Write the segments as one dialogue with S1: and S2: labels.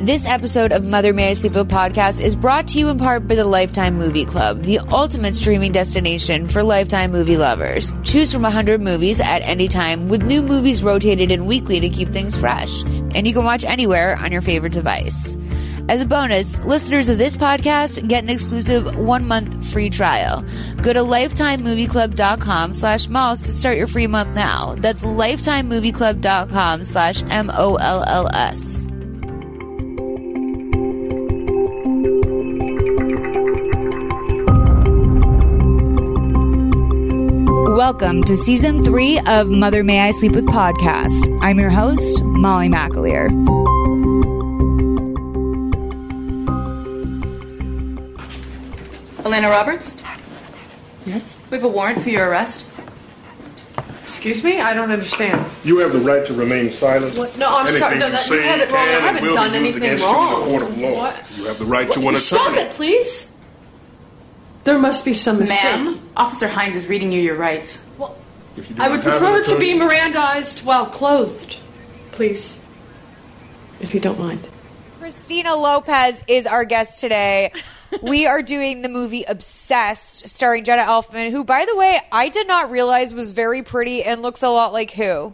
S1: This episode of Mother May I Sleep With podcast is brought to you in part by the Lifetime Movie Club, the ultimate streaming destination for Lifetime movie lovers. Choose from 100 movies at any time with new movies rotated in weekly to keep things fresh. And you can watch anywhere on your favorite device. As a bonus, listeners of this podcast get an exclusive one-month free trial. Go to lifetimemovieclub.com slash malls to start your free month now. That's lifetimemovieclub.com slash M-O-L-L-S. Welcome to season three of Mother May I Sleep With podcast. I'm your host, Molly McAleer.
S2: Elena Roberts?
S3: Yes?
S2: We have a warrant for your arrest.
S3: Excuse me? I don't understand.
S4: You have the right to remain silent.
S3: What? No, I'm sorry.
S4: Anything
S3: No,
S4: you
S3: that- you
S4: say
S3: had it wrong. I
S4: can and
S3: haven't
S4: will be
S3: done
S4: used
S3: anything
S4: against
S3: wrong.
S4: You, in a court of law.
S3: What?
S4: you have the right to an attorney.
S3: Stop it, please. There must be some mistake.
S2: Ma'am, Officer Hines is reading you your rights.
S3: Well,
S4: If you do
S3: I would
S4: not have
S3: prefer
S4: an
S3: to be
S4: attorney-
S3: Mirandized while clothed. Please. If you don't mind.
S1: Christina Lopez is our guest today. we are doing the movie Obsessed, starring Jenna Elfman, who, by the way, I did not realize was very pretty and looks a lot like who?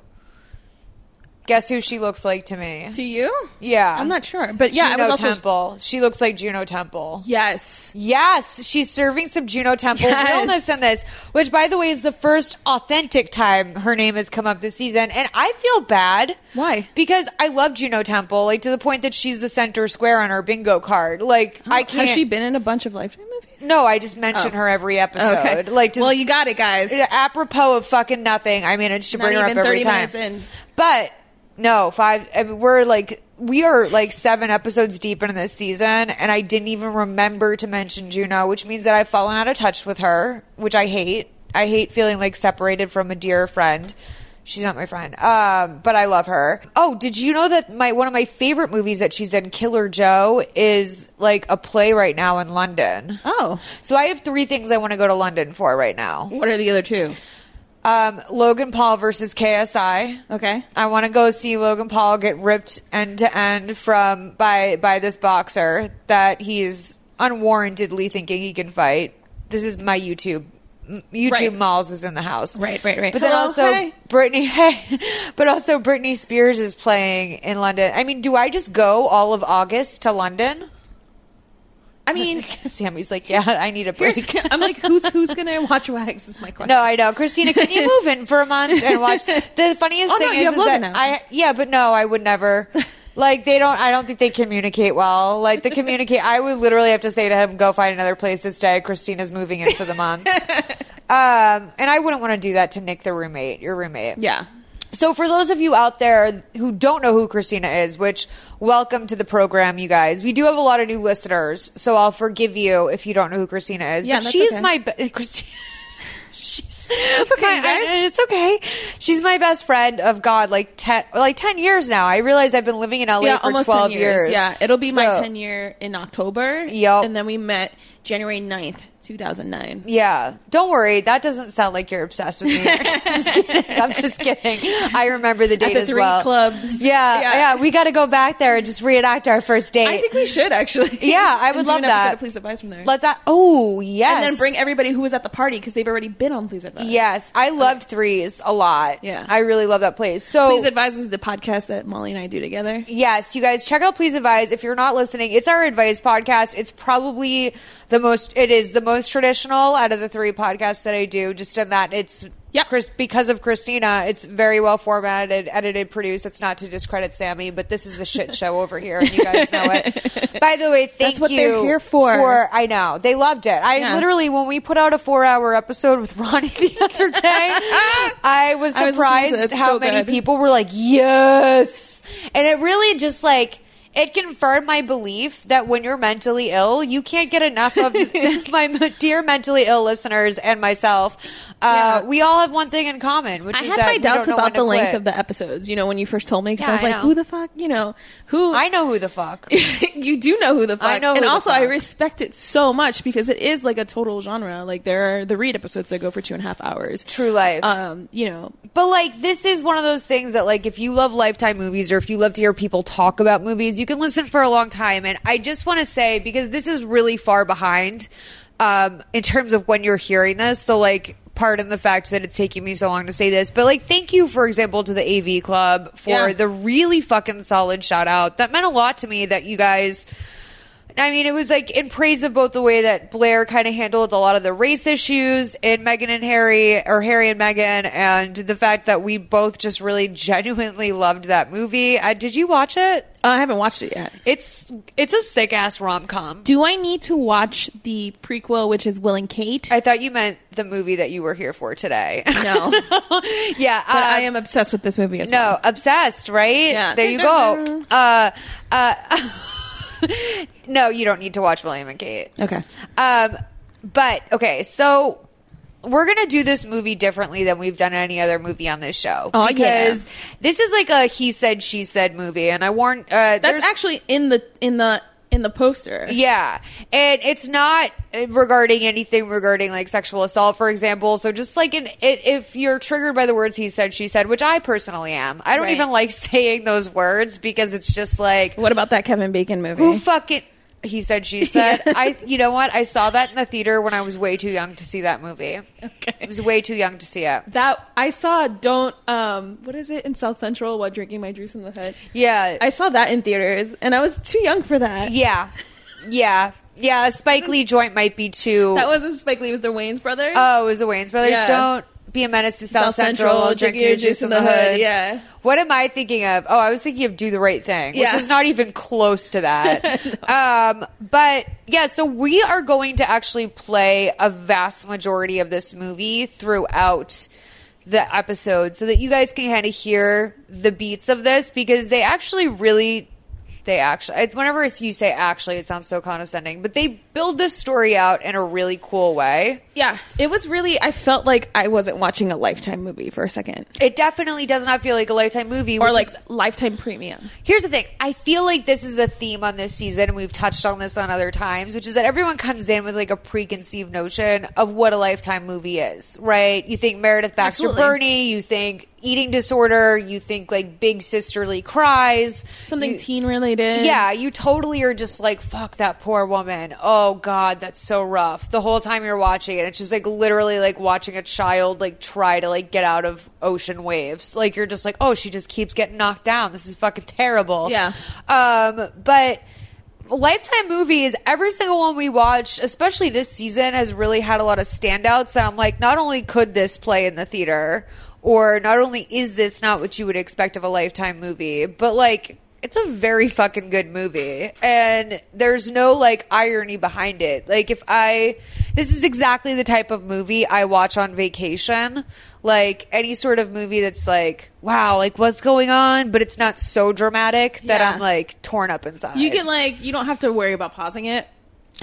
S1: Guess who she looks like to me?
S5: To you?
S1: Yeah.
S5: I'm not sure. But yeah,
S1: Juno
S5: I was also.
S1: Temple. She looks like Juno Temple.
S5: Yes.
S1: Yes, she's serving some Juno Temple
S5: Yes.
S1: realness in this, which, by the way, is the first authentic time her name has come up this season. And I feel bad.
S5: Why?
S1: Because I love Juno Temple, like to the point that she's the center square on her bingo card. Like I can't.
S5: Has she been in a bunch of Lifetime movies? Oh.
S1: No, I just mention her every episode. Like, to,
S5: well, you got it, guys.
S1: apropos of fucking nothing, I managed to
S5: Not
S1: bring her up
S5: even
S1: every
S5: 30
S1: time.
S5: minutes in.
S1: But no, five. I mean, we're like we are like seven episodes deep into this season, and I didn't even remember to mention Juno, which means that I've fallen out of touch with her, which I hate. I hate feeling like separated from a dear friend. She's not my friend, um, but I love her. Oh, did you know that my one of my favorite movies that she's in, Killer Joe, is like a play right now in London.
S5: Oh.
S1: So I have three things I want to go to London for right now.
S5: What are the other two?
S1: Um, Logan Paul versus KSI.
S5: Okay.
S1: I want to go see Logan Paul get ripped end to end from by by this boxer that he's unwarrantedly thinking he can fight. This is my YouTube. M- YouTube
S5: Right.
S1: Malls is in the house.
S5: Right, right, right.
S1: But then
S5: Hello,
S1: also
S5: hey.
S1: Britney hey, but also Britney Spears is playing in London. I mean, do I just go all of August to London?
S5: I mean,
S1: Sammy's like, "Yeah, I need a break."
S5: here's, I'm like, who's who's gonna watch Wags? Is my question.
S1: No, I know, Christina. Can you move in for a month and watch? The funniest
S5: Oh, no,
S1: thing
S5: you
S1: is,
S5: have
S1: is
S5: Logan
S1: that
S5: now.
S1: I yeah, but no, I would never. Like they don't. I don't think they communicate well. Like the communicate, I would literally have to say to him, "Go find another place to stay." Christina's moving in for the month, um, and I wouldn't want to do that to Nick, the roommate, your roommate.
S5: Yeah.
S1: So for those of you out there who don't know who Christina is, which welcome to the program, you guys. We do have a lot of new listeners, so I'll forgive you if you don't know who Christina is.
S5: Yeah,
S1: but
S5: that's
S1: she's
S5: okay.
S1: my be- Christina. She's
S5: That's okay,
S1: my-
S5: guys.
S1: I- it's okay. She's my best friend of God, like ten, like ten years now. I realize I've been living in LA
S5: Yeah,
S1: for
S5: almost
S1: twelve
S5: 10 years. Yeah, it'll be my
S1: So-
S5: 10 year in October.
S1: Yup.
S5: And then we met January 9th, 2009.
S1: Yeah, don't worry. That doesn't sound like you're obsessed with me. I'm just kidding. I'm just kidding. I remember the date
S5: the
S1: as
S5: three
S1: well.
S5: clubs.
S1: Yeah, yeah.
S5: Yeah.
S1: we got to go back there and just reenact our first date.
S5: I think we should actually.
S1: Yeah, I
S5: And
S1: would
S5: do
S1: love
S5: an episode
S1: that.
S5: Of Please advice from there.
S1: Let's. a oh yes.
S5: and then bring everybody who was at the party because they've already been on Please Advise.
S1: Yes, I loved threes a lot.
S5: Yeah.
S1: I really love that place. So
S5: Please Advise is the podcast that Molly and I do together.
S1: Yes, you guys check out Please Advise. If you're not listening, it's our advice podcast. It's probably the most. It is the most traditional out of the three podcasts that I do. Just in that it's
S5: Yep.
S1: Chris because of Christina. It's very well formatted, edited, produced. It's not to discredit Sammy, but this is a shit show over here, and you guys know it. By the way, thank
S5: That's what
S1: you
S5: they're here for.
S1: I know they loved it. I
S5: Yeah.
S1: literally when we put out a four hour episode with Ronnie the other day, I was
S5: I was listening to it.
S1: surprised
S5: It's
S1: how
S5: so
S1: many
S5: good.
S1: people people were like, yes. And it really just like, It confirmed my belief that when you're mentally ill, you can't get enough of my m- dear mentally ill listeners and myself. Uh, We all have one thing in common, which
S5: I
S1: is
S5: had
S1: that
S5: my
S1: we don't
S5: doubts
S1: know when
S5: about
S1: to
S5: the length
S1: quit.
S5: of the episodes. You know, when you first told me, because
S1: Yeah,
S5: I was
S1: I
S5: like,
S1: know.
S5: "Who the fuck?" You know, who
S1: I know who the fuck.
S5: you do know who the fuck.
S1: I know who
S5: and
S1: the
S5: also, I
S1: fuck.
S5: respect it so much because it is like a total genre. Like there are the read episodes that go for two and a half hours.
S1: True life.
S5: Um, you know,
S1: But like this is one of those things that like if you love lifetime movies or if you love to hear people talk about movies, you can listen for a long time. And I just want to say because this is really far behind um in terms of when you're hearing this. So like pardon the fact that it's taking me so long to say this, but like thank you for example to the AV Club for
S5: Yeah.
S1: the really fucking solid shout out. That meant a lot to me that you guys I mean, it was like in praise of both the way that Blair kind of handled a lot of the race issues in Meghan and Harry, or Harry and Meghan, and the fact that we both just really genuinely loved that movie. Uh, did you watch it?
S5: uh, I haven't watched it yet.
S1: It's it's a sick ass rom com.
S5: Do I need to watch the prequel, which is Will and Kate?
S1: I thought you meant the movie that you were here for today.
S5: no,
S1: yeah,
S5: but I
S1: um,
S5: am obsessed with this movie as
S1: no
S5: well.
S1: obsessed right
S5: Yeah.
S1: there you go uh uh no you don't need to watch william and kate
S5: Okay.
S1: um but okay so we're gonna do this movie differently than we've done any other movie on this show
S5: Oh, yeah.
S1: because this is like a he said she said movie and i warned uh
S5: That's
S1: there's-
S5: actually in the in the in the poster.
S1: yeah. And it's not uh, regarding anything regarding like sexual assault, for example. So just like in, it, if you're triggered by the words he said, she said, which I personally am, I don't
S5: Right.
S1: even like saying those words because it's just like,
S5: What about that Kevin Bacon movie?
S1: who fucking. He said, she said. I, you know what? I saw that in the theater when I was way too young to see that movie. Okay. I was way too young to see it.
S5: that I saw don't um what is it in South Central while drinking my juice in the hood.
S1: Yeah.
S5: I saw that in theaters and I was too young for that.
S1: yeah. Yeah. Yeah. Spike Lee joint might be too.
S5: That wasn't Spike Lee, it was the Wayne's brother.
S1: Oh, it was the Wayans Brothers.
S5: Yeah.
S1: Don't be a menace to South,
S5: South
S1: Central.
S5: Central,
S1: Drink your juice in the, hood.
S5: yeah.
S1: What am I thinking of? Oh, I was thinking of Do the Right Thing,
S5: Yeah.
S1: which is not even close to that. um, but yeah, so we are going to actually play a vast majority of this movie throughout the episode so that you guys can kind of hear the beats of this because they actually really they actually it's whenever it's- you say actually it sounds so condescending but they build this story out in a really cool way
S5: yeah. It was really I felt like I wasn't watching a lifetime movie for a second.
S1: It definitely does not feel like a lifetime movie.
S5: Or
S1: which
S5: like
S1: is-
S5: lifetime premium.
S1: here's the thing: I feel like this is a theme on this season, and we've touched on this on other times, which is that everyone comes in with like a preconceived notion of what a lifetime movie is, right? You think Meredith Baxter
S5: Absolutely.
S1: Bernie, you think eating disorder, you think like big sisterly cries,
S5: Something
S1: You-
S5: teen related.
S1: yeah, you totally are just like, fuck that poor woman. Oh God, that's so rough. The whole time you're watching it, it's just like literally like watching a child like try to like get out of ocean waves. Like you're just like, oh, she just keeps getting knocked down. This is fucking terrible.
S5: Yeah.
S1: Um, but Lifetime movies, every single one we watched, especially this season, has really had a lot of standouts. And I'm like, not only could this play in the theater, or not only is this not what you would expect of a Lifetime movie, but like, it's a very fucking good movie. And there's no like irony behind it. Like, if I, this is exactly the type of movie I watch on vacation. Like, any sort of movie that's like, wow, like what's going on? But it's not so dramatic that
S5: Yeah.
S1: I'm like torn up inside.
S5: You can like you don't have to worry about pausing it.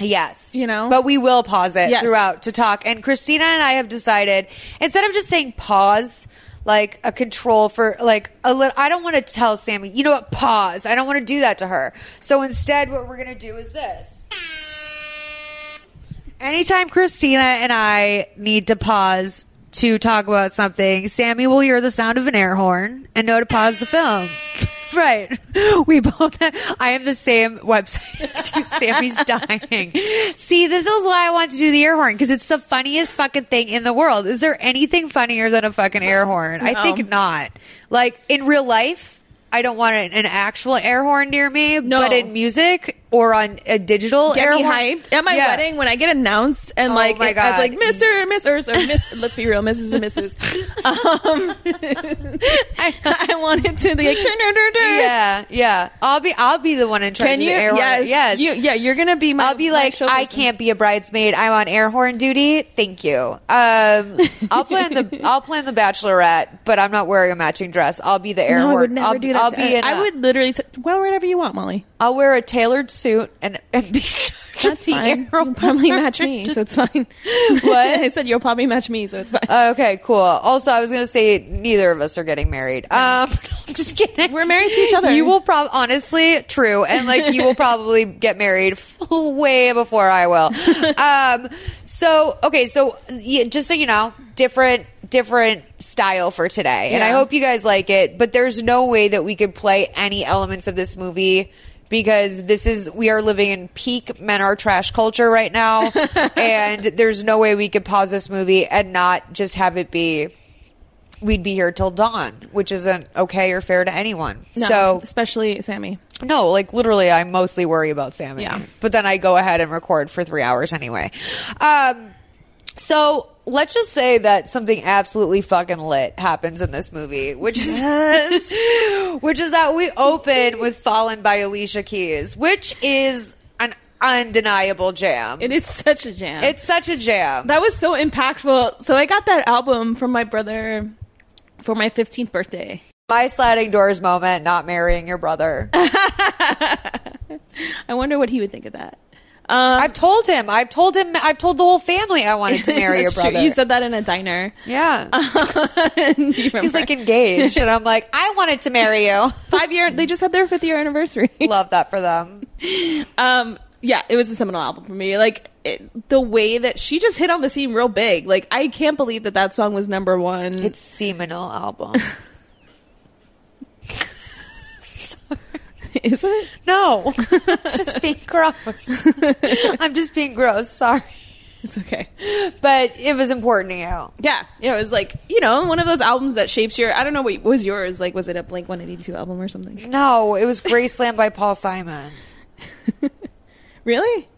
S1: Yes.
S5: You know?
S1: But we will pause it
S5: Yes.
S1: throughout to talk. And Christina and I have decided instead of just saying pause, like a control for like a little I don't want to tell Sammy, you know what, pause. I don't want to do that to her. So instead what we're gonna do is this. Anytime Christina and I need to pause to talk about something, Sammy will hear the sound of an air horn and know to pause the film. Right. We both, I am the same website as you. Sammy's dying. See, this is why I want to do the air horn because it's the funniest fucking thing in the world. Is there anything funnier than a fucking air horn? I think not. Like in real life, I don't want an an actual air horn near me,
S5: No.
S1: but in music or on a digital
S5: Get
S1: air
S5: me
S1: horn.
S5: hyped at my
S1: Yeah.
S5: wedding when I get announced and
S1: Oh
S5: like
S1: my
S5: it- I was
S1: God.
S5: like Mister and Miss or, or Miss. let's be real, Mrs. and Mrs. Um, I, I wanted to be like "Dur, dur, dur, dur."
S1: Yeah, yeah. I'll be I'll be the one in charge
S5: Can
S1: of
S5: you?
S1: the air
S5: Yes.
S1: horn. Yes.
S5: You, yeah. You're gonna be my.
S1: I'll be
S5: my
S1: like,
S5: show
S1: I
S5: person.
S1: can't be a bridesmaid. I'm on air horn duty. Thank you. Um, I'll plan the I'll plan the bachelorette, but I'm not wearing a matching dress. I'll be the air
S5: No,
S1: horn.
S5: I would never
S1: I'll,
S5: do that.
S1: I'll
S5: to-
S1: be. In
S5: I
S1: a-
S5: would literally t- wear whatever you want, Molly.
S1: I'll wear a tailored suit and, and be
S5: That's fine. You'll probably match me, so it's fine.
S1: What?
S5: I said you'll probably match me, so it's fine.
S1: Okay, cool. Also, I was gonna say neither of us are getting married. Um, I'm just kidding.
S5: We're married to each other.
S1: You will probably, honestly, true, and like you will probably get married f- way before I will. Um, so okay, so yeah, just so you know, different different style for today, and I
S5: Yeah.
S1: hope you guys like it. But there's no way that we could play any elements of this movie. Because this is, we are living in peak men are trash culture right now. and there's no way we could pause this movie and not just have it be we'd be here till dawn, which isn't okay or fair to anyone.
S5: No,
S1: So
S5: especially Sammy.
S1: no, like literally, I mostly worry about Sammy.
S5: Yeah.
S1: But then I go ahead and record for three hours anyway. Um, so let's just say that something absolutely fucking lit happens in this movie, which is which is that we open with "Fallen" by Alicia Keys, which is an undeniable jam.
S5: It is such a jam.
S1: It's such a jam.
S5: that was so impactful. So I got that album from my brother for my 15th birthday.
S1: My sliding doors moment, not marrying your brother.
S5: I wonder what he would think of that. Um,
S1: I've told him. I've told him. I've told the whole family I wanted to marry your
S5: That's true.
S1: brother.
S5: You said that in a diner.
S1: yeah.
S5: Do you remember?
S1: He's like engaged, and I'm like, I wanted to marry you.
S5: five year. They just had their fifth year anniversary.
S1: Love that for them.
S5: um yeah it was a seminal album for me like it, the way that she just hit on the scene real big like i can't believe that that song was number one
S1: It's seminal album.
S5: is it
S1: No, I'm just being gross. I'm just being gross. Sorry,
S5: it's okay
S1: but it was important to you.
S5: yeah yeah, it was like you know one of those albums that shapes your i don't know what what was yours like was it a blank 182 album or something
S1: No, it was Graceland by Paul Simon.
S5: really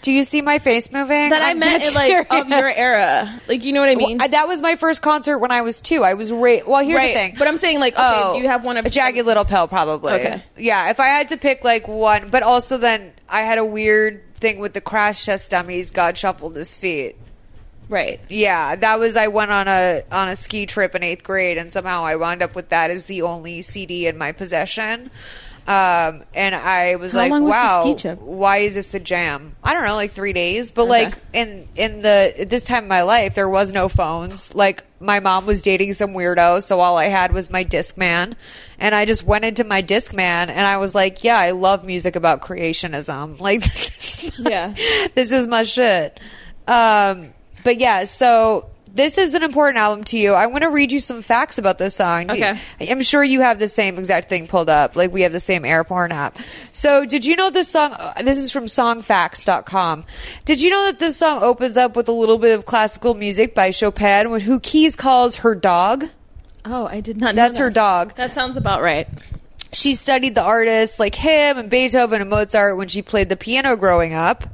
S1: Do you see my face moving?
S5: that i
S1: I'm
S5: meant
S1: dead
S5: it, like of
S1: serious.
S5: your era like you know what i mean
S1: Well, I- that was my first concert when I was two. I was ra- well. Oh, Here's
S5: Right,
S1: the thing, Oh,
S5: but I'm saying, like, okay, do you have one of-
S1: a jagged little pill? Probably.
S5: Okay.
S1: Yeah, if I had to pick like one, but also then I had a weird thing with the crash test dummies. God shuffled his feet.
S5: right
S1: Yeah, that was I went on a on a ski trip in eighth grade, and somehow I wound up with that as the only CD in my possession. Um, and I was
S5: How
S1: like,
S5: long was the
S1: wow,
S5: ski trip?
S1: why is this a jam? I don't know, like three days. But
S5: Okay.
S1: like in in the at this time of my life, there was no phones. Like my mom was dating some weirdo, so all I had was my Discman, and I just went into my Discman, and I was like, yeah, I love music about creationism. Like this is my-
S5: Yeah.
S1: this is my shit. Um, but yeah, so this is an important album to you. I want to read you some facts about this song. Do you-
S5: Okay.
S1: I'm sure you have the same exact thing pulled up. Like we have the same air porn app. So did you know this song? uh, This is from songfacts.com. Did you know that this song opens up with a little bit of classical music by Chopin, wh- who Keys calls her dog?
S5: oh i did not know
S1: That's her
S5: that.
S1: dog.
S5: that sounds about right
S1: She studied the artists like him and Beethoven and Mozart when she played the piano growing up.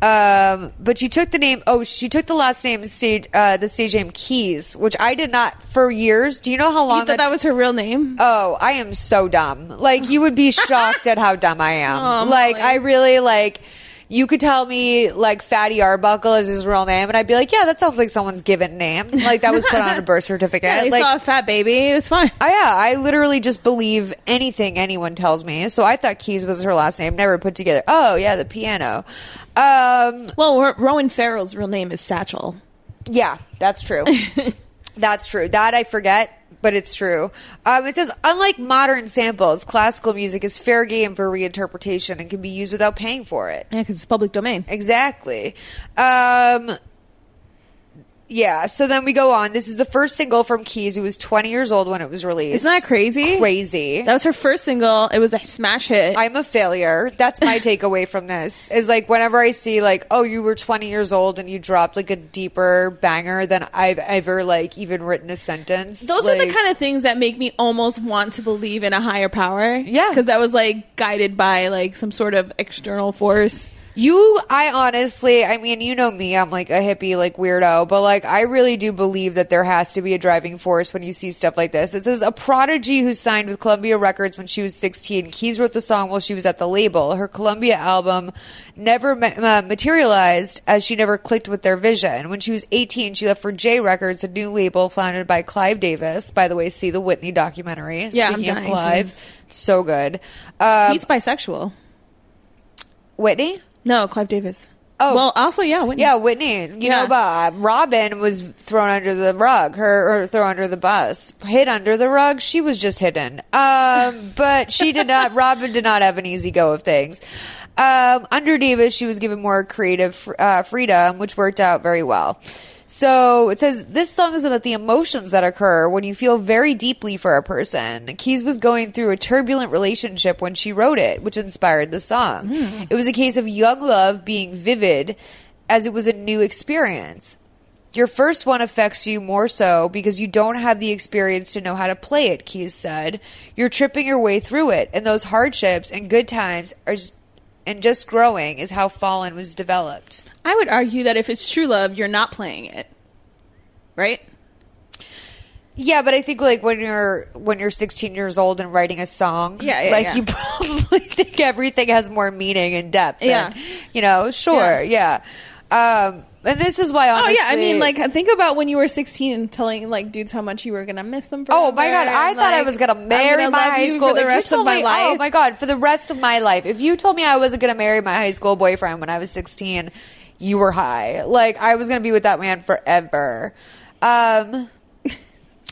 S1: Um, but she took the name. Oh, she took the last name stage, uh, the stage name Keys, which I did not for years. Do you know how long
S5: you thought that was her real name
S1: Oh, I am so dumb. Like you would be shocked at how dumb I am.
S5: Aw,
S1: like
S5: Molly.
S1: I really like you could tell me like Fatty Arbuckle is his real name and I'd be like, "Yeah, that sounds like someone's given name." Like that was put on a birth certificate.
S5: yeah, they
S1: like
S5: saw a fat baby it's fine
S1: I, yeah, I literally just believe anything anyone tells me. So I thought Keys was her last name. Never put together. Oh yeah, the piano. Um,
S5: well Ro- rowan farrell's real name is satchel
S1: yeah, that's true. that's true. That I forget. But it's true. Um, it says, unlike modern samples, classical music is fair game for reinterpretation and can be used without paying for it.
S5: yeah because it's public domain
S1: Exactly. Um, yeah, so then we go on. This is the first single from Keys, who was 20 years old when it was released.
S5: Isn't that crazy?
S1: Crazy.
S5: That was her first single. It was a smash hit.
S1: I'm a failure. That's my takeaway from this. Is like whenever I see like, oh, you were 20 years old and you dropped like a deeper banger than I've ever like even written a sentence.
S5: Those are the
S1: Like,
S5: kind of things that make me almost want to believe in a higher power.
S1: Yeah.
S5: Because that was like guided by like some sort of external force.
S1: you. I honestly, I mean, you know me. I'm like a hippie, like weirdo, but like I really do believe that there has to be a driving force when you see stuff like this. It says a prodigy who signed with Columbia Records when she was 16. Keys wrote the song while she was at the label. Her Columbia album never ma- uh, materialized as she never clicked with their vision. When she was 18, she left for J Records, a new label founded by Clive Davis. By the way, see the Whitney documentary.
S5: Yeah, I'm
S1: Speaking
S5: dying
S1: of
S5: to.
S1: Clive, so good. Um,
S5: He's bisexual.
S1: Whitney?
S5: No, Clive Davis.
S1: Oh.
S5: well, also yeah, Whitney.
S1: Yeah, Whitney. You
S5: Yeah.
S1: know, but uh, Robin was thrown under the rug, her or thrown under the bus, hid under the rug. She was just hidden. Um, but she did not. Robin did not have an easy go of things. Um, under Davis, she was given more creative fr- uh, freedom, which worked out very well. So it says this song is about the emotions that occur when you feel very deeply for a person. Keys was going through a turbulent relationship when she wrote it, which inspired the song.
S5: Mm.
S1: It was a case of young love being vivid as it was a new experience. Your first one affects you more so because you don't have the experience to know how to play it, Keys said. You're tripping your way through it, and those hardships and good times are just, and just growing is how Fallen was developed.
S5: I would argue that if it's true love, you're not playing it, right?
S1: Yeah, but I think like when you're when you're 16 years old and writing a song,
S5: Yeah, yeah,
S1: like
S5: yeah.
S1: you probably think everything has more meaning and depth. than-
S5: Yeah.
S1: you know, sure, yeah. Um, and this is why, honestly,
S5: oh yeah, I mean, like think about when you were 16 and telling like dudes how much you were gonna miss them. Forever,
S1: Oh my god! I
S5: and,
S1: thought I
S5: like,
S1: was gonna
S5: I'm
S1: marry
S5: gonna
S1: my
S5: love
S1: high
S5: you
S1: school
S5: for the
S1: if you
S5: rest
S1: told
S5: of my
S1: me-
S5: life.
S1: Oh my god! For the rest of my life, if you told me I wasn't gonna marry my high school boyfriend when I was sixteen, you were high. Like I was gonna be with that man forever. Um,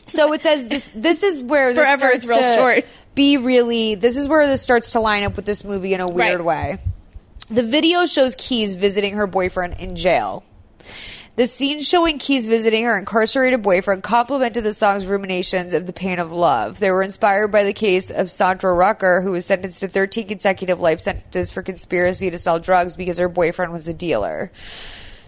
S1: so it says this. This is where this
S5: Forever is
S1: starts
S5: real
S1: to
S5: short.
S1: Be really. This is where this starts to line up with this movie in a weird way. The video shows Keys visiting her boyfriend in jail. The scenes showing Keys visiting her incarcerated boyfriend complemented the song's ruminations of the pain of love. They were inspired by the case of Sandra Rucker, who was sentenced to 13 consecutive life sentences for conspiracy to sell drugs because her boyfriend was a dealer.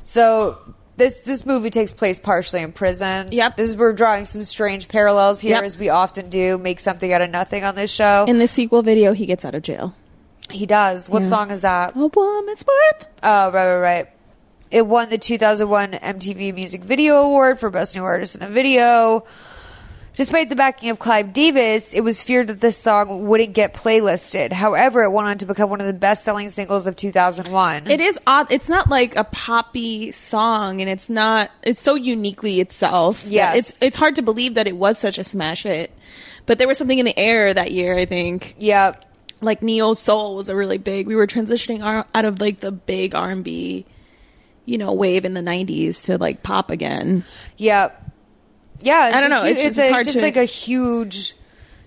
S1: So this this movie takes place partially in prison.
S5: Yep.
S1: This is we're drawing some strange parallels here,
S5: Yep.
S1: as we often do, make something out of nothing on this show.
S5: In the sequel video, he gets out of jail.
S1: he does. What song is that?
S5: A woman's worth.
S1: Oh, right, right, right. It won the 2001 MTV Music Video Award for Best New Artist in a Video. Despite the backing of Clive Davis, it was feared that this song wouldn't get playlisted. However, it went on to become one of the best-selling singles of 2001.
S5: It is odd. It's not like a poppy song, and it's not. It's so uniquely itself. that
S1: Yes.
S5: it's it's hard to believe that it was such a smash hit. But there was something in the air that year. I think
S1: yep.
S5: like neo soul was a really big. We were transitioning our, out of like the big R and B, you know, wave in the '90s to like pop again.
S1: Yep. Yeah, it's
S5: I don't
S1: a
S5: know,
S1: hu-
S5: it's just-
S1: a,
S5: it's hard
S1: just
S5: to-
S1: like a huge.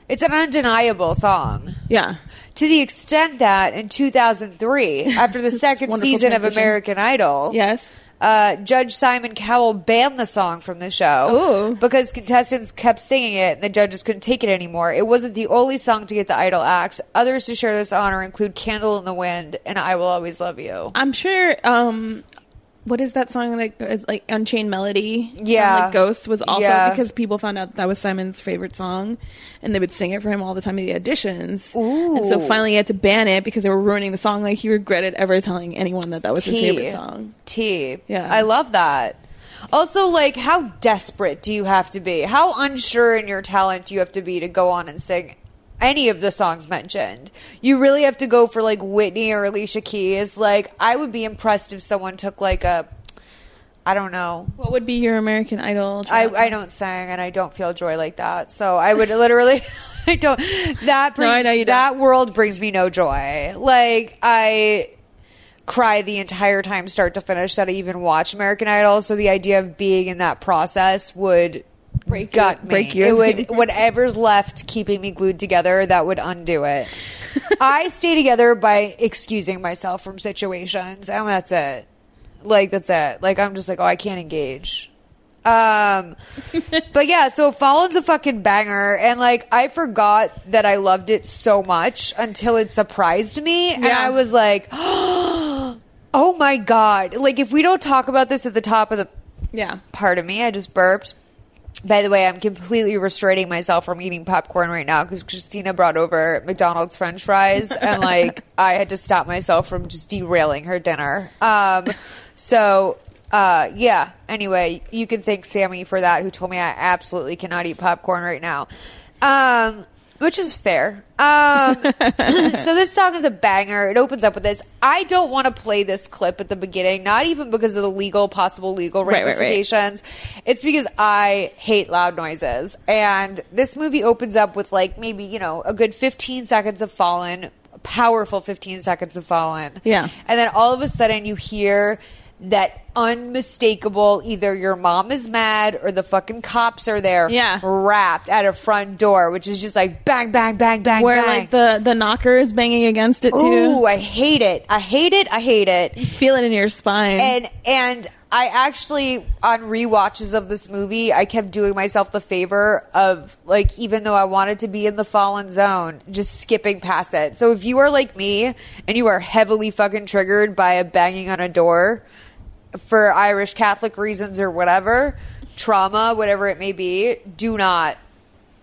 S1: It's an undeniable song
S5: Yeah,
S1: to the extent that in 2003, after the second
S5: wonderful
S1: season of
S5: transition.
S1: American Idol,
S5: yes.
S1: uh, Judge Simon Cowell banned the song from the show
S5: Ooh.
S1: because contestants kept singing it and the judges couldn't take it anymore. It wasn't the only song to get the Idol axe. Others to share this honor include "Candle in the Wind" and "I Will Always Love You."
S5: I'm sure. um what is that song like? It's like Unchained Melody. from,
S1: Yeah.
S5: like Ghost was also
S1: Yeah.
S5: because people found out that was Simon's favorite song, and they would sing it for him all the time at the auditions. And so
S1: Ooh.
S5: finally, he had to ban it because they were ruining the song. Like he regretted ever telling anyone that that was his
S1: Tea.
S5: favorite song.
S1: Tea.
S5: Yeah.
S1: I love that. Also, like, how desperate do you have to be? How unsure in your talent do you have to be to go on and sing any of the songs mentioned? You really have to go for like Whitney or Alicia Keys. Like, I would be impressed if someone took like a, I don't know.
S5: What would be your American Idol?
S1: I,
S5: tryout song?
S1: I don't sing and I don't feel joy like that. So I would literally, I don't. That brings,
S5: I know you don't.
S1: that world brings me no joy. Like I cry the entire time, start to finish, that I even watch American Idol. So the idea of being in that process would break gut me.
S5: break you.
S1: it would whatever's left keeping me glued together that would undo it. I stay together by excusing myself from situations, and that's it. Like that's it. Like I'm just like, oh, I can't engage. Um, but yeah, so Fallen's a fucking banger, and like I forgot that I loved it so much until it surprised me, and
S5: Yeah.
S1: I was like, oh my god! Like if we don't talk about this at the top of the
S5: Yeah.
S1: part of me, I just burped. By the way, I'm completely restraining myself from eating popcorn right now because Christina brought over McDonald's French fries, and like I had to stop myself from just derailing her dinner. Um, so uh, yeah. Anyway, you can thank Sammy for that, who told me I absolutely cannot eat popcorn right now, um, which is fair. Um, so this song is a banger. It opens up with this. I don't want to play this clip at the beginning, not even because of the legal possible legal
S5: Right, right, right.
S1: ramifications notifications. It's because I hate loud noises. And this movie opens up with like maybe, you know, a good 15 seconds of Fallen powerful 15 seconds of Fallen.
S5: Yeah.
S1: And then all of a sudden you hear that unmistakable either your mom is mad or the fucking cops are there
S5: Yeah.
S1: wrapped at a front door, which is just like bang, bang, bang, bang,
S5: where
S1: bang.
S5: like the the knocker is banging against it too.
S1: Ooh, I hate it. I hate it. I hate it.
S5: Feel it in your spine.
S1: And and I actually on rewatches of this movie, I kept doing myself the favor of like even though I wanted to be in the fallen zone, just skipping past it. So if you are like me and you are heavily fucking triggered by a banging on a door for Irish Catholic reasons or whatever, trauma, whatever it may be, do not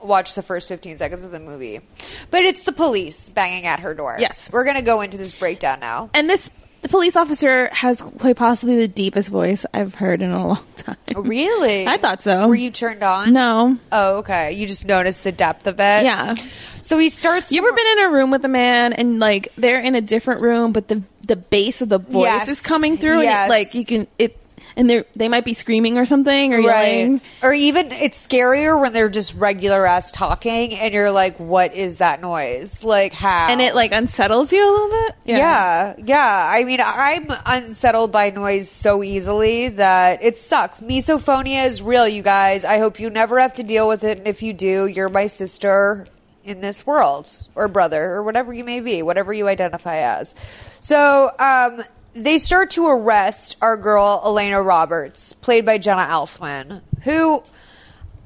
S1: watch the first 15 seconds of the movie. But it's the police banging at her door.
S5: Yes.
S1: We're going to go into this breakdown now.
S5: and this the police officer has quite possibly the deepest voice I've heard in a long time.
S1: Really?
S5: I thought so.
S1: Were you turned on?
S5: No.
S1: Oh, okay. You just noticed the depth of it.
S5: Yeah.
S1: So he starts.
S5: You ever been in a room with a man and like they're in a different room, but the the bass of the voice
S1: Yes.
S5: is coming through, and
S1: Yes.
S5: it, like you can it, and they they might be screaming or something or yelling.
S1: right? Or even it's scarier when they're just regular ass talking, and you're like, "What is that noise? Like how?"
S5: and it like unsettles you a little bit.
S1: Yeah. yeah, I mean, I'm unsettled by noise so easily that it sucks. Misophonia is real, you guys. I hope you never have to deal with it. And if you do, you're my sister in this world, or brother, or whatever you may be, whatever you identify as. So, um, they start to arrest our girl, Elena Roberts, played by Jenna Elfman, who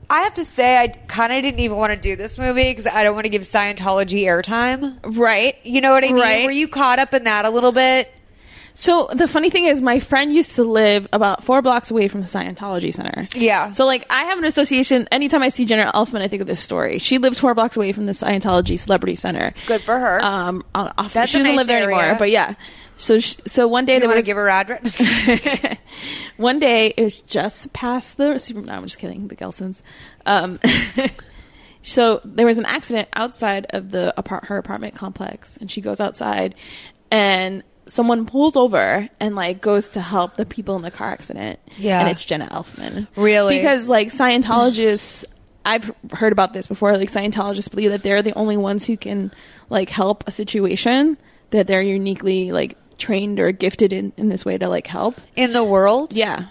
S1: I have to say, I kind of didn't even want to do this movie because I don't want to give Scientology airtime.
S5: Right.
S1: You know what I mean?
S5: Right.
S1: Were you caught up in that a little bit?
S5: So the funny thing is, my friend used to live about four blocks away from the Scientology Center.
S1: Yeah.
S5: So like, I have an association. Anytime I see Jenna Elfman, I think of this story. She lives four blocks away from the Scientology Celebrity Center.
S1: Good for her.
S5: Um, on- off,
S1: That's
S5: she
S1: a
S5: doesn't
S1: nice
S5: live there
S1: area.
S5: anymore, but yeah. So she, so one
S1: Do
S5: day
S1: you
S5: there
S1: want to
S5: was
S1: give her address?
S5: one day it was just past the super. No, I'm just kidding. The Gelsons. Um, so there was an accident outside of the apart her apartment complex, and she goes outside, and someone pulls over and like goes to help the people in the car accident.
S1: Yeah.
S5: and it's Jenna Elfman.
S1: Really?
S5: because like Scientologists. I've heard about this before. Like Scientologists believe that they're the only ones who can like help a situation that they're uniquely like trained or gifted in, in this way to like help.
S1: in the world?
S5: Yeah.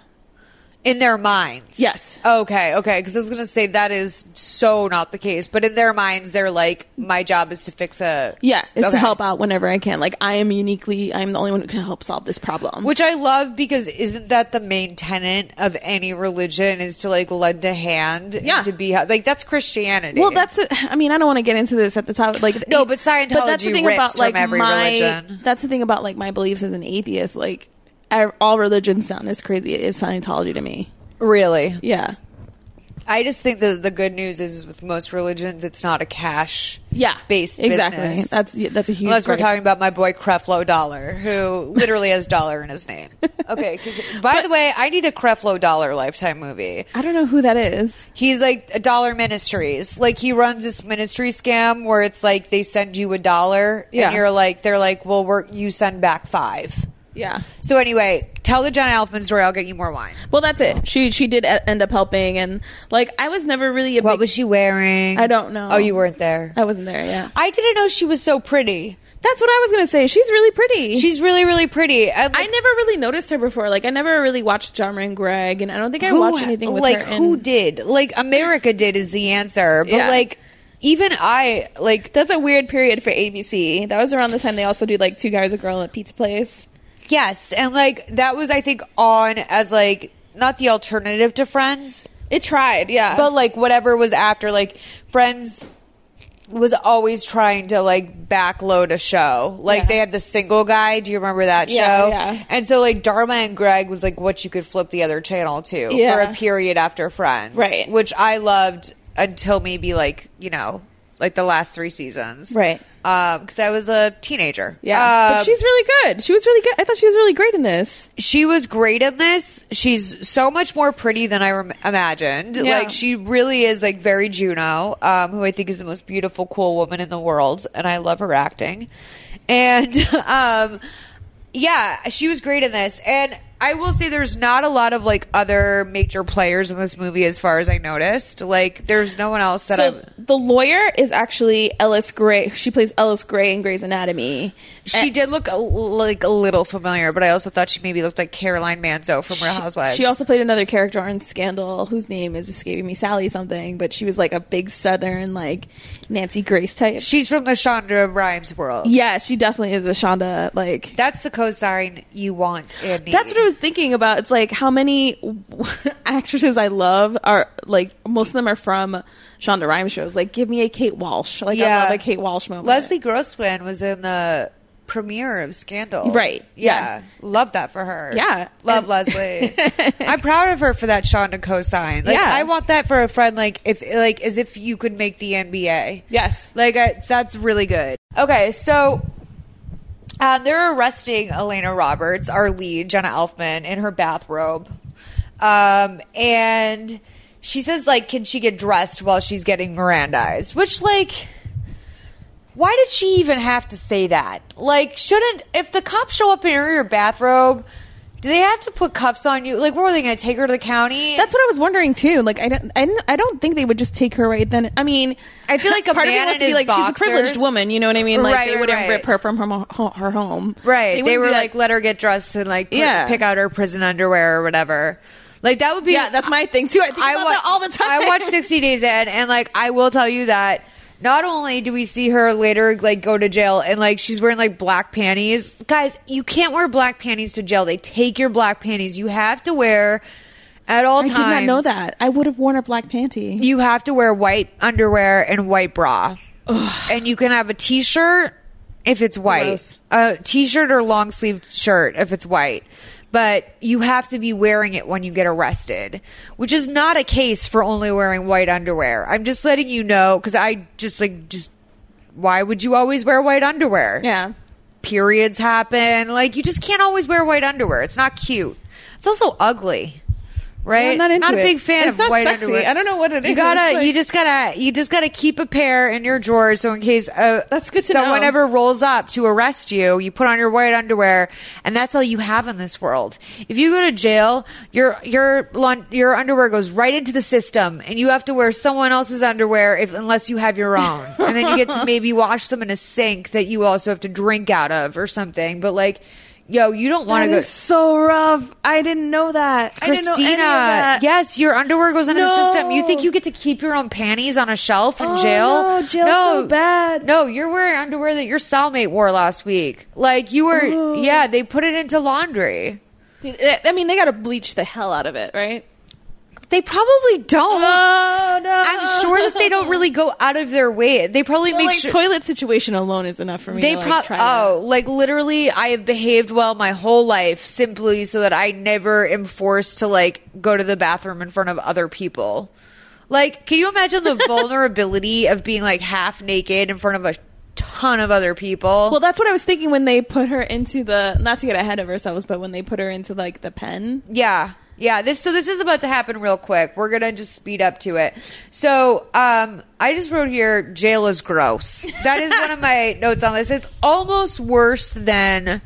S1: In their minds.
S5: Yes.
S1: Okay, okay. Because I was going to say that is so not the case. But in their minds, they're like, my job is to fix a.
S5: Yeah, it's
S1: Okay.
S5: to help out whenever I can. Like I am uniquely, I'm the only one who can help solve this problem.
S1: Which I love because isn't that the main tenet of any religion is to like lend a hand
S5: Yeah.
S1: and to be like that's Christianity.
S5: well, that's. It. I mean, I don't want to get into this at the top. Like
S1: No, but Scientology rips from every
S5: my,
S1: religion.
S5: That's the thing about like my beliefs as an atheist. Like I, all religions sound as crazy as Scientology to me.
S1: really.
S5: Yeah,
S1: I just think that the good news is with most religions, it's not a cash
S5: yeah,
S1: based
S5: exactly.
S1: business.
S5: That's that's a huge.
S1: unless we're
S5: gripe.
S1: talking about my boy Creflo Dollar, who literally has dollar in his name. Okay. 'cause- By the way, I need a Creflo Dollar lifetime movie.
S5: I don't know who that is.
S1: He's like a dollar ministries. Like he runs this ministry scam where it's like they send you a dollar
S5: Yeah.
S1: and you're like they're like, well, we're, you send back five.
S5: Yeah.
S1: So anyway, tell the John Alfman story. I'll get you more wine.
S5: Well, that's it. She she did e- end up helping, and like I was never really a
S1: What
S5: big-
S1: was she wearing?
S5: I don't know.
S1: Oh, you weren't there.
S5: I wasn't there. Yeah,
S1: I didn't know she was so pretty.
S5: that's what I was gonna say. She's really pretty.
S1: She's really, really pretty. I,
S5: I never really noticed her before. Like I never really watched John and Greg, and I don't think I watched anything with
S1: like
S5: her. in-
S1: who did? Like America did is the answer, but
S5: Yeah.
S1: like even I like
S5: That's a weird period for ABC. That was around the time they also did like Two Guys a Girl at Pizza Place.
S1: yes, and like that was I think on as like not the alternative to Friends,
S5: It tried, yeah.
S1: but like whatever was after like Friends was always trying to like backload a show. Like
S5: Yeah.
S1: they had the single guy. Do you remember that
S5: Yeah,
S1: show?
S5: yeah.
S1: And so like Dharma and Greg was like what you could flip the other channel to
S5: Yeah.
S1: for a period after Friends.
S5: Right.
S1: Which I loved until maybe like, you know, like the last three seasons.
S5: Right.
S1: Um, because I was a teenager.
S5: yeah,
S1: Um,
S5: but she's really good. She was really good. I thought she was really great in this.
S1: she was great in this. She's so much more pretty than I rem- imagined.
S5: Yeah.
S1: Like she really is like very Juno, um, who I think is the most beautiful, cool woman in the world, and I love her acting. And um, yeah, she was great in this. And I will say there's not a lot of like other major players in this movie as far as I noticed. Like there's no one else that
S5: So
S1: I've
S5: the lawyer is actually Ellis Gray. She plays Ellis Gray in Grey's Anatomy.
S1: she did look a, like a little familiar, but I also thought she maybe looked like Caroline Manzo from Real Housewives.
S5: She also played another character on Scandal, whose name is escaping me, Sally something, but she was like a big Southern, like Nancy Grace type.
S1: she's from the Chandra Rhimes world.
S5: yeah, she definitely is a Shonda. Like
S1: That's the co-starring you want and need.
S5: That's what I was thinking about. It's like how many actresses I love are like most of them are from Shonda Rhimes shows. Like, give me a Kate Walsh. Like, I love a Kate Walsh moment.
S1: Leslie Grossman was in the premiere of Scandal.
S5: Right.
S1: Yeah.
S5: Yeah.
S1: Love that for her.
S5: Yeah.
S1: Love
S5: And-
S1: Leslie. I'm proud of her for that Shonda cosign. Like,
S5: Yeah.
S1: I want that for a friend, like, if, like, as if you could make the NBA.
S5: Yes.
S1: Like, I, that's really good. Okay. So. Um, they're arresting Elena Roberts, our lead, Jenna Elfman, in her bathrobe. Um, and she says, like, can she get dressed while she's getting Mirandized? Which, like, why did she even have to say that? Like, shouldn't if the cops show up in your bathrobe, do they have to put cuffs on you? Like, where are they going to take her to the county?
S5: That's what I was wondering too. Like, I don't, I don't, I don't think they would just take her right then. I mean,
S1: I feel like a
S5: part of me
S1: man
S5: wants
S1: in
S5: to be
S1: his
S5: like she's a privileged
S1: boxers-
S5: woman. You know what I mean? Like,
S1: Right,
S5: they
S1: right,
S5: wouldn't
S1: right.
S5: rip her from her, ho- her home.
S1: right. They,
S5: wouldn't
S1: were
S5: be
S1: like, let her get dressed and like put-
S5: Yeah.
S1: pick out her prison underwear or whatever. Like that would be
S5: yeah, that's my thing too. I think about
S1: wa-
S5: that all the time.
S1: I watch 60 Days in, and like I will tell you that not only do we see her later like go to jail and like she's wearing like black panties. Guys, you can't wear black panties to jail. They take your black panties. You have to wear at all
S5: I
S1: times.
S5: did not know that. I would have worn a black panty.
S1: You have to wear white underwear and white bra. And you can have a t-shirt if it's white.
S5: Gross.
S1: A t-shirt or long sleeved shirt if it's white. But you have to be wearing it when you get arrested, which is not a case for only wearing white underwear. I'm just letting you know cuz I just like just why would you always wear white underwear?
S5: yeah.
S1: Periods happen. Like you just can't always wear white underwear. It's not cute. It's also ugly. Right?
S5: I'm not into
S1: a
S5: it.
S1: big fan
S5: It's
S1: of
S5: not
S1: white
S5: sexy.
S1: underwear.
S5: I don't know what it
S1: you
S5: is.
S1: Gotta,
S5: It's like-
S1: you just gotta, you just gotta keep a pair in your drawer, so in case uh,
S5: That's good to
S1: someone
S5: know.
S1: ever rolls up to arrest you, you put on your white underwear, and that's all you have in this world. If you go to jail, your your lon- your underwear goes right into the system, and you have to wear someone else's underwear if unless you have your own, and then you get to maybe wash them in a sink that you also have to drink out of or something. But like, yo, you don't want to
S5: That
S1: go.
S5: is so rough. I didn't know that. I didn't know any
S1: Christina,
S5: of that.
S1: yes, your underwear goes into the
S5: No.
S1: system. You think you get to keep your own panties on a shelf in
S5: Oh,
S1: jail?
S5: no, jail's so bad.
S1: No, you're wearing underwear that your cellmate wore last week. Like you were, yeah, they put it into laundry.
S5: Dude, I- I mean, they got to bleach the hell out of it, right?
S1: They probably don't.
S5: Oh no!
S1: I'm sure that they don't really go out of their way. They probably
S5: Well,
S1: make
S5: like
S1: sure.
S5: toilet situation alone is enough for me.
S1: they
S5: to, like,
S1: probably
S5: try that.
S1: oh like literally i have behaved well my whole life simply so that i never am forced to like go to the bathroom in front of other people like can you imagine the vulnerability of being like half naked in front of a ton of other people
S5: Well, that's what I was thinking when they put her into the. Not to get ahead of ourselves, but when they put her into like the pen.
S1: Yeah. Yeah, this so this is about to happen real quick. We're gonna just speed up to it. So, um, I just wrote here, jail is gross. That is one of my notes on this. It's almost worse than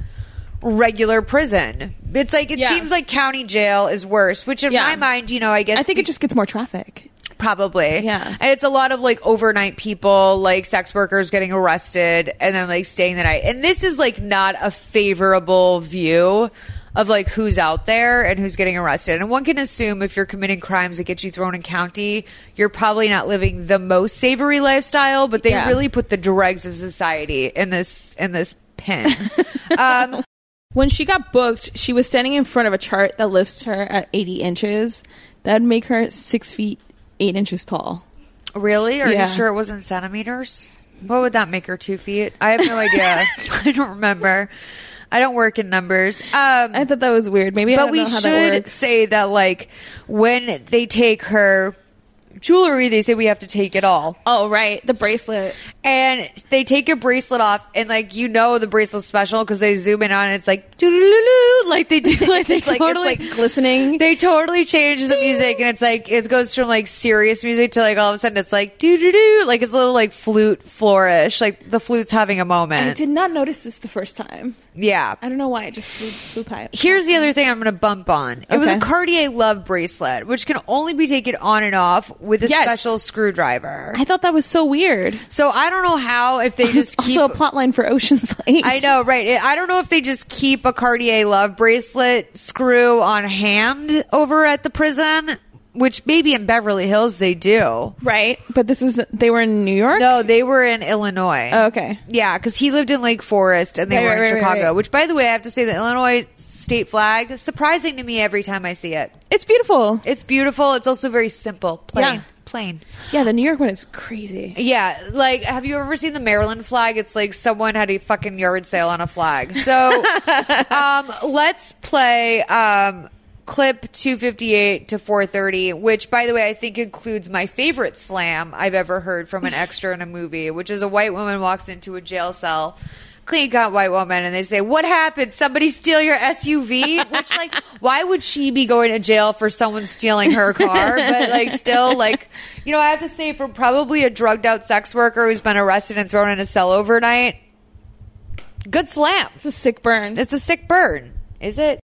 S1: regular prison. It's like it
S5: Yeah.
S1: seems like county jail is worse, which in
S5: Yeah.
S1: my mind, you know, I guess
S5: I think it just gets more traffic.
S1: Probably.
S5: Yeah.
S1: And it's a lot of like overnight people, like sex workers getting arrested and then like staying the night. And this is like not a favorable view of like who's out there and who's getting arrested. And one can assume if you're committing crimes that get you thrown in county, you're probably not living the most savory lifestyle, but they
S5: Yeah.
S1: really put the dregs of society in this in this pen. um
S5: When she got booked, she was standing in front of a chart that lists her at 80 inches. That'd make her six feet eight inches tall.
S1: Really? Are
S5: Yeah.
S1: you sure it wasn't centimeters? What would that make her two feet? I have no idea. I don't remember. I don't work in numbers. Um,
S5: I thought that was weird. Maybe I
S1: but
S5: don't
S1: we
S5: know how that
S1: should
S5: works.
S1: say that, like, when they take her jewelry, they say we have to take it all.
S5: Oh right, the bracelet.
S1: And they take your bracelet off, and like you know the bracelet's special because they zoom in on it. It's like doo-doo-doo-doo, like they do, like they
S5: It's like- it's,
S1: totally
S5: like, glistening.
S1: They totally change the music, and it's like it goes from like serious music to like all of a sudden it's like doo doo doo, like it's a little like flute flourish, like the flute's having a
S5: I
S1: moment.
S5: did not notice this the first time.
S1: yeah,
S5: I don't know why. It just flew, flew pie.
S1: Here's the other thing I'm going to bump on. It was a
S5: Okay.
S1: Cartier Love bracelet, which can only be taken on and off with a
S5: Yes.
S1: special screwdriver.
S5: I thought that was so weird.
S1: So I don't know how if they just keep.
S5: also a plot line for Ocean's Eight.
S1: I know, right? It- I don't know if they just keep a Cartier Love bracelet screw on hand over at the prison, which maybe in Beverly Hills they do.
S5: right? But this is they were in New York.
S1: No, they were in Illinois.
S5: Oh, okay.
S1: Yeah, because he lived in Lake Forest and they
S5: Right,
S1: were in
S5: right, right, right,
S1: Chicago.
S5: right.
S1: Which, by the way, I have to say the Illinois state flag surprising to me every time I see it.
S5: It's beautiful.
S1: It's beautiful. It's also very simple, plain,
S5: Yeah.
S1: plain.
S5: Yeah, the New York one is crazy.
S1: Yeah, like have you ever seen the Maryland flag? It's like someone had a fucking yard sale on a flag. So, um, let's play um, clip two fifty eight to four thirty, which, by the way, I think includes my favorite slam I've ever heard from an extra in a movie, which is a white woman walks into a jail cell. Clean cut white woman, and they say, "What happened? Somebody steal your SUV?" Which, like, why would she be going to jail for someone stealing her car? But like, still, like, you know, I have to say, from probably a drugged out sex worker who's been arrested and thrown in a cell overnight, good slam.
S5: It's a sick burn.
S1: It's a sick burn, is it?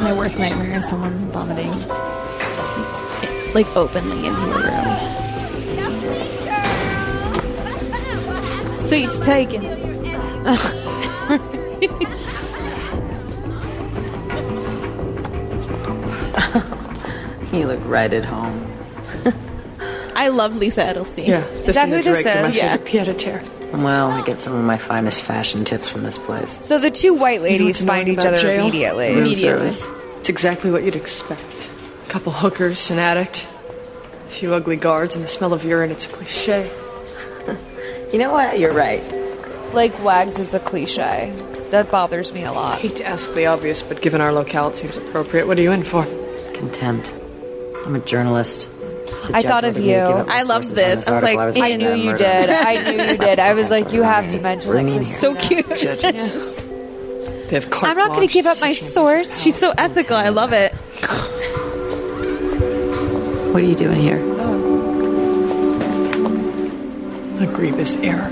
S5: My worst nightmare is someone vomiting, like openly into a room. Seats taken.
S6: You look right at home.
S5: I love Lisa Edelstein.
S3: Yeah.
S1: Is that who this is?
S3: Yeah. Pied a terre.
S6: Well, I get some of my finest fashion tips from this place.
S1: So the two white ladies
S3: what's annoying
S1: find each
S3: about
S1: other
S3: jail?
S1: immediately.
S6: Room
S5: Immediately.
S6: service.
S3: It's exactly what you'd expect. A couple hookers, an addict, a few ugly guards, and the smell of urine. It's a cliche.
S6: You know what? You're right.
S1: Like wags is a cliche. That bothers me a lot.
S3: Hate to ask the obvious, but given our locale, it seems appropriate. What are you in for?
S6: Contempt. I'm a journalist. The
S1: I
S6: judge
S1: thought of
S6: ordered me to
S1: you.
S6: give up my
S5: I loved
S6: sources on
S5: this. I was
S6: article
S5: like,
S6: writing
S5: I
S1: knew
S6: on
S1: you
S6: murder.
S1: did. I knew you did. I was like, you have to mention
S6: Bring
S1: it
S6: me
S1: 'cause
S6: in.
S5: So cute.
S6: Judge.
S3: They have carte
S1: I'm not going
S3: blanche
S1: to give up
S3: such
S1: my
S3: abuse of
S1: source.
S5: She's so ethical. oh, I love it.
S6: What are you doing here?
S3: power. A grievous error.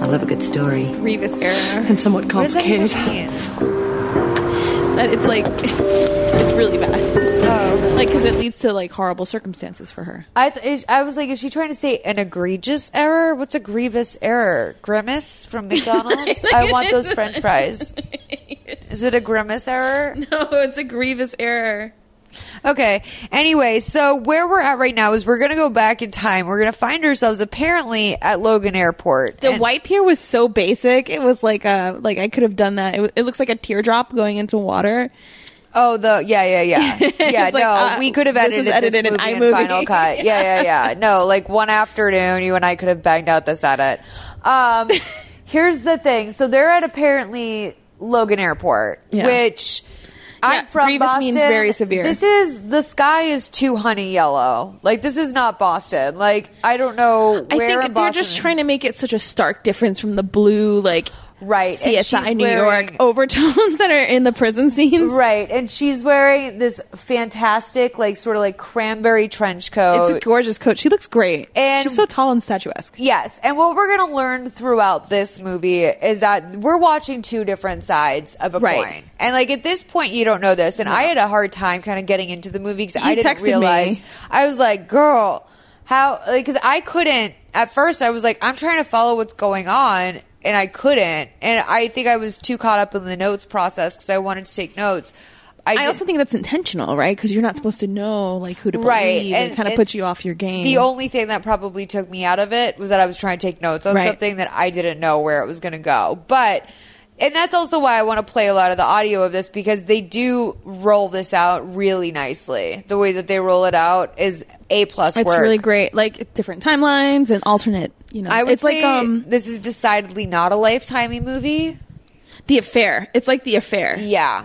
S6: I love a good story.
S5: Revis era.
S3: And somewhat
S1: What does that even
S3: complicated.
S1: mean?
S5: That it's like, it's really bad.
S1: Oh.
S5: Like, because it leads to like horrible circumstances for her.
S1: I th- is- I was like, is she trying to say an egregious error? What's a grievous error? Grimace from McDonald's. I want those French fries. Is it a grimace error?
S5: No, it's a grievous error.
S1: Okay. Anyway, so where we're at right now is we're going to go back in time. We're going to find ourselves apparently at Logan Airport.
S5: The
S1: And-
S5: wipe here was so basic. It was like a like I could have done that. It, w- it looks like a teardrop going into water.
S1: Oh, the yeah, yeah, yeah, yeah.
S5: It's
S1: no,
S5: like, uh,
S1: we could have
S5: this
S1: edited
S5: was
S1: this,
S5: edited in
S1: movie in
S5: iMovie.
S1: Final Cut. Yeah, yeah, yeah. No, like one afternoon, you and I could have banged out this edit. Um, here's the thing. So they're at apparently Logan Airport,
S5: Yeah.
S1: which I'm
S5: Yeah,
S1: from
S5: grievous
S1: Boston.
S5: means very severe.
S1: This is the sky is too honey yellow. Like this is not Boston. Like I don't know.
S5: I
S1: where
S5: think
S1: in
S5: they're
S1: Boston-
S5: just trying to make it such a stark difference from the blue like
S1: right and
S5: CSI
S1: she's
S5: New
S1: wearing-
S5: York overtones that are in the prison scenes.
S1: Right, and she's wearing this fantastic, like sort of like cranberry trench coat.
S5: It's a gorgeous coat. She looks great.
S1: And-
S5: she's so tall and statuesque.
S1: Yes, and what we're going to learn throughout this movie is that we're watching two different sides of a
S5: Right.
S1: coin. And like at this point, you don't know this, and I had a hard time kind of getting into the movie because I
S5: texted
S1: didn't
S5: me.
S1: realize. I was like, "Girl, how?" Because I couldn't at first. I was like, "I'm trying to follow what's going on." And I couldn't, and I think I was too caught up in the notes process because I wanted to take notes.
S5: I
S1: did-
S5: also think that's intentional, right? Because you're not supposed to know like who to believe.
S1: Right,
S5: it kind of
S1: and-
S5: puts you off your game.
S1: The only thing that probably took me out of it was that I was trying to take notes on
S5: Right.
S1: something that I didn't know where it was going to go. But and that's also why I want to play a lot of the audio of this because they do roll this out really nicely. The way that they roll it out is a plus
S5: It's
S1: work.
S5: really great. Like different timelines and alternate. You know,
S1: I would
S5: it's
S1: say
S5: like um
S1: this is decidedly not a lifetimey movie.
S5: the affair. It's like the affair,
S1: Yeah,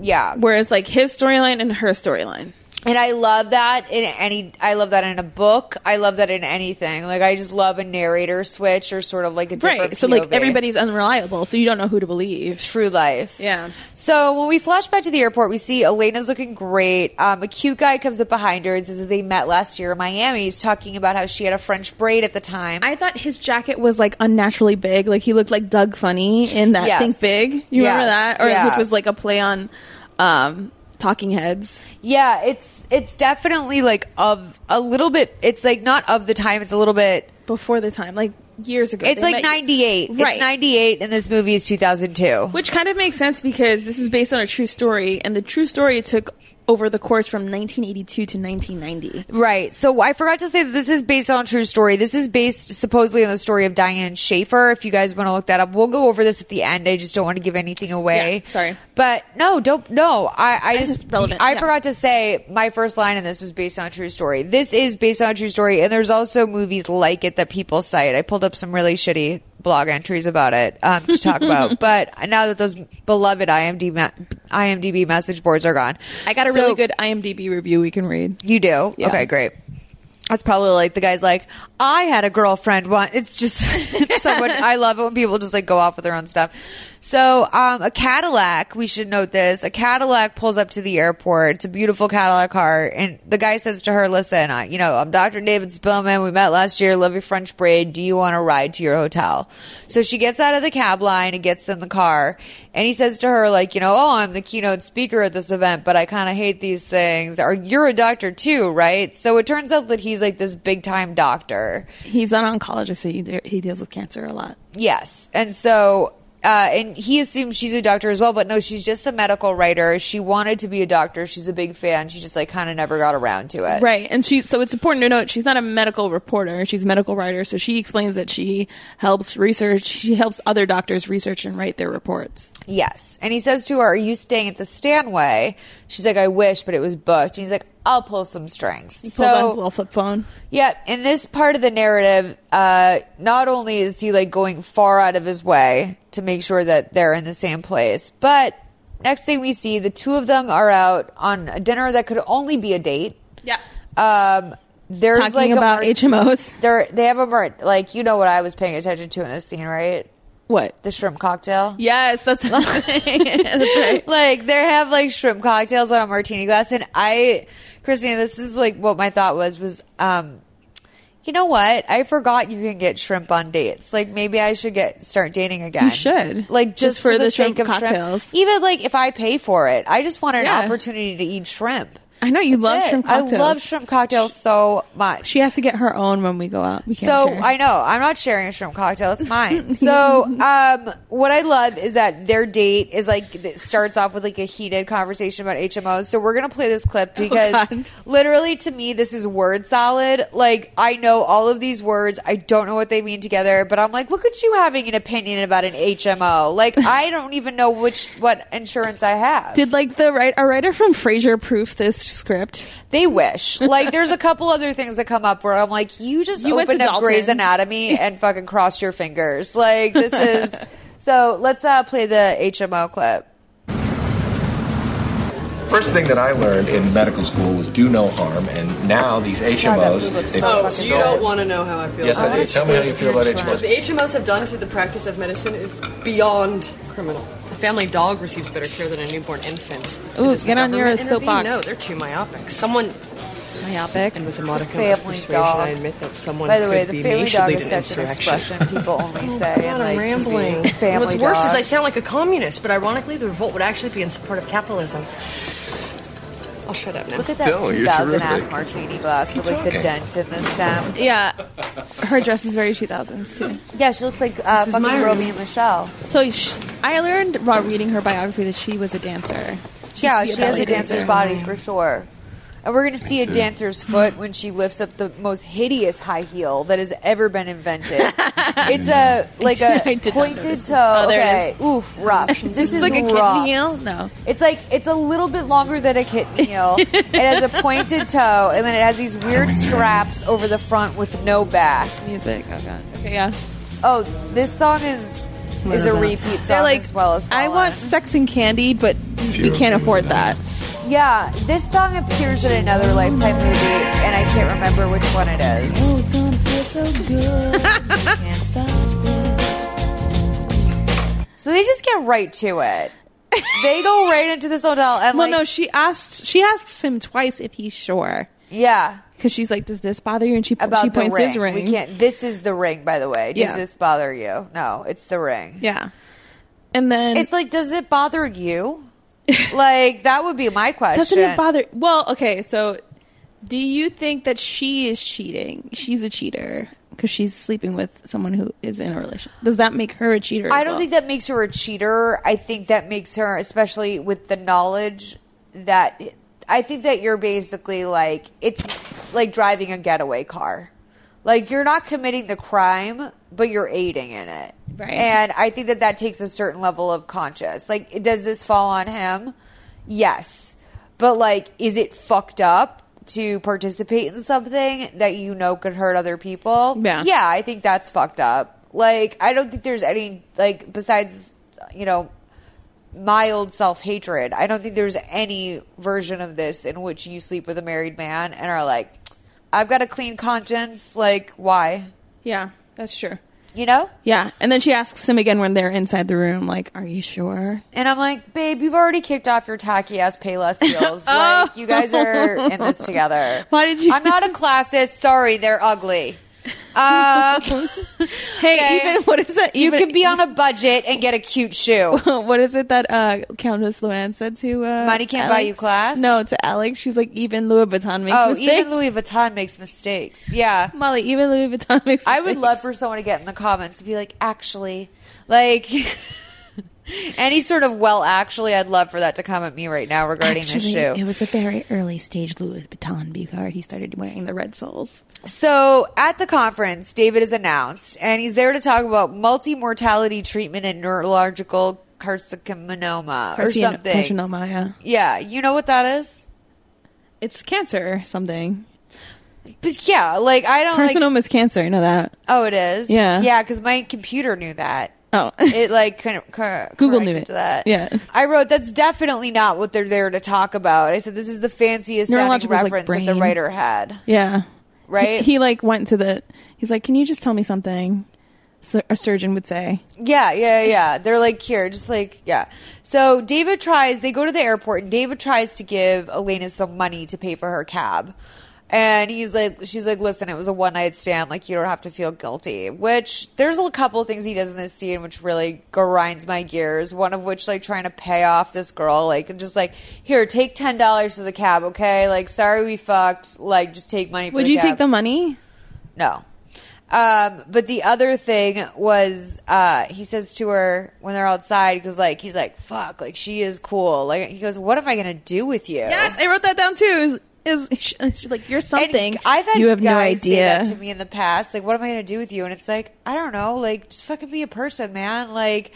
S1: yeah.
S5: where it's like his storyline and her storyline.
S1: And I love that in any. I love that in a book. I love that in anything. Like I just love a narrator switch or sort of like a different
S5: Right. So like
S1: POV.
S5: everybody's unreliable, so you don't know who to believe.
S1: true life.
S5: Yeah.
S1: So when we flash back to the airport, we see Elena's looking great. Um, a cute guy comes up behind her and says that they met last year in Miami. He's talking about how she had a French braid at the time.
S5: I thought his jacket was like unnaturally big. Like he looked like Doug Funny in that
S1: Yes.
S5: Think Big. You remember
S1: Yes.
S5: that? Or
S1: Yeah.
S5: which was like a play on um Talking Heads.
S1: yeah, it's it's definitely like of a little bit. It's like not of the time. It's a little bit.
S5: before the time, like years ago.
S1: It's
S5: They
S1: like
S5: met-
S1: ninety eight.
S5: Right.
S1: It's ninety eight, and this movie is two thousand two.
S5: Which kind of makes sense because this is based on a true story, and the true story took over the course from 1982 to 1990.
S1: Right. So I forgot to say that this is based on a true story. This is based supposedly on the story of Diane Schaefer. If you guys want to look that up, we'll go over this at the end. I just don't want to give anything away.
S5: Yeah, sorry.
S1: But no, don't. No, I, I just
S5: relevant,
S1: I
S5: yeah.
S1: forgot to say my first line in this was based on a true story. This is based on a true story, and there's also movies like it that people cite. I pulled up some really shitty blog entries about it um, to talk about. But now that those beloved IMDb IMDb message boards are gone,
S5: I got a
S1: So-
S5: really good IMDb review we can read.
S1: you do?
S5: Yeah.
S1: Okay, great. That's probably like the guy's like, I had a girlfriend once. It's just it's someone, I love it when people just like go off with their own stuff. So, um, a Cadillac, we should note this, a Cadillac pulls up to the airport. It's a beautiful Cadillac car. And the guy says to her, listen, I, you know, I'm Dr. David Spillman. Oh, We met last year. Love your French braid. Do you want to ride to your hotel? So she gets out of the cab line and gets in the car. And he says to her, like, you know, oh, I'm the keynote speaker at this event, but I kind of hate these things. Or you're a doctor too, right? So it turns out that he's like this big time doctor.
S5: He's an oncologist. so He, de- he deals with cancer a lot.
S1: Yes. And so, uh, and he assumes she's a doctor as well, but no, she's just a medical writer. She wanted to be a doctor. She's a big fan. She just like kind of never got around to it.
S5: Right. And she, so it's important to note she's not a medical reporter. She's a medical writer. So she explains that she helps research. She helps other doctors research and write their reports.
S1: Yes. And he says to her, Are you staying at the Stanway? She's like, I wish, but it was booked. And he's like, I'll pull some strings.
S5: He pulls out his little flip phone.
S1: Yeah, in this part of the narrative, uh, not only is he like going far out of his way to make sure that they're in the same place, but next thing we see, the two of them are out on a dinner that could only be a date.
S5: Yeah.
S1: Um, there's
S5: Talking
S1: like
S5: about
S1: a mar-
S5: HMOs.
S1: they're, they have a mar- like you know what I was paying attention to in this scene, right?
S5: What?
S1: The shrimp cocktail.
S5: Yes, that's that's right.
S1: like they have like shrimp cocktails on a martini glass and i christina this is like what my thought was was um you know what i forgot you can get shrimp on dates like maybe i should get start dating again
S5: You should.
S1: like just, for, the,
S5: shrimp
S1: sake of
S5: cocktails.
S1: shrimp even like if i pay for it i just want an
S5: Yeah.
S1: opportunity to eat shrimp
S5: I know you love
S1: That's it.
S5: shrimp cocktails.
S1: i love shrimp cocktails so much
S5: She has to get her own when we go out. We can't
S1: so
S5: share.
S1: I know I'm not sharing a shrimp cocktail. It's mine. so um, what I love is that their date is like it starts off with like a heated conversation about HMOs. So we're gonna play this clip because
S5: Oh, God.
S1: literally to me this is word solid. Like I know all of these words. I don't know what they mean together, but I'm like, look at you having an opinion about an HMO. Like I don't even know which what insurance I have.
S5: did like the right a writer from Frasier proof this script?
S1: They wish. Like, there's a couple other things that come up where I'm like, you just
S5: You went
S1: opened
S5: to
S1: up
S5: Dalton.
S1: Grey's Anatomy and fucking crossed your fingers. Like, this is. so let's uh, play the HMO clip.
S7: First thing that I learned in medical school was do no harm, and now these HMOs. they-
S3: Oh, you don't want to know how I feel.
S7: Yes, I do. Tell me how you feel about
S3: What the
S7: HMOs.
S3: HMOs have done to the practice of medicine is beyond criminal. A family dog receives better care than a newborn infant.
S5: Ooh,
S3: Does the
S5: get on your
S3: government intervene?
S5: soapbox.
S3: No, they're too myopic. Someone,
S5: Myopic.
S3: and with a modicum of
S1: Family
S3: persuasion,
S1: dog.
S3: I admit that someone
S1: By the
S3: could
S1: way, the
S3: be
S1: family
S3: may should
S1: dog
S3: lead
S1: is
S3: an
S1: such an
S3: insurrection. Oh
S1: expression people only say
S3: God,
S1: in
S3: I'm
S1: like
S3: rambling.
S1: TV. Family
S3: What's worse
S1: dog.
S3: is I sound like a communist, but ironically, the revolt would actually be in support of capitalism. I'll shut up now.
S1: Look at that
S7: Don't, you're
S1: 2000 ass
S7: terrific.
S1: martini glass with like the
S7: talking.
S1: dent in the stem.
S5: Yeah, her dress is very 2000s too.
S1: Yeah, she looks like uh,
S3: is
S1: fucking
S3: my
S1: Romy
S3: room.
S1: and Michelle.
S5: So sh I learned while reading her biography that she was a dancer. She used to
S1: yeah,
S5: be
S1: she has
S5: ballet
S1: a dancer's
S5: dancer.
S1: body for sure. And we're going to see a
S8: too.
S1: dancer's foot when she lifts up the most hideous high heel that has ever been invented. it's a like a
S5: I did not notice
S1: pointed
S5: this.
S1: toe.
S5: Oh, there it
S1: okay. Oof, rough. this is
S5: like a
S1: rough.
S5: kitten heel. No,
S1: It's like it's a little bit longer than a kitten heel. it has a pointed toe, and then it has these weird straps over the front with no back.
S5: music. Oh god. Okay, yeah.
S1: Oh, this song is is a repeat
S5: They're
S1: song
S5: like,
S1: as well as
S5: I want
S1: Fallen.
S5: sex and candy, but we
S8: Few
S5: can't
S8: of you
S5: afford
S8: would
S5: that.
S1: Yeah, this song appears in another Lifetime movie, and I can't remember which one it is.
S9: Oh, it's gonna feel so good. Can't stop it.
S1: So they just get right to it. They go right into this hotel, and
S5: Well,
S1: like,
S5: no, she asked. She asks him twice if he's sure,
S1: yeah,
S5: because she's like, "Does this bother you?" And she
S1: about
S5: she
S1: the
S5: points
S1: ring.
S5: his ring.
S1: We can't. This is the ring, by the way. Does
S5: Yeah.
S1: this bother you? No, it's the ring.
S5: Yeah, and then
S1: It's like, does it bother you? like that would be my question.
S5: doesn't it bother? Well, okay, so do you think that she is cheating? She's a cheater because she's sleeping with someone who is in a relation. Does that make her a cheater?
S1: I don't think that makes her a cheater. I think that makes her, especially with the knowledge that I think that you're basically like it's like driving a getaway car. Like you're not committing the crime, but you're aiding in it.
S5: Right.
S1: And I think that that takes a certain level of conscience. Like, does this fall on him? Yes. But like, is it fucked up? To participate in something that you know could hurt other people,
S5: Yeah.
S1: yeah, I think that's fucked up. Like, I don't think there's any, like, besides, you know, mild self hatred, I don't think there's any version of this in which you sleep with a married man and are like, I've got a clean conscience. Like, why?
S5: Yeah, that's true.
S1: You know?
S5: Yeah, and then she asks him again when they're inside the room, like, "Are you sure?"
S1: And I'm like, babe, you've already kicked off your tacky ass Payless heels.
S5: Oh.
S1: Like, you guys are in this together.
S5: Why did you-
S1: I'm not a classist. Sorry, they're ugly. Um,
S5: Hey,
S1: Okay.
S5: even what is that?
S1: you
S5: Even,
S1: could be on a budget and get a cute shoe.
S5: what is it that uh, Countess Luann said to uh,
S1: Money can't buy
S5: Alex?
S1: you class?
S5: No, to Alex, she's like, even Louis Vuitton makes
S1: Oh,
S5: mistakes.
S1: even Louis Vuitton makes mistakes. Yeah.
S5: Molly, even Louis Vuitton makes. Mistakes.
S1: I would love for someone to get in the comments and be like, actually, like any sort of well, actually, I'd love for that to come at me right now regarding
S5: Actually,
S1: this shoe.
S5: It was a very early stage Louis Vuitton before he started wearing the red soles.
S1: So at the conference, David is announced, and he's there to talk about multi mortality treatment and neurological carcinoma Uh, or
S5: Carcin-
S1: something.
S5: carcinoma, yeah.
S1: Yeah, you know what that is?
S5: It's cancer or something.
S1: But yeah, like I don't like-
S5: Carcinoma is cancer. You know that?
S1: Oh, it is.
S5: Yeah.
S1: yeah, because my computer knew that.
S5: Oh,
S1: It like kind of cor-
S5: Google
S1: corrected
S5: knew it.
S1: to that.
S5: Yeah.
S1: I wrote that's definitely not what they're there to talk about. I said this is the fanciest sounding
S5: Neurological is like
S1: reference that the
S5: brain.
S1: writer had.
S5: yeah.
S1: Right?
S5: He, he, like went to the. He's like, can you just tell me something? So a surgeon would say.
S1: Yeah, yeah, yeah. They're like here, just like yeah. So David tries. They go to the airport, and David tries to give Elena some money to pay for her cab. And he's like, she's like, listen, it was a one night stand. Like, you don't have to feel guilty. Which there's a couple things he does in this scene which really grinds my gears. One of which, like, trying to pay off this girl, like, and just like, here, take ten dollars for the cab, okay? Like, sorry we fucked. Like, just take money. For
S5: Would
S1: the
S5: you
S1: cab.
S5: take the money?
S1: No. Um, but the other thing was, uh, he says to her when they're outside, because like he's like, "Fuck, like she is cool." Like he goes, "What am I gonna do with you?"
S5: Yes, I wrote that down too. Is, is she's like you're
S1: And
S5: something?
S1: I've had
S5: you have no
S1: guys say
S5: idea.
S1: that to me in the past. Like, what am I gonna do with you? And it's like, I don't know. Like, just fucking be a person, man. Like.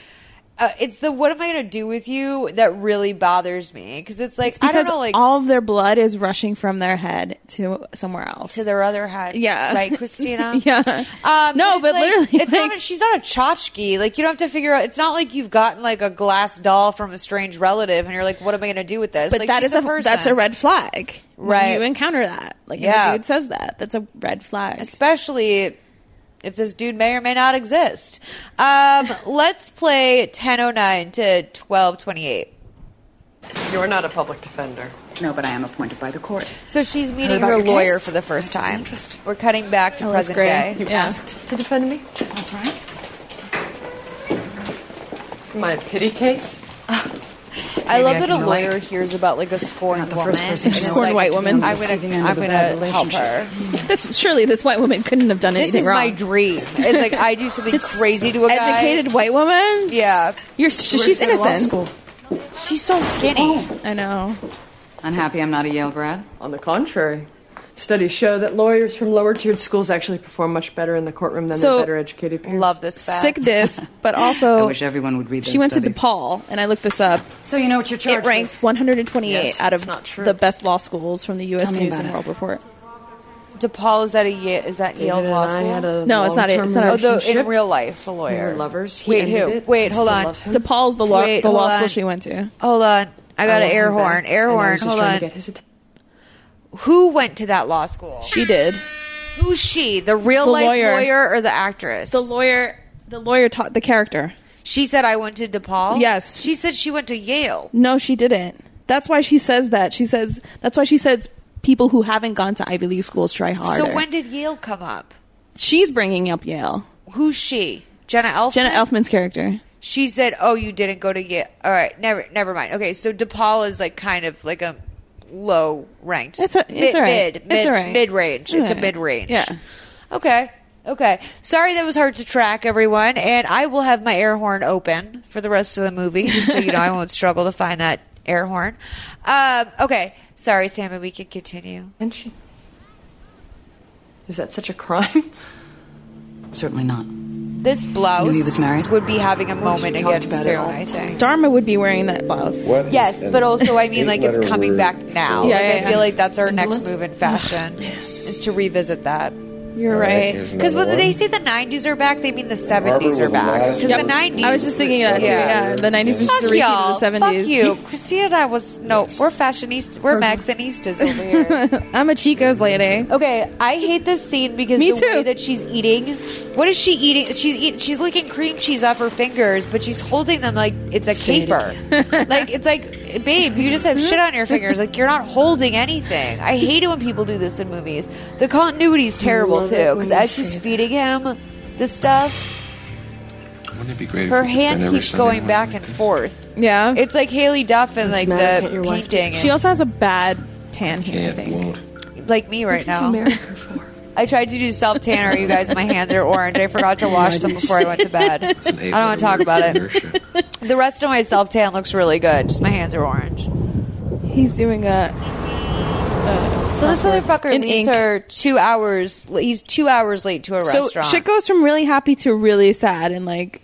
S1: Uh, it's the what am I gonna do with you that really bothers me because it's like I don't
S5: because
S1: know like
S5: all of their blood is rushing from their head to somewhere else.
S1: to their other head
S5: Yeah.
S1: right Christina
S5: yeah.
S1: Um,
S5: no,
S1: it's
S5: but
S1: like-
S5: literally,
S1: it's
S5: like,
S1: not. A, she's not a tchotchke. Like you don't have to figure out. It's not like you've gotten like a glass doll from a strange relative, and you're like, "What am I going to do with this?"
S5: but
S1: like,
S5: that
S1: she's
S5: is a,
S1: person.
S5: that's a red flag, When
S1: Right.
S5: you encounter that, like yeah.
S1: Yeah.
S5: when a dude says that, that's a red flag.
S1: especially if this dude may or may not exist. Um, let's play ten oh nine to twelve twenty eight.
S3: You're not a public defender.
S6: No, but I am appointed by the court.
S1: So she's meeting
S6: about
S1: her
S6: your
S1: lawyer
S6: case?
S1: for the first time.
S6: Interest.
S1: We're cutting back to
S5: Oh, that's
S1: present
S5: great.
S1: day.
S3: You
S5: Yeah.
S3: asked to defend me?
S6: That's right.
S3: My pity case?
S1: I love
S6: I
S1: that a
S6: can relate.
S1: lawyer hears about like a scorned
S6: Not the
S1: woman.
S6: first person
S1: and
S6: to
S1: is
S6: scorn
S1: like,
S5: white woman.
S1: I'm gonna,
S6: Receiving end
S1: I'm
S6: of a
S1: gonna
S6: bad
S1: uh, help her.
S6: relationship.
S5: this surely this white woman couldn't have done
S1: This
S5: anything
S1: is
S5: wrong.
S1: my dream. It's like I do something crazy to a guy.
S5: Educated white woman.
S1: Yeah.
S5: You're she's
S3: Where'd you go to law
S5: innocent.
S3: school?
S1: She's so skinny.
S5: I know.
S2: Unhappy I'm not a Yale grad?
S3: On the contrary, studies show that lawyers from lower tiered schools actually perform much better in the courtroom than
S5: So-
S3: their better educated peers.
S1: Love this fact.
S5: Sick this, but
S2: I
S5: also
S2: wish everyone would read those
S5: she went
S2: studies.
S5: to DePaul, and I looked this up.
S2: So you know what you're charged with.
S5: It ranks 128
S3: Yes,
S5: out
S3: it's
S5: of
S3: not true.
S5: the best law schools from the U.S.
S2: Tell me
S5: News
S2: about
S5: and
S2: it.
S5: World Report.
S1: DePaul is that a Yale, is that
S3: David
S1: Yale's law
S3: and I had
S1: school?
S3: a
S5: No, it's not it. It's not
S3: long-term
S5: a-
S1: Oh, the, in
S3: relationship.
S1: real life, the
S3: We
S1: lawyer.
S3: were lovers. He
S1: Wait,
S3: ended
S1: who?
S3: it.
S1: Wait,
S3: I
S1: hold
S3: still
S1: on.
S3: love him.
S5: DePaul's the law
S1: Wait,
S5: the law
S1: hold
S5: school
S1: on.
S5: she went to.
S1: Hold on. I got
S3: I
S1: an
S3: love
S1: air
S3: him back,
S1: horn. Air
S3: and I was
S1: horn.
S3: just
S1: Hold
S3: trying
S1: on.
S3: to get his atten-
S1: Who went to that law school?
S5: She did.
S1: Who's she? The real
S5: The
S1: life lawyer.
S5: lawyer.
S1: or the actress?
S5: The lawyer. The lawyer taught the character.
S1: she said I went to DePaul.
S5: Yes.
S1: She said she went to Yale.
S5: No, she didn't. That's why she says that. She says that's why she says people who haven't gone to Ivy League schools try harder.
S1: So when did Yale come up?
S5: she's bringing up Yale,
S1: Who's she? Jenna Elfman.
S5: Jenna Elfman's character.
S1: She said, "Oh, you didn't go to Yale." All right, never, never mind. Okay, so DePaul is like kind of like a low ranked.
S5: It's a- it's all right.
S1: Mid,
S5: It's
S1: mid,
S5: all right.
S1: mid range. It's a
S5: Yeah.
S1: mid range.
S5: Yeah.
S1: Okay. Okay. Sorry that was hard to track, everyone. And I will have my air horn open for the rest of the movie, just so you know I won't struggle to find that air horn. Um, okay. Sorry, Sammy. We can continue.
S3: And she. Is that such a crime?
S2: Certainly not.
S1: This blouse
S2: Knew he was married?
S1: would be having a moment
S3: talked
S1: again
S3: about it
S1: soon.
S3: all
S1: I
S3: the
S1: think.
S5: Dharma would be wearing that blouse.
S7: What is
S1: Yes,
S7: an
S1: but also I mean like it's
S7: eight-letter
S1: coming
S7: word
S1: back now.
S7: for-
S5: Yeah,
S1: like
S5: yeah,
S1: I
S5: yeah.
S1: feel like that's our next move in fashion is to revisit that.
S5: You're
S7: All
S5: right.
S7: here's
S1: Because
S7: another
S1: when they
S7: one.
S1: say the '90s are back, they mean the '70s
S7: Harbor
S1: are
S7: with a
S1: back.
S7: lattice
S1: Because
S7: word.
S1: the '90s.
S5: I was just thinking of that too.
S1: Yeah.
S5: Yeah, the 90s was just a
S1: Fuck
S5: repeat
S1: y'all.
S5: of the 70s.
S1: Fuck you. Christina and I was no, we're fashionistas. We're Maxinistas over here.
S5: I'm a Chico's lady.
S1: okay, I hate this scene because
S5: Me
S1: the way
S5: too.
S1: that she's eating. What is she eating? She's eat, she's licking cream cheese off her fingers, but she's holding them like it's a caper. like it's like, babe, you just have shit on your fingers. Like you're not holding anything. I hate it when people do this in movies. The continuity is terrible
S3: love
S1: too
S3: it when
S1: because
S3: you
S1: as
S3: say
S1: she's
S3: that.
S1: feeding him the stuff,
S7: Wouldn't it be great if
S1: her
S7: we could
S1: hand
S7: spend every
S1: keeps
S7: Sunday
S1: going
S7: morning
S1: back
S7: like
S1: and
S7: this?
S1: forth.
S5: Yeah.
S1: It's like Haley Duff and like
S3: Doesn't matter,
S1: the
S3: can't your wife
S1: painting,
S5: she also has a bad tan here, I
S7: Can't,
S5: think.
S7: won't.
S1: and like me right
S3: She
S1: now.
S3: married her for.
S1: I tried to do self tanner, you guys. My hands are orange. I forgot to wash them before I went to bed. I
S7: It's
S1: don't
S7: an
S1: want to talk
S7: eight-letter
S1: about
S7: word
S1: it.
S7: for inertia.
S1: The rest of my self tan looks really good. Just my hands are orange.
S5: He's doing a.
S1: So this motherfucker
S5: In
S1: leaves
S5: ink.
S1: her two hours. He's two hours late to a
S5: So
S1: restaurant.
S5: shit goes from really happy to really sad and like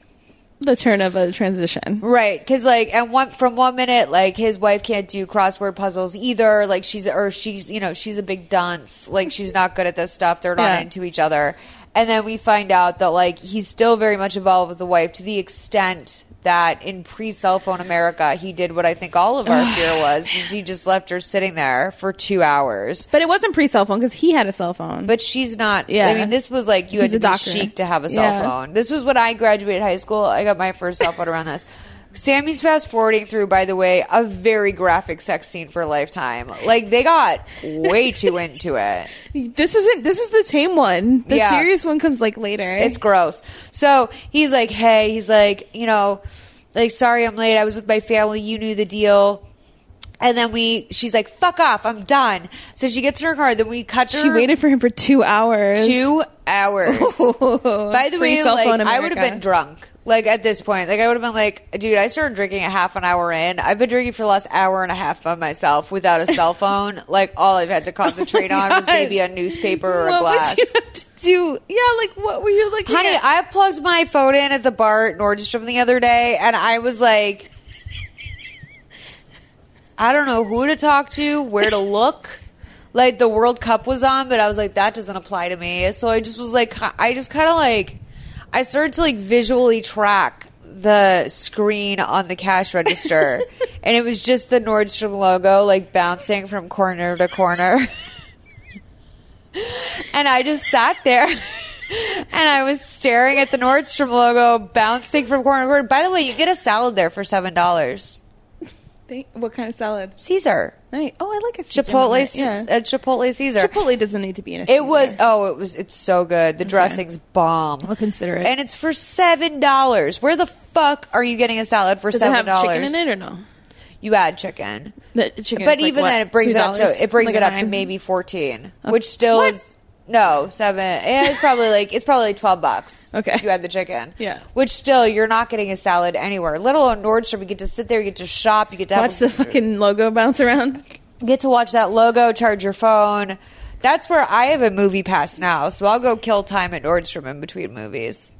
S5: the turn of a transition.
S1: Right, because like, and one from one minute, like his wife can't do crossword puzzles either. Like she's or she's you know she's a big dunce. Like she's not good at this stuff. They're not
S5: Yeah.
S1: into each other. And then we find out that like he's still very much involved with the wife to the extent that in pre cell phone America he did what I think all of our fear was is he just left her sitting there for two hours.
S5: But it wasn't pre cell phone because he had a cell phone.
S1: But she's not. Yeah.
S5: Yeah.
S1: I mean, this was like you
S5: He's
S1: had
S5: a
S1: to be
S5: doctor.
S1: chic to have a cell
S5: Yeah.
S1: phone. This was when I graduated high school. I got my first cell phone around this. Sammy's fast forwarding through, by the way, a very graphic sex scene for Lifetime. Like they got way too into it.
S5: this isn't. This is the tame one. The
S1: Yeah.
S5: serious one comes like later.
S1: It's gross. So he's like, hey, he's like, you know, like, sorry I'm late. I was with my family. You knew the deal. And then we, she's like, fuck off. I'm done. So she gets in her car. Then we cut to
S5: she
S1: her-
S5: waited for him for two hours.
S1: two hours. By the way,
S5: Free cell
S1: like
S5: phone
S1: I would have
S5: America.
S1: been drunk. Like at this point, like I would have been like, dude, I started drinking a half an hour in. I've been drinking for the last hour and a half by myself without a cell phone. like all I've had to concentrate on was
S5: God.
S1: maybe a newspaper or a
S5: what
S1: glass.
S5: would you have to do? Yeah, like what were you looking
S1: Honey,
S5: at?
S1: I plugged my phone in at the bar at Nordstrom the other day, and I was like, I don't know who to talk to, where to look. Like the World Cup was on, but I was like, that doesn't apply to me. So I just was like, ki- I just kind of like, I started to like visually track the screen on the cash register, and it was just the Nordstrom logo like bouncing from corner to corner. And I just sat there and I was staring at the Nordstrom logo bouncing from corner to corner. By the way, you get a salad there for seven dollars.
S5: Think- what kind of salad?
S1: Caesar.
S5: Nice. Oh, I like a Caesar
S1: Chipotle
S5: with it. Yeah.
S1: a Chipotle Caesar.
S5: Chipotle doesn't need to be in a. Caesar.
S1: it was oh, it was it's so good. The dressing's bomb.
S5: I'll consider it.
S1: And it's for seven dollars. Where the fuck are you getting a salad for
S5: Does it
S1: seven
S5: have chicken
S1: dollars?
S5: in it or no?
S1: You add chicken.
S5: The chicken.
S1: but
S5: is, like,
S1: even
S5: what,
S1: then it brings it up
S5: $2?
S1: to it brings
S5: Like
S1: it up to
S5: nine?
S1: maybe fourteen. Which still
S5: What?
S1: is no, seven yeah, it's probably like it's probably like twelve bucks.
S5: Okay.
S1: If you add the chicken.
S5: Yeah.
S1: Which still you're not getting a salad anywhere. Let alone Nordstrom, you get to sit there, you get to shop, you get to have
S5: Watch the fucking logo bounce around.
S1: Get to watch that logo, charge your phone. That's where I have a movie pass now, so I'll go kill time at Nordstrom in between movies.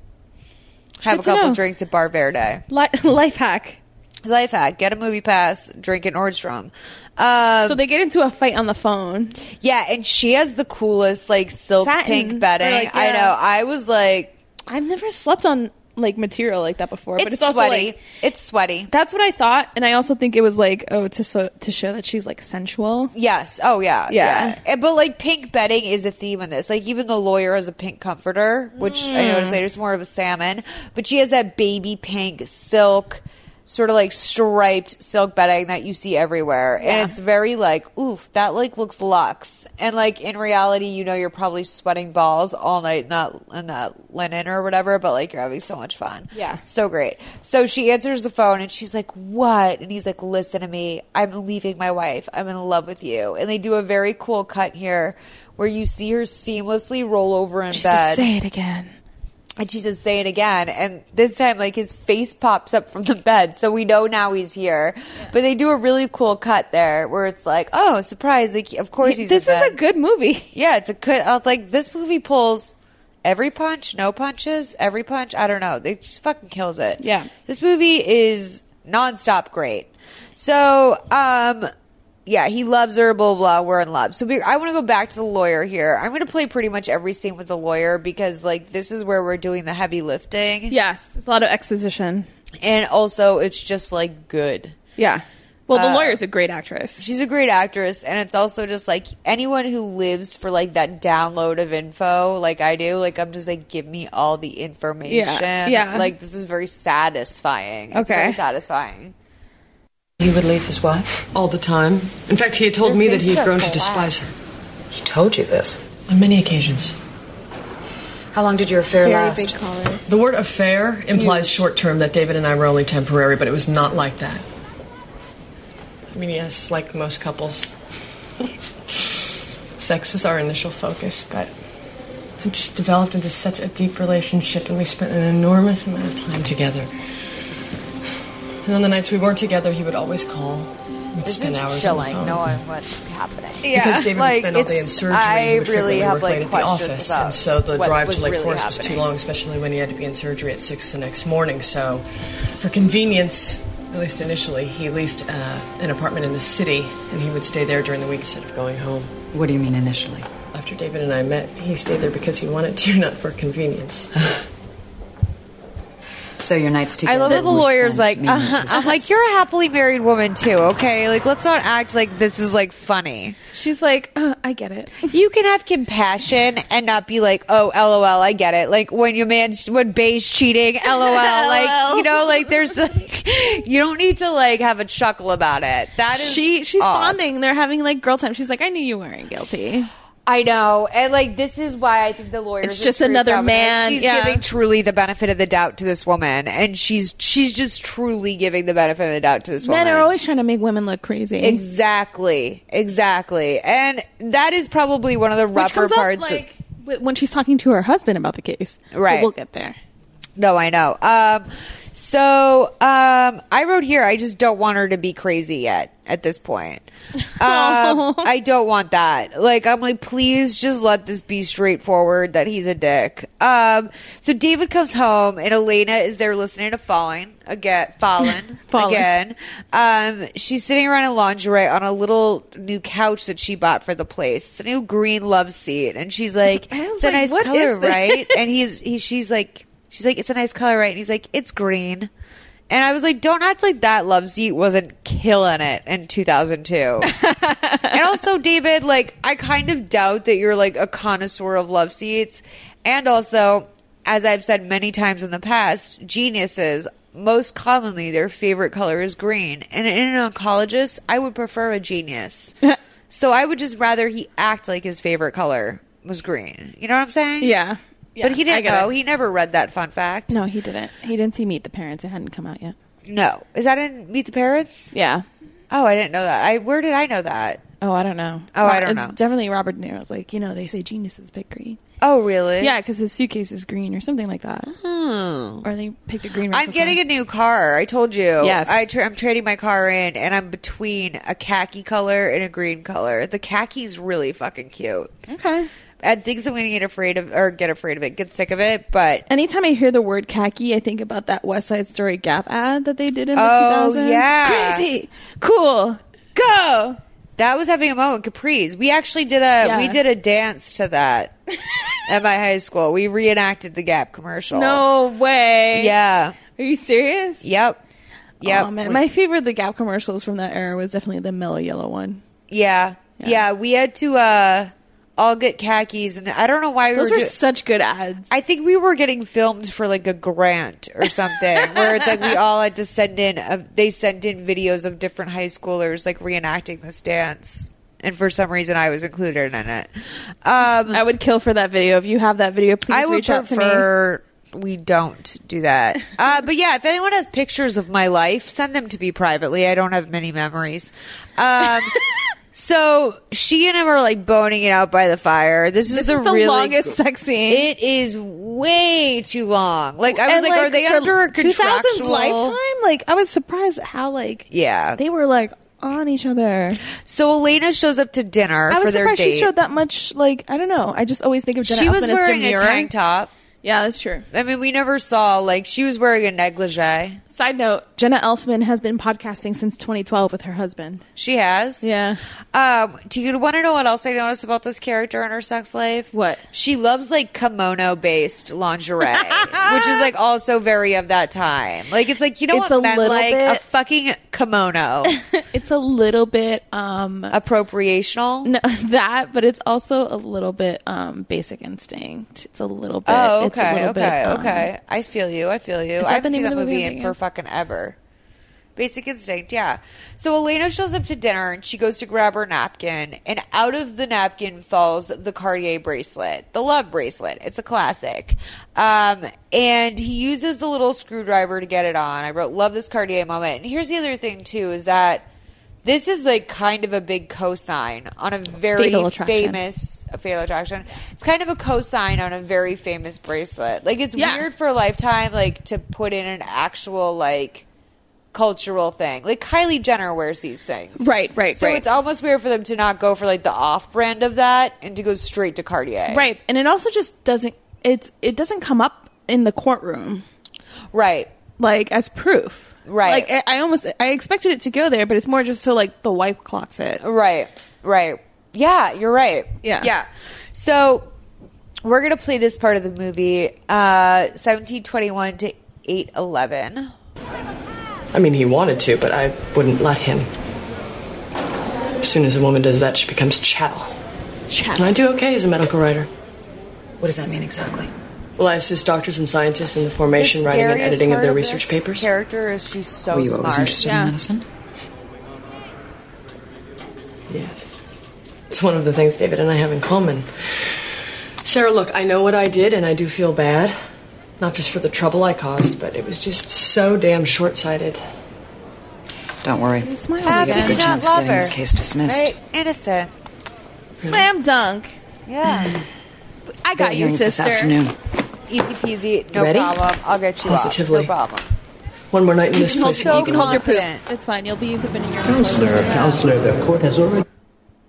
S1: Have
S5: Good
S1: a
S5: to
S1: couple
S5: know.
S1: drinks at Bar Verde.
S5: Li- life hack.
S1: Life hack: get a movie pass, drink at Nordstrom. Um,
S5: So they get into a fight on the phone.
S1: yeah, and she has the coolest like silk
S5: Satin, or,
S1: pink bedding.
S5: like,
S1: I
S5: yeah.
S1: know. I was like,
S5: I've never slept on like material like that before,
S1: it's,
S5: but it's also
S1: sweaty.
S5: like
S1: it's sweaty.
S5: that's what I thought, and I also think it was like oh to so, to show that she's like sensual.
S1: Yes. Oh yeah.
S5: Yeah.
S1: Eh, But like pink bedding is a theme in this. Like even the lawyer has a pink comforter, which I
S5: Mm.
S1: noticed later is more of a salmon. But she has that baby pink silk, sort of like striped silk bedding that you see everywhere. And it's very like, oof, that like looks luxe. And like in reality, you know you're probably sweating balls all night in that in that linen or whatever, but like you're having so much fun.
S5: Yeah.
S1: So great. So she answers the phone and she's like, What? And he's like, Listen to me. I'm leaving my wife. I'm in love with you. And they do a very cool cut here where you see her seamlessly roll over in
S5: She's like,
S1: bed.
S5: say it again.
S1: and she says, Say it again. And this time, like, his face pops up from the bed. So we know now he's here. But they do a really cool cut there where it's like, Oh, surprise. Like, of course he's
S5: This is
S1: in
S5: a
S1: bed."
S5: good movie.
S1: Yeah, it's a good. uh, Like this movie pulls every punch, no punches, every punch. I don't know. It just fucking kills it.
S5: Yeah.
S1: this movie is nonstop great. So, um, yeah, he loves her. Blah blah. blah, We're in love. So we, I want to go back to the lawyer here. I'm going to play pretty much every scene with the lawyer because like this is where we're doing the heavy lifting,
S5: Yes, it's a lot of exposition.
S1: and also it's just like good. Uh,
S5: Yeah. Well, the lawyer's a great actress.
S1: she's a great actress and it's also just like anyone who lives for like that download of info like i do like i'm just like give me all the information
S5: yeah.
S1: like this is very satisfying it's
S5: Okay.
S1: very satisfying
S6: He would leave his wife?
S3: All the time. In fact, he had told me that he
S1: faces
S3: had grown
S1: are
S3: to despise her
S6: He told you this.
S3: on many occasions.
S6: How long did your affair last?
S3: The word affair
S1: Mm.
S3: implies short term that David and I were only temporary, but it was not like that. I mean, yes, like most couples, sex was our initial focus, but it just developed into such a deep relationship, and we spent an enormous amount of time together. And on the nights we weren't together, he would always call. We'd
S1: this
S3: spend hours
S1: is
S3: on the
S1: chilling
S3: phone.
S1: knowing what's happening
S3: Because David
S1: Like,
S3: would spend all day in
S1: it's-
S3: surgery.
S1: I
S3: he would frequently
S1: really have,
S3: work
S1: like,
S3: late at the
S1: questions
S3: office.
S1: about
S3: And so the
S1: what
S3: drive
S1: was
S3: to Lake
S1: really
S3: Forest was too
S1: happening.
S3: long, especially when he had to be in surgery at 6 the next morning. So, for convenience, at least initially, he leased uh, an apartment in the city and he would stay there during the week instead of going home.
S2: What do you mean initially?
S3: After David and I met, he stayed there because he wanted to, not for convenience.
S2: So your nights together.
S1: I love that the
S2: were
S1: lawyer's like,
S2: spent meeting
S1: uh-huh.
S2: his
S1: I'm like, you're a happily married woman too, okay? Like, let's not act like this is like funny.
S5: She's like, uh, I get it.
S1: You can have compassion and not be like, oh, lol, I get it. Like when your man, when Bay's cheating, lol. Like, you know, like there's, like, you don't need to like have a chuckle about it. That is,
S5: She she's
S1: odd.
S5: bonding. They're having like girl time. She's like, I knew you weren't guilty.
S1: I know. And like, this is why I think the lawyer
S5: It's just another man,
S1: She's
S5: yeah.
S1: giving truly the benefit of the doubt to this woman. And she's, she's just truly giving the benefit of the doubt to this woman.
S5: Men are always trying to make women look crazy.
S1: Exactly, exactly, and that is probably one of the
S5: Which
S1: rougher
S5: comes up
S1: parts.
S5: like w- when she's talking to her husband about the case. But
S1: Right.
S5: we'll get there.
S1: No, I know. Um, so um, I wrote here. I just don't want her to be crazy yet. At this point, um, I don't want that. Like I'm like, please just let this be straightforward that he's a dick. Um, so David comes home and Elena is there listening to Falling again. Fallen,
S5: Fallen.
S1: again. Um, she's sitting around in lingerie on a little new couch that she bought for the place. It's a new green love seat, and she's like,
S5: I was
S1: "It's a
S5: like,
S1: nice
S5: what
S1: color,
S5: is this?
S1: right?" and he's he, she's like she's like it's a nice color right and he's like it's green and i was like don't act like that love seat wasn't killing it in 2002 and also david like i kind of doubt that you're like a connoisseur of love seats and also as i've said many times in the past geniuses most commonly their favorite color is green and in an oncologist i would prefer a genius so i would just rather he act like his favorite color was green you know what i'm saying
S5: Yeah.
S1: but he didn't know. He never read that fun fact.
S5: No, he didn't. He didn't see Meet the Parents. It hadn't come out yet.
S1: No. Is that in Meet the Parents?
S5: Yeah.
S1: Oh, I didn't know that. I where did I know that?
S5: Oh, I don't know.
S1: Oh, I don't
S5: it's
S1: know.
S5: Definitely Robert De Niro's like, you know, they say geniuses pick green.
S1: Oh, really? Oh.
S5: Yeah, because his suitcase is green or something like that. Or they picked a green.
S1: I'm getting a new car. I told you.
S5: Yes.
S1: I tra- I'm trading my car in, and I'm between a khaki color and a green color. The khaki's really fucking cute.
S5: okay.
S1: And things I'm going to get afraid of, or get afraid of it, get sick of it. But
S5: Anytime I hear the word khaki, I think about that West Side Story Gap ad that they did in the
S1: Oh,
S5: 2000s.
S1: yeah.
S5: Crazy. Cool. Go.
S1: that was having a moment. Capri's. We actually did a
S5: Yeah.
S1: we did a dance to that at my high school. We reenacted the Gap commercial.
S5: No way.
S1: Yeah.
S5: Are you serious?
S1: Yep. Yep.
S5: Oh, man.
S1: We-
S5: My favorite of the Gap commercials from that era was definitely the mellow yellow one.
S1: yeah. yeah. We had to uh all get khakis, and I don't know why we
S5: Those
S1: were.
S5: were
S1: do-
S5: such good ads.
S1: I think we were getting filmed for like a grant or something, where it's like we all had to send in. A, they sent in videos of different high schoolers like reenacting this dance, and for some reason I was included in it. Um,
S5: I would kill for that video. If you have that video, please
S1: I would
S5: reach out to me.
S1: prefer we don't do that. Uh, but yeah, if anyone has pictures of my life, send them to me privately. I don't have many memories. Um, so she and him are like boning it out by the fire. This is
S5: This
S1: the,
S5: is the
S1: really
S5: longest sex scene.
S1: It is way too long. Like I was
S5: And,
S1: like, are they
S5: for
S1: under a
S5: 2000's
S1: contractual?
S5: lifetime? Like, I was surprised at how like
S1: Yeah.
S5: they were like on each other.
S1: so Elena shows up to dinner
S5: I
S1: for
S5: was
S1: their
S5: surprised
S1: date.
S5: she showed that much. Like, I don't know. I just always think of Jenna
S1: She was
S5: Elfman as
S1: wearing a
S5: demure.
S1: tank top.
S5: Yeah, that's true.
S1: I mean, we never saw like she was wearing a negligee.
S5: Side note: Jenna Elfman has been podcasting since 2012 with her husband.
S1: She has.
S5: Yeah.
S1: Um, do you want to know what else I noticed about this character and her sex life?
S5: What?
S1: She loves like kimono based lingerie, which is like also very of that time. Like it's like you know
S5: It's
S1: what
S5: a
S1: men
S5: little
S1: like a
S5: bit-
S1: fucking kimono,
S5: It's a little bit um
S1: appropriational.
S5: no, that, but it's also a little bit um basic instinct. It's a little bit.
S1: Oh,
S5: it's a
S1: okay,
S5: little
S1: okay,
S5: bit, um,
S1: okay. I feel you. I feel you.
S5: that
S1: I
S5: the
S1: haven't seen
S5: name
S1: that
S5: of the
S1: movie,
S5: movie I'm
S1: in
S5: thinking
S1: for
S5: of?
S1: fucking ever. Basic Instinct, yeah. So Elena shows up to dinner and she goes to grab her napkin, and out of the napkin falls the Cartier bracelet, the love bracelet. It's a classic. Um, and he uses the little screwdriver to get it on. I wrote, Love this Cartier moment. And here's the other thing, too, is that this is like kind of a big cosign on a very
S5: Fatal attraction.
S1: famous a fatal attraction. It's kind of a cosign on a very famous bracelet. Like it's
S5: Yeah.
S1: weird for Lifetime like to put in an actual like cultural thing. Like Kylie Jenner wears these things.
S5: Right, right,
S1: So
S5: right.
S1: it's almost weird for them to not go for like the off brand of that and to go straight to Cartier.
S5: Right, and it also just doesn't. It's it doesn't come up in the courtroom.
S1: Right.
S5: like as proof.
S1: Right.
S5: Like I, I almost I expected it to go there, but it's more just so like the wife clocks it.
S1: Right. Right. Yeah, you're right.
S5: Yeah.
S1: Yeah. So we're gonna play this part of the movie, uh seventeen twenty one to eight eleven.
S3: I mean, he wanted to, but I wouldn't let him. As soon as a woman does that, she becomes chattel. And I do okay as a medical writer.
S2: What does that mean exactly?
S3: Well, I assist doctors and scientists in the
S1: The
S3: formation, writing, and
S1: scariest
S3: editing of
S1: part
S3: their research
S1: this
S3: papers.
S1: Character is she's so
S2: Were Oh, you
S1: smart.
S2: always interested
S5: Yeah.
S2: in medicine?
S3: Yes. It's one of the things David and I have in common. Sarah, look, I know what I did and I do feel bad. Not just for the trouble I caused, but it was just so damn short sighted.
S2: Don't worry.
S1: Happy
S2: get a good
S1: nut
S2: chance of
S1: lover.
S2: getting this case dismissed.
S1: Right? Innocent.
S5: Slam dunk. Mm.
S1: Yeah.
S5: I got you,
S2: Hearings this
S5: sister.
S2: afternoon.
S1: Easy peasy. No
S3: Ready?
S1: problem. I'll get you
S3: Positively.
S1: off. No problem.
S3: One more night in this place.
S1: so
S3: and you can
S5: Hold your poop.
S1: Confident.
S5: It's fine. You'll be pooping in your
S8: Counselor, counselor, the court has already.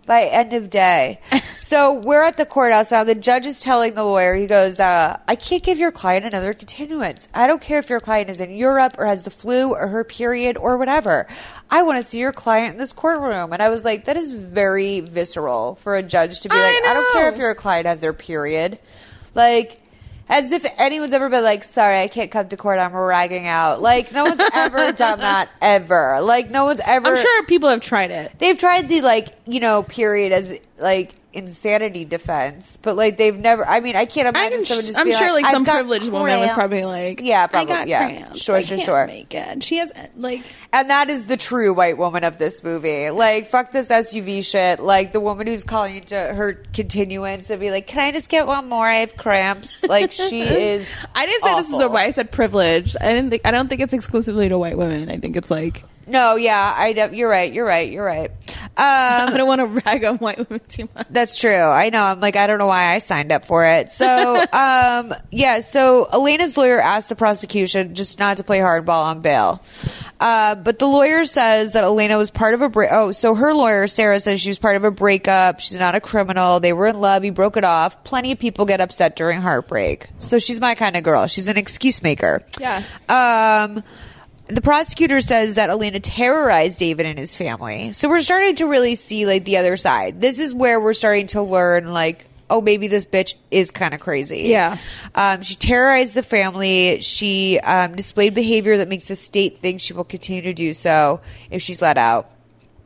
S1: By end of day. so we're at the courthouse now. The judge is telling the lawyer, he goes, uh, I can't give your client another continuance. I don't care if your client is in Europe or has the flu or her period or whatever. I want to see your client in this courtroom. And I was like, that is very visceral for a judge to be
S5: I
S1: like, I don't
S5: know.
S1: care if your client has their period. Like, as if anyone's ever been like, sorry, I can't come to court. I'm ragging out. Like, no one's ever done that ever. Like, no one's ever
S5: I'm sure people have tried it.
S1: they've tried the like you know period as like insanity defense, but like they've never. I mean, I can't imagine
S5: I'm,
S1: someone just.
S5: I'm
S1: being
S5: sure like,
S1: "I've
S5: some
S1: got
S5: privileged woman was
S1: cramps."
S5: probably like,
S1: yeah, probably,
S5: I got
S1: yeah,
S5: cramps.
S1: sure,
S5: I
S1: sure,
S5: can't
S1: sure.
S5: Make it. She has like
S1: And that is the true white woman of this movie. Like, fuck this SUV shit. Like, the woman who's calling into her continuance and be like, "Can I just get one more? I have cramps." Like, she is.
S5: I didn't say this was a
S1: awful.
S5: white. I said privileged. I didn't think. I don't think it's exclusively to white women. I think it's like
S1: No, yeah, I. De- you're right. You're right. You're right.
S5: I don't want to rag on white women too much.
S1: That's true. I know. I'm like, I don't know why I signed up for it. So, um, yeah. So Elena's lawyer asked the prosecution just not to play hardball on bail. Uh, but the lawyer says that Elena was part of a break. Oh, so her lawyer, Sarah, says she was part of a breakup. She's not a criminal. They were in love. He broke it off. Plenty of people get upset during heartbreak. So she's my kind of girl. She's an excuse maker.
S5: Yeah.
S1: Um, the prosecutor says that Elena terrorized David and his family. So we're starting to really see like the other side. This is where we're starting to learn like, oh, maybe this bitch is kind of crazy.
S5: Yeah.
S1: Um, she terrorized the family. She um, displayed behavior that makes the state think she will continue to do so if she's let out.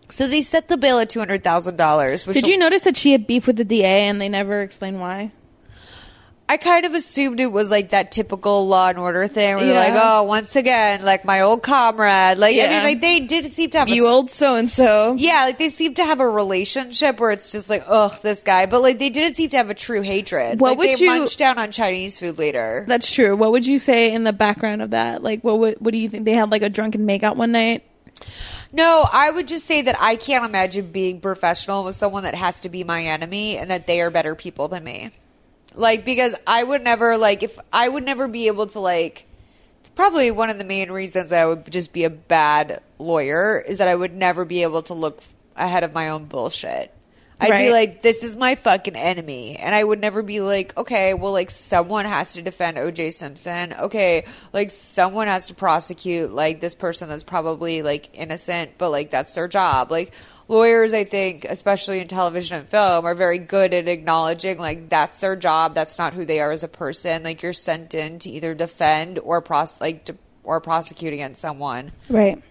S1: So they set the bail at two hundred thousand dollars.
S5: Did you notice that she had beef with the DA and they never explained why?
S1: I kind of assumed it was like that typical Law and Order thing. where you're
S5: Yeah.
S1: like, oh, once again, like my old comrade. Like I
S5: Yeah.
S1: mean, like they did seem to have a
S5: You old so and so.
S1: Yeah, like they seem to have a relationship where it's just like, ugh, this guy. But like they didn't seem to have a true hatred.
S5: What
S1: like,
S5: would
S1: they
S5: you-
S1: munched down on Chinese food later.
S5: That's true. What would you say in the background of that? Like, what would, what do you think? They had like a drunken makeout one night.
S1: No, I would just say that I can't imagine being professional with someone that has to be my enemy and that they are better people than me. Like because I would never like if I would never be able to like probably one of the main reasons I would just be a bad lawyer is that I would never be able to look ahead of my own bullshit. I'd be
S5: Right.
S1: like, this is my fucking enemy. And I would never be like, okay, well, like, someone has to defend OJ Simpson. Okay, like, someone has to prosecute, like, this person that's probably, like, innocent, but, like, that's their job. Like, lawyers, I think, especially in television and film, are very good at acknowledging, like, that's their job. That's not who they are as a person. Like, you're sent in to either defend or, pros- like, to- or prosecute against someone.
S5: Right.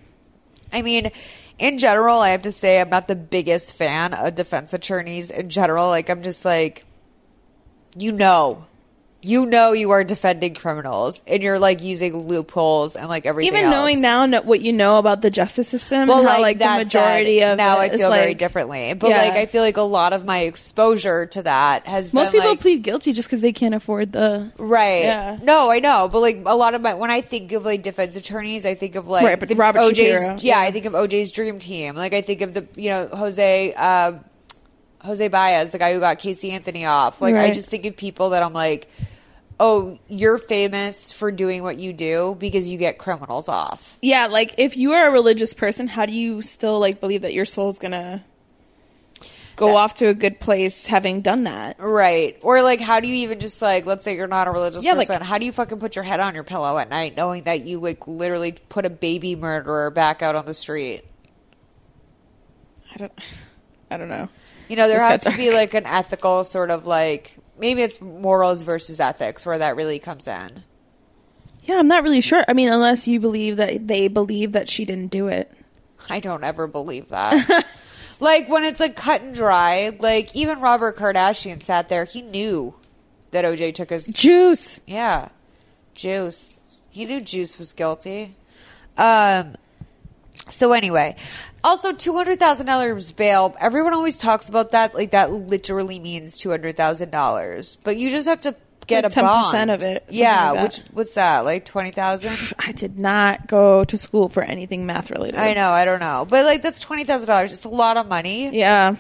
S1: I mean, in general, I have to say I'm not the biggest fan of defense attorneys in general. Like, I'm just like, you know, you know, you are defending criminals and you're like using loopholes and like everything.
S5: Even
S1: else.
S5: knowing now no- what you know about the justice system, and how like, the
S1: that
S5: majority
S1: said,
S5: of
S1: now
S5: it
S1: I
S5: is,
S1: feel very
S5: like-
S1: differently. But
S5: Yeah.
S1: like, I feel like a lot of my exposure to that has
S5: Most
S1: been,
S5: people
S1: like,
S5: plead guilty just because they can't afford the
S1: Right.
S5: Yeah.
S1: No, I know, but like a lot of my when I think of like defense attorneys, I think of like
S5: Right, but
S1: the
S5: Robert
S1: OJ's.
S5: Shapiro,
S1: yeah,
S5: yeah.
S1: I think of OJ's dream team. Like I think of the you know Jose uh, Jose Baez, the guy who got Casey Anthony off. Like I
S5: Right.
S1: just think of people that I'm like, oh, you're famous for doing what you do because you get criminals off.
S5: yeah. Like, if you are a religious person, how do you still like believe that your soul's gonna go off to a good place having done that?
S1: Right. Or like how do you even just like let's say you're not a religious
S5: Yeah, like-
S1: person, how do you fucking put your head on your pillow at night knowing that you like literally put a baby murderer back out on the street?
S5: I don't. I don't know.
S1: You know, there
S5: This got
S1: has to be
S5: dark.
S1: like an ethical sort of like maybe it's morals versus ethics where that really comes in.
S5: Yeah, I'm not really sure. I mean, unless you believe that they believe that she didn't do it.
S1: I don't ever believe that. like when it's like cut and dry, like even Robert Kardashian sat there, he knew that OJ took his
S5: Juice.
S1: yeah, juice. He knew Juice was guilty. Um so anyway, also two hundred thousand dollars bail. Everyone always talks about that, like that literally means two hundred thousand dollars. But you just have to get
S5: Like
S1: a bond
S5: 10% of it, something
S1: Yeah,
S5: like that.
S1: which what's that? Like twenty thousand?
S5: I did not go to school for anything math related.
S1: I know, I don't know, but like that's twenty thousand dollars. It's a lot of money.
S5: Yeah,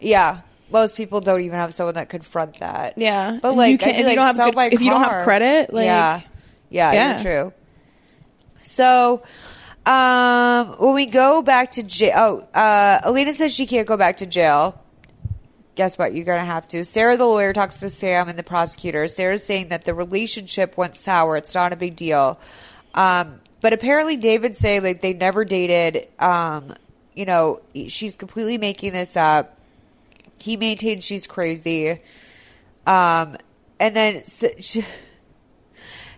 S1: Yeah, most people don't even have someone that could front that.
S5: yeah.
S1: But
S5: If
S1: like,
S5: you can't-
S1: I
S5: if
S1: feel
S5: you
S1: like
S5: don't have
S1: sell
S5: good-
S1: my
S5: if you don't have
S1: car.
S5: credit, like-
S1: yeah, yeah, you're
S5: Yeah.
S1: true. So, um, when we go back to jail, oh, uh, Elena says she can't go back to jail. Guess what? You're gonna have to. Sarah, the lawyer, talks to Sam and the prosecutor. Sarah's saying that the relationship went sour. It's not a big deal. Um, but apparently, David say like they never dated. Um, you know, she's completely making this up he maintains she's crazy. Um, and then s she,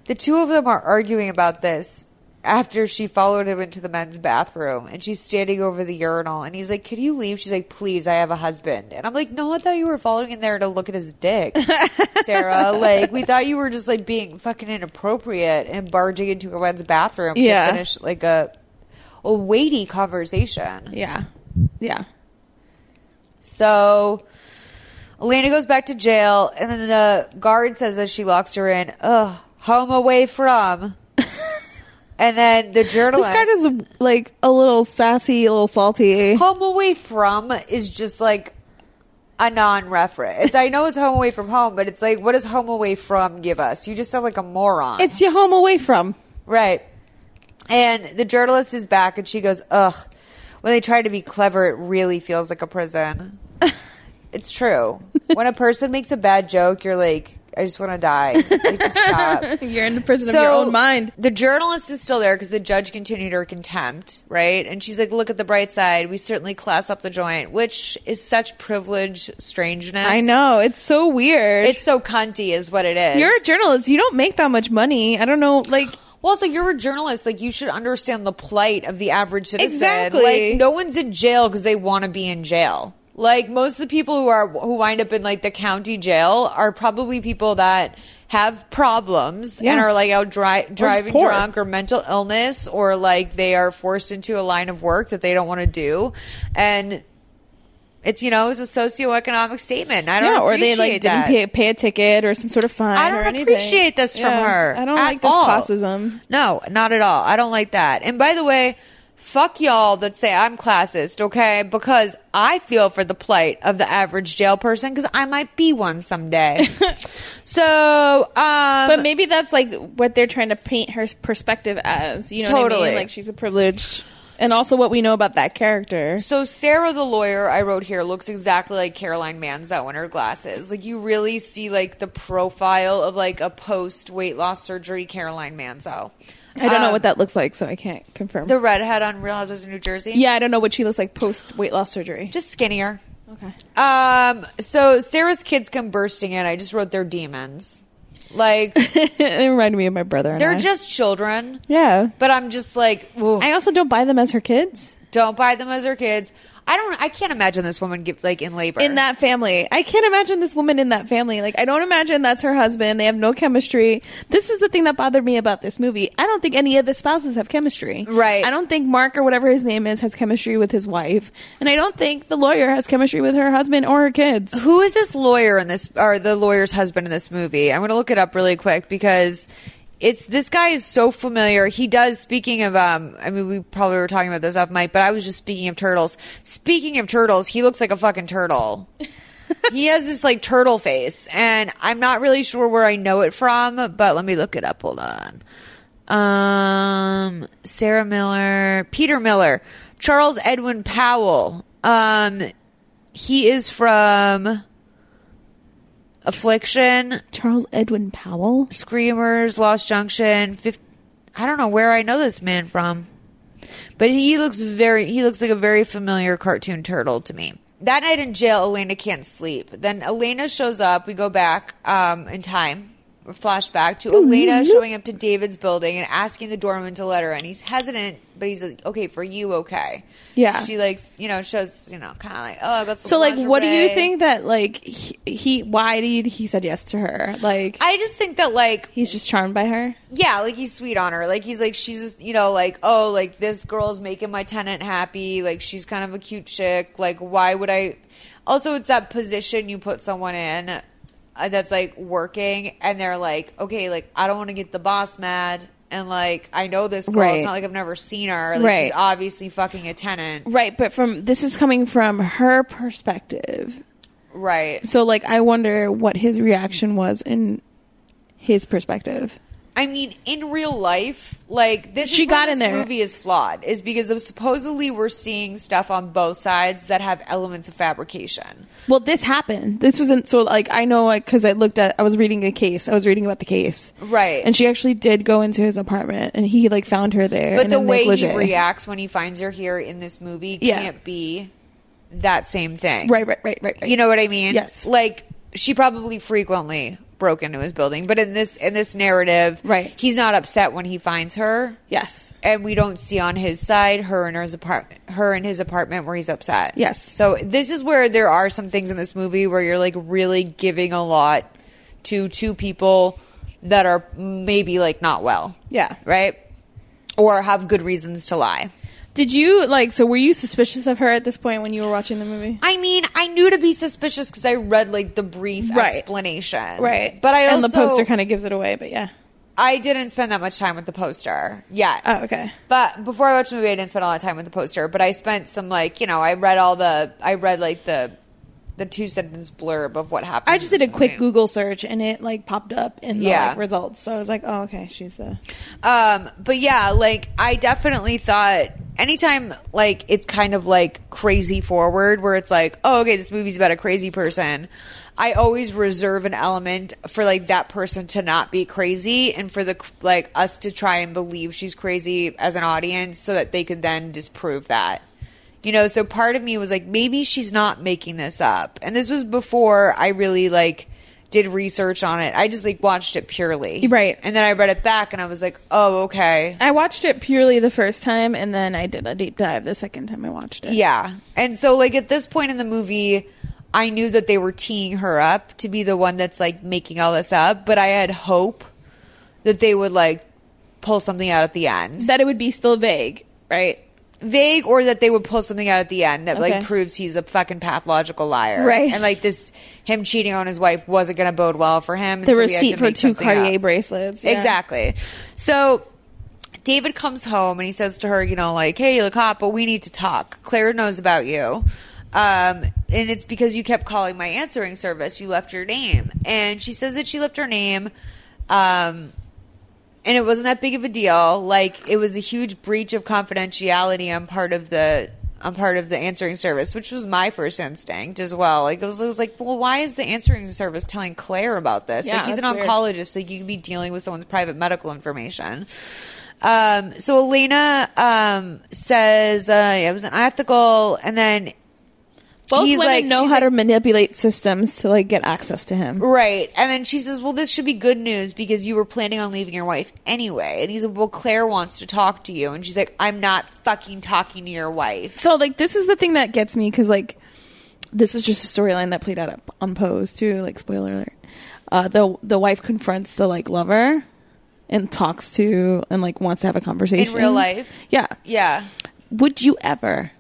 S1: the two of them are arguing about this after she followed him into the men's bathroom and she's standing over the urinal and he's like, Could you leave? She's like, Please, I have a husband. And I'm like, No, I thought you were following in there to look at his dick, Sarah. like, we thought you were just like being fucking inappropriate and barging into a men's bathroom
S5: Yeah.
S1: to finish like a, a weighty conversation.
S5: yeah, yeah.
S1: So Elena goes back to jail, and then the guard says as she locks her in, "Ugh, home away from." And then the journalist.
S5: This card is like a little sassy, a little salty.
S1: Home Away From is just like a non reference. It's I know it's Home Away From Home, but it's like, what does Home Away From give us? You just sound like a moron.
S5: It's your home away from.
S1: Right. And the journalist is back and she goes, ugh. When they try to be clever, it really feels like a prison. it's true. When a person makes a bad joke, you're like, I just want to die. Like, just stop.
S5: You're in the prison of your own mind.
S1: The journalist is still there because the judge continued her contempt, right? And she's like, look at the bright side. We certainly class up the joint, which is such privilege strangeness.
S5: I know. It's so weird.
S1: It's so cunty, is what it is.
S5: You're a journalist. You don't make that much money. I don't know. Like,
S1: Well, also, you're a journalist. Like, you should understand the plight of the average citizen.
S5: Exactly.
S1: Like, no one's in jail because they want to be in jail. Like, most of the people who are who wind up in like the county jail are probably people that have problems and
S5: Yeah.
S1: are like out dri- driving
S5: poor.
S1: drunk or mental illness or like they are forced into a line of work that they don't want to do and. It's you know it's a socioeconomic statement. I don't
S5: yeah, or they like
S1: appreciate that.
S5: didn't pay, pay a ticket or some sort of fine.
S1: I don't
S5: or anything.
S1: appreciate this from
S5: Yeah.
S1: her.
S5: I don't
S1: at
S5: like this
S1: all.
S5: classism.
S1: No, not at all. I don't like that. And by the way, fuck y'all that say I'm classist, okay? Because I feel for the plight of the average jail person because I might be one someday. so, um,
S5: But maybe that's like what they're trying to paint her perspective as. You know what I
S1: Totally.
S5: mean? Like she's a privileged, and also what we know about that character.
S1: so Sarah, the lawyer I wrote here, looks exactly like Caroline Manzo in her glasses. Like you really see like the profile of like a post weight loss surgery Caroline Manzo.
S5: I don't know
S1: Um,
S5: what that looks like, so I can't confirm.
S1: The redhead on Real Housewives of New Jersey.
S5: yeah, I don't know what she looks like post weight loss surgery.
S1: just skinnier.
S5: Okay.
S1: Um, so Sarah's kids come bursting in. I just wrote they're demons. Like
S5: it reminded me of my brother. and
S1: they're
S5: I.
S1: just children.
S5: yeah.
S1: But I'm just like, ooh,
S5: I also don't buy them as her kids
S1: don't buy them as her kids. I don't. I can't imagine this woman give, like in labor
S5: in that family. I can't imagine this woman in that family. Like I don't imagine that's her husband. They have no chemistry. This is the thing that bothered me about this movie. I don't think any of the spouses have chemistry.
S1: Right.
S5: I don't think Mark or whatever his name is has chemistry with his wife, and I don't think the lawyer has chemistry with her husband or her kids.
S1: Who is this lawyer in this, or the lawyer's husband in this movie? I'm going to look it up really quick because it's this guy is so familiar. He does. Speaking of, um, I mean, we probably were talking about this off mic, but I was just speaking of turtles. Speaking of turtles, he looks like a fucking turtle. he has this like turtle face, and I'm not really sure where I know it from, but let me look it up. Hold on. Um, Sarah Miller, Peter Miller, Charles Edwin Powell. Um, he is from Affliction,
S5: Charles Edwin Powell.
S1: Screamers, Lost Junction. 50, I don't know where I know this man from, but he looks very he looks like a very familiar cartoon turtle to me. That night in jail, Elena can't sleep. Then Elena shows up. We go back um, in time. or Flashback
S5: Oh,
S1: to Elena showing up to David's building and asking the doorman to let her in. He's hesitant, but he's like, "Okay, for you, okay."
S5: Yeah.
S1: she likes you know shows you know kind of like, "Oh, I got some
S5: So like, what do you
S1: lingerie."
S5: think that like he, he why do you think he said yes to her? Like
S1: I just think that like
S5: he's just charmed by her.
S1: yeah, like he's sweet on her. Like he's like she's just you know like oh like this girl's making my tenant happy. Like she's kind of a cute chick. Like why would I? Also, it's that position you put someone in uh, that's like working, and they're like okay, like I don't want to get the boss mad, and like I know this girl.
S5: Right.
S1: It's not like I've never seen her. Like
S5: Right.
S1: she's obviously fucking a tenant,
S5: Right, but from this is coming from her perspective.
S1: right?
S5: So like I wonder what his reaction was in his perspective.
S1: I mean, in real life, like this,
S5: She
S1: is
S5: got
S1: where
S5: in
S1: this
S5: there.
S1: Movie is flawed, is because of supposedly we're seeing stuff on both sides that have elements of fabrication.
S5: Well, this happened. This wasn't so like I know like cuz I looked at I was reading a case. I was reading about the case.
S1: Right.
S5: And she actually did go into his apartment and he like found her there
S1: But
S5: in
S1: the
S5: a
S1: way
S5: negligee.
S1: he reacts when he finds her here in this movie
S5: Yeah.
S1: can't be that same thing.
S5: Right, right, right, right. right.
S1: You know what I mean?
S5: Yes.
S1: Like she probably frequently broke into his building, but in this in this narrative,
S5: Right.
S1: he's not upset when he finds her.
S5: Yes.
S1: And we don't see on his side her and his apartment, her in his apartment where he's upset.
S5: Yes.
S1: So this is where there are some things in this movie where you're like really giving a lot to two people that are maybe like not well.
S5: Yeah.
S1: Right. Or have good reasons to lie.
S5: Did you like so were you suspicious of her at this point when you were watching the movie?
S1: I mean, I knew to be suspicious because I read like the brief
S5: Right.
S1: explanation,
S5: Right.
S1: But I also
S5: and the poster kind of gives it away, but yeah.
S1: I didn't spend that much time with the poster yet.
S5: Oh, okay.
S1: But before I watched the movie, I didn't spend a lot of time with the poster. But I spent some like you know I read all the I read like the the two sentence blurb of what happened.
S5: I just did a quick Google search and it like popped up in the
S1: Yeah.
S5: like, results. So I was like, oh, okay, she's the.
S1: Um, but yeah, like I definitely thought anytime like it's kind of like crazy forward where it's like, oh, okay, this movie's about a crazy person. I always reserve an element for like that person to not be crazy and for the like us to try and believe she's crazy as an audience so that they could then disprove that. You know, so part of me was like, maybe she's not making this up. And this was before I really like did research on it. I just like watched it purely.
S5: Right.
S1: And then I read it back and I was like, oh, okay.
S5: I watched it purely the first time and then I did a deep dive the second time I watched it.
S1: Yeah. And so, like, at this point in the movie, I knew that they were teeing her up to be the one that's like making all this up, but I had hope that they would like pull something out at the end.
S5: That it would be still vague, right?
S1: Vague, or that they would pull something out at the end that like
S5: Okay.
S1: proves he's a fucking pathological liar.
S5: Right.
S1: And like this, him cheating on his wife wasn't going to bode well for him. and
S5: The
S1: so we had
S5: receipt
S1: to
S5: for
S1: make
S5: two
S1: something
S5: Cartier
S1: up.
S5: bracelets. yeah.
S1: Exactly. So David comes home and he says to her, you know, like, hey, you look hot, but we need to talk. Claire knows about you. Um, and it's because you kept calling my answering service. You left your name. And she says that she left her name. Um, and it wasn't that big of a deal. Like it was a huge breach of confidentiality on part of the on part of the answering service, which was my first instinct as well. Like it was, it was like, well, why is the answering service telling Claire about this?
S5: Yeah,
S1: like he's an
S5: that's weird.
S1: oncologist, so you could be dealing with someone's private medical information. Um, so Elena um, says uh, it was unethical, and then
S5: Both
S1: he's
S5: women
S1: like,
S5: know
S1: she's
S5: how to manipulate systems to like get access to him.
S1: Right. And then she says, Well, this should be good news because you were planning on leaving your wife anyway. And he's like, Well, Claire wants to talk to you. And she's like, I'm not fucking talking to your wife.
S5: So like this is the thing that gets me because like this was just a storyline that played out at- on Pose too. Like spoiler alert, uh, the the wife confronts the like lover and talks to and like wants to have a conversation
S1: real life?
S5: Yeah.
S1: Yeah.
S5: Would you ever?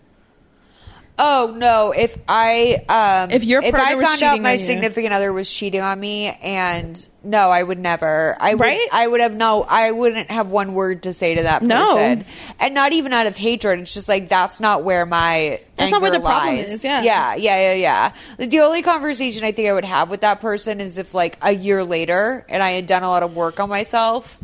S1: Oh no! If I um,
S5: If your
S1: if I
S5: partner was
S1: found out
S5: cheating
S1: my
S5: on you.
S1: significant other was cheating on me, and no, I would never. I would,
S5: Right?
S1: I would have no. I wouldn't have one word to say to that
S5: No.
S1: person, and not even out of hatred. It's just like that's not where my
S5: That's not where
S1: anger
S5: the problem
S1: lies.
S5: is, yeah.
S1: yeah, yeah, yeah, yeah. Like, the only conversation I think I would have with that person is if like a year later, and I had done a lot of work on myself.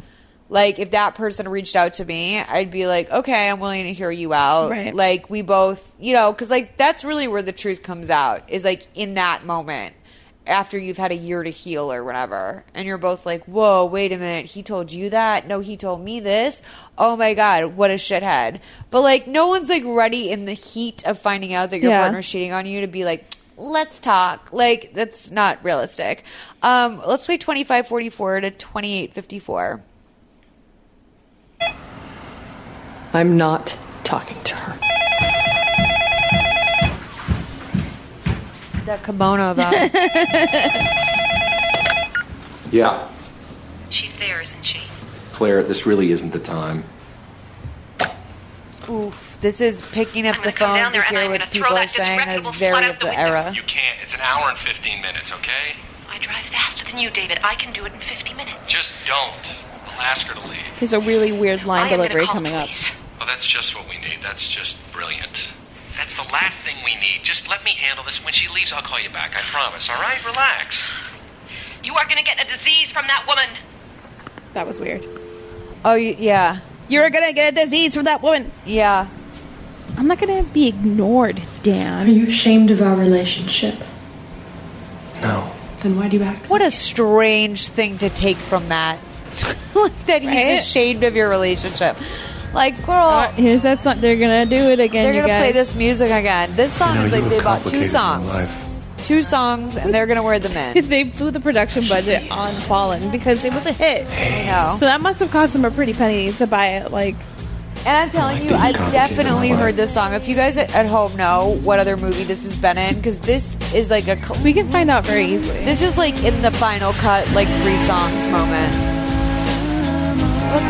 S1: Like if that person reached out to me, I'd be like, okay, I'm willing to hear you out.
S5: Right.
S1: Like like we both you know because like that's really where the truth comes out is like in that moment after you've had a year to heal or whatever and you're both like whoa wait a minute he told you that no he told me this oh my god what a shithead but like no one's like ready in the heat of finding out that your
S5: Yeah.
S1: partner's cheating on you to be like let's talk like that's not realistic um let's play 2544 to 2854
S3: I'm not talking to her.
S1: that kimono though
S7: Yeah,
S2: She's there, isn't she?
S7: Claire, this really isn't the time.
S1: Oof, this is picking up the phone to hear what people are saying is very of the era.
S10: You can't. It's an hour and 15 minutes, okay?
S2: I drive faster than you, David. I can do it in 50 minutes.
S10: Just don't. I'll ask her to leave.
S5: There's a really weird line
S2: I am gonna
S5: delivery
S2: call the
S5: coming up.
S2: police.
S10: Oh, that's just what we need. That's just brilliant. That's the last thing we need. Just let me handle this. When she leaves, I'll call you back. I promise. All right? Relax.
S2: You are going to get a disease from that woman.
S5: That was weird.
S1: Oh, y- yeah.
S5: You're gonna get a disease from that woman.
S1: Yeah.
S5: I'm not gonna be ignored, damn.
S9: you ashamed of our relationship?
S7: No.
S9: Then why do you act?
S1: What a strange thing to take from that. like that he's
S5: Right? Uh,
S1: ashamed of your relationship. Like, girl,
S5: Here's that song. They're gonna do it again.
S1: they're
S5: you
S1: going to
S5: guys.
S1: play this music again. This song is like they bought two songs. Two songs, and they're going to wear them in.
S5: They blew the production budget on Fallen because it was a hit.
S1: You know?
S5: So that must have cost them a pretty penny to buy it. Like,
S1: And I'm telling you, I definitely heard this song. If you guys at at home know what other movie this has been in, because this is like a. cl-
S5: we can find out very easily.
S1: This is like in the final cut, like three songs moment. Let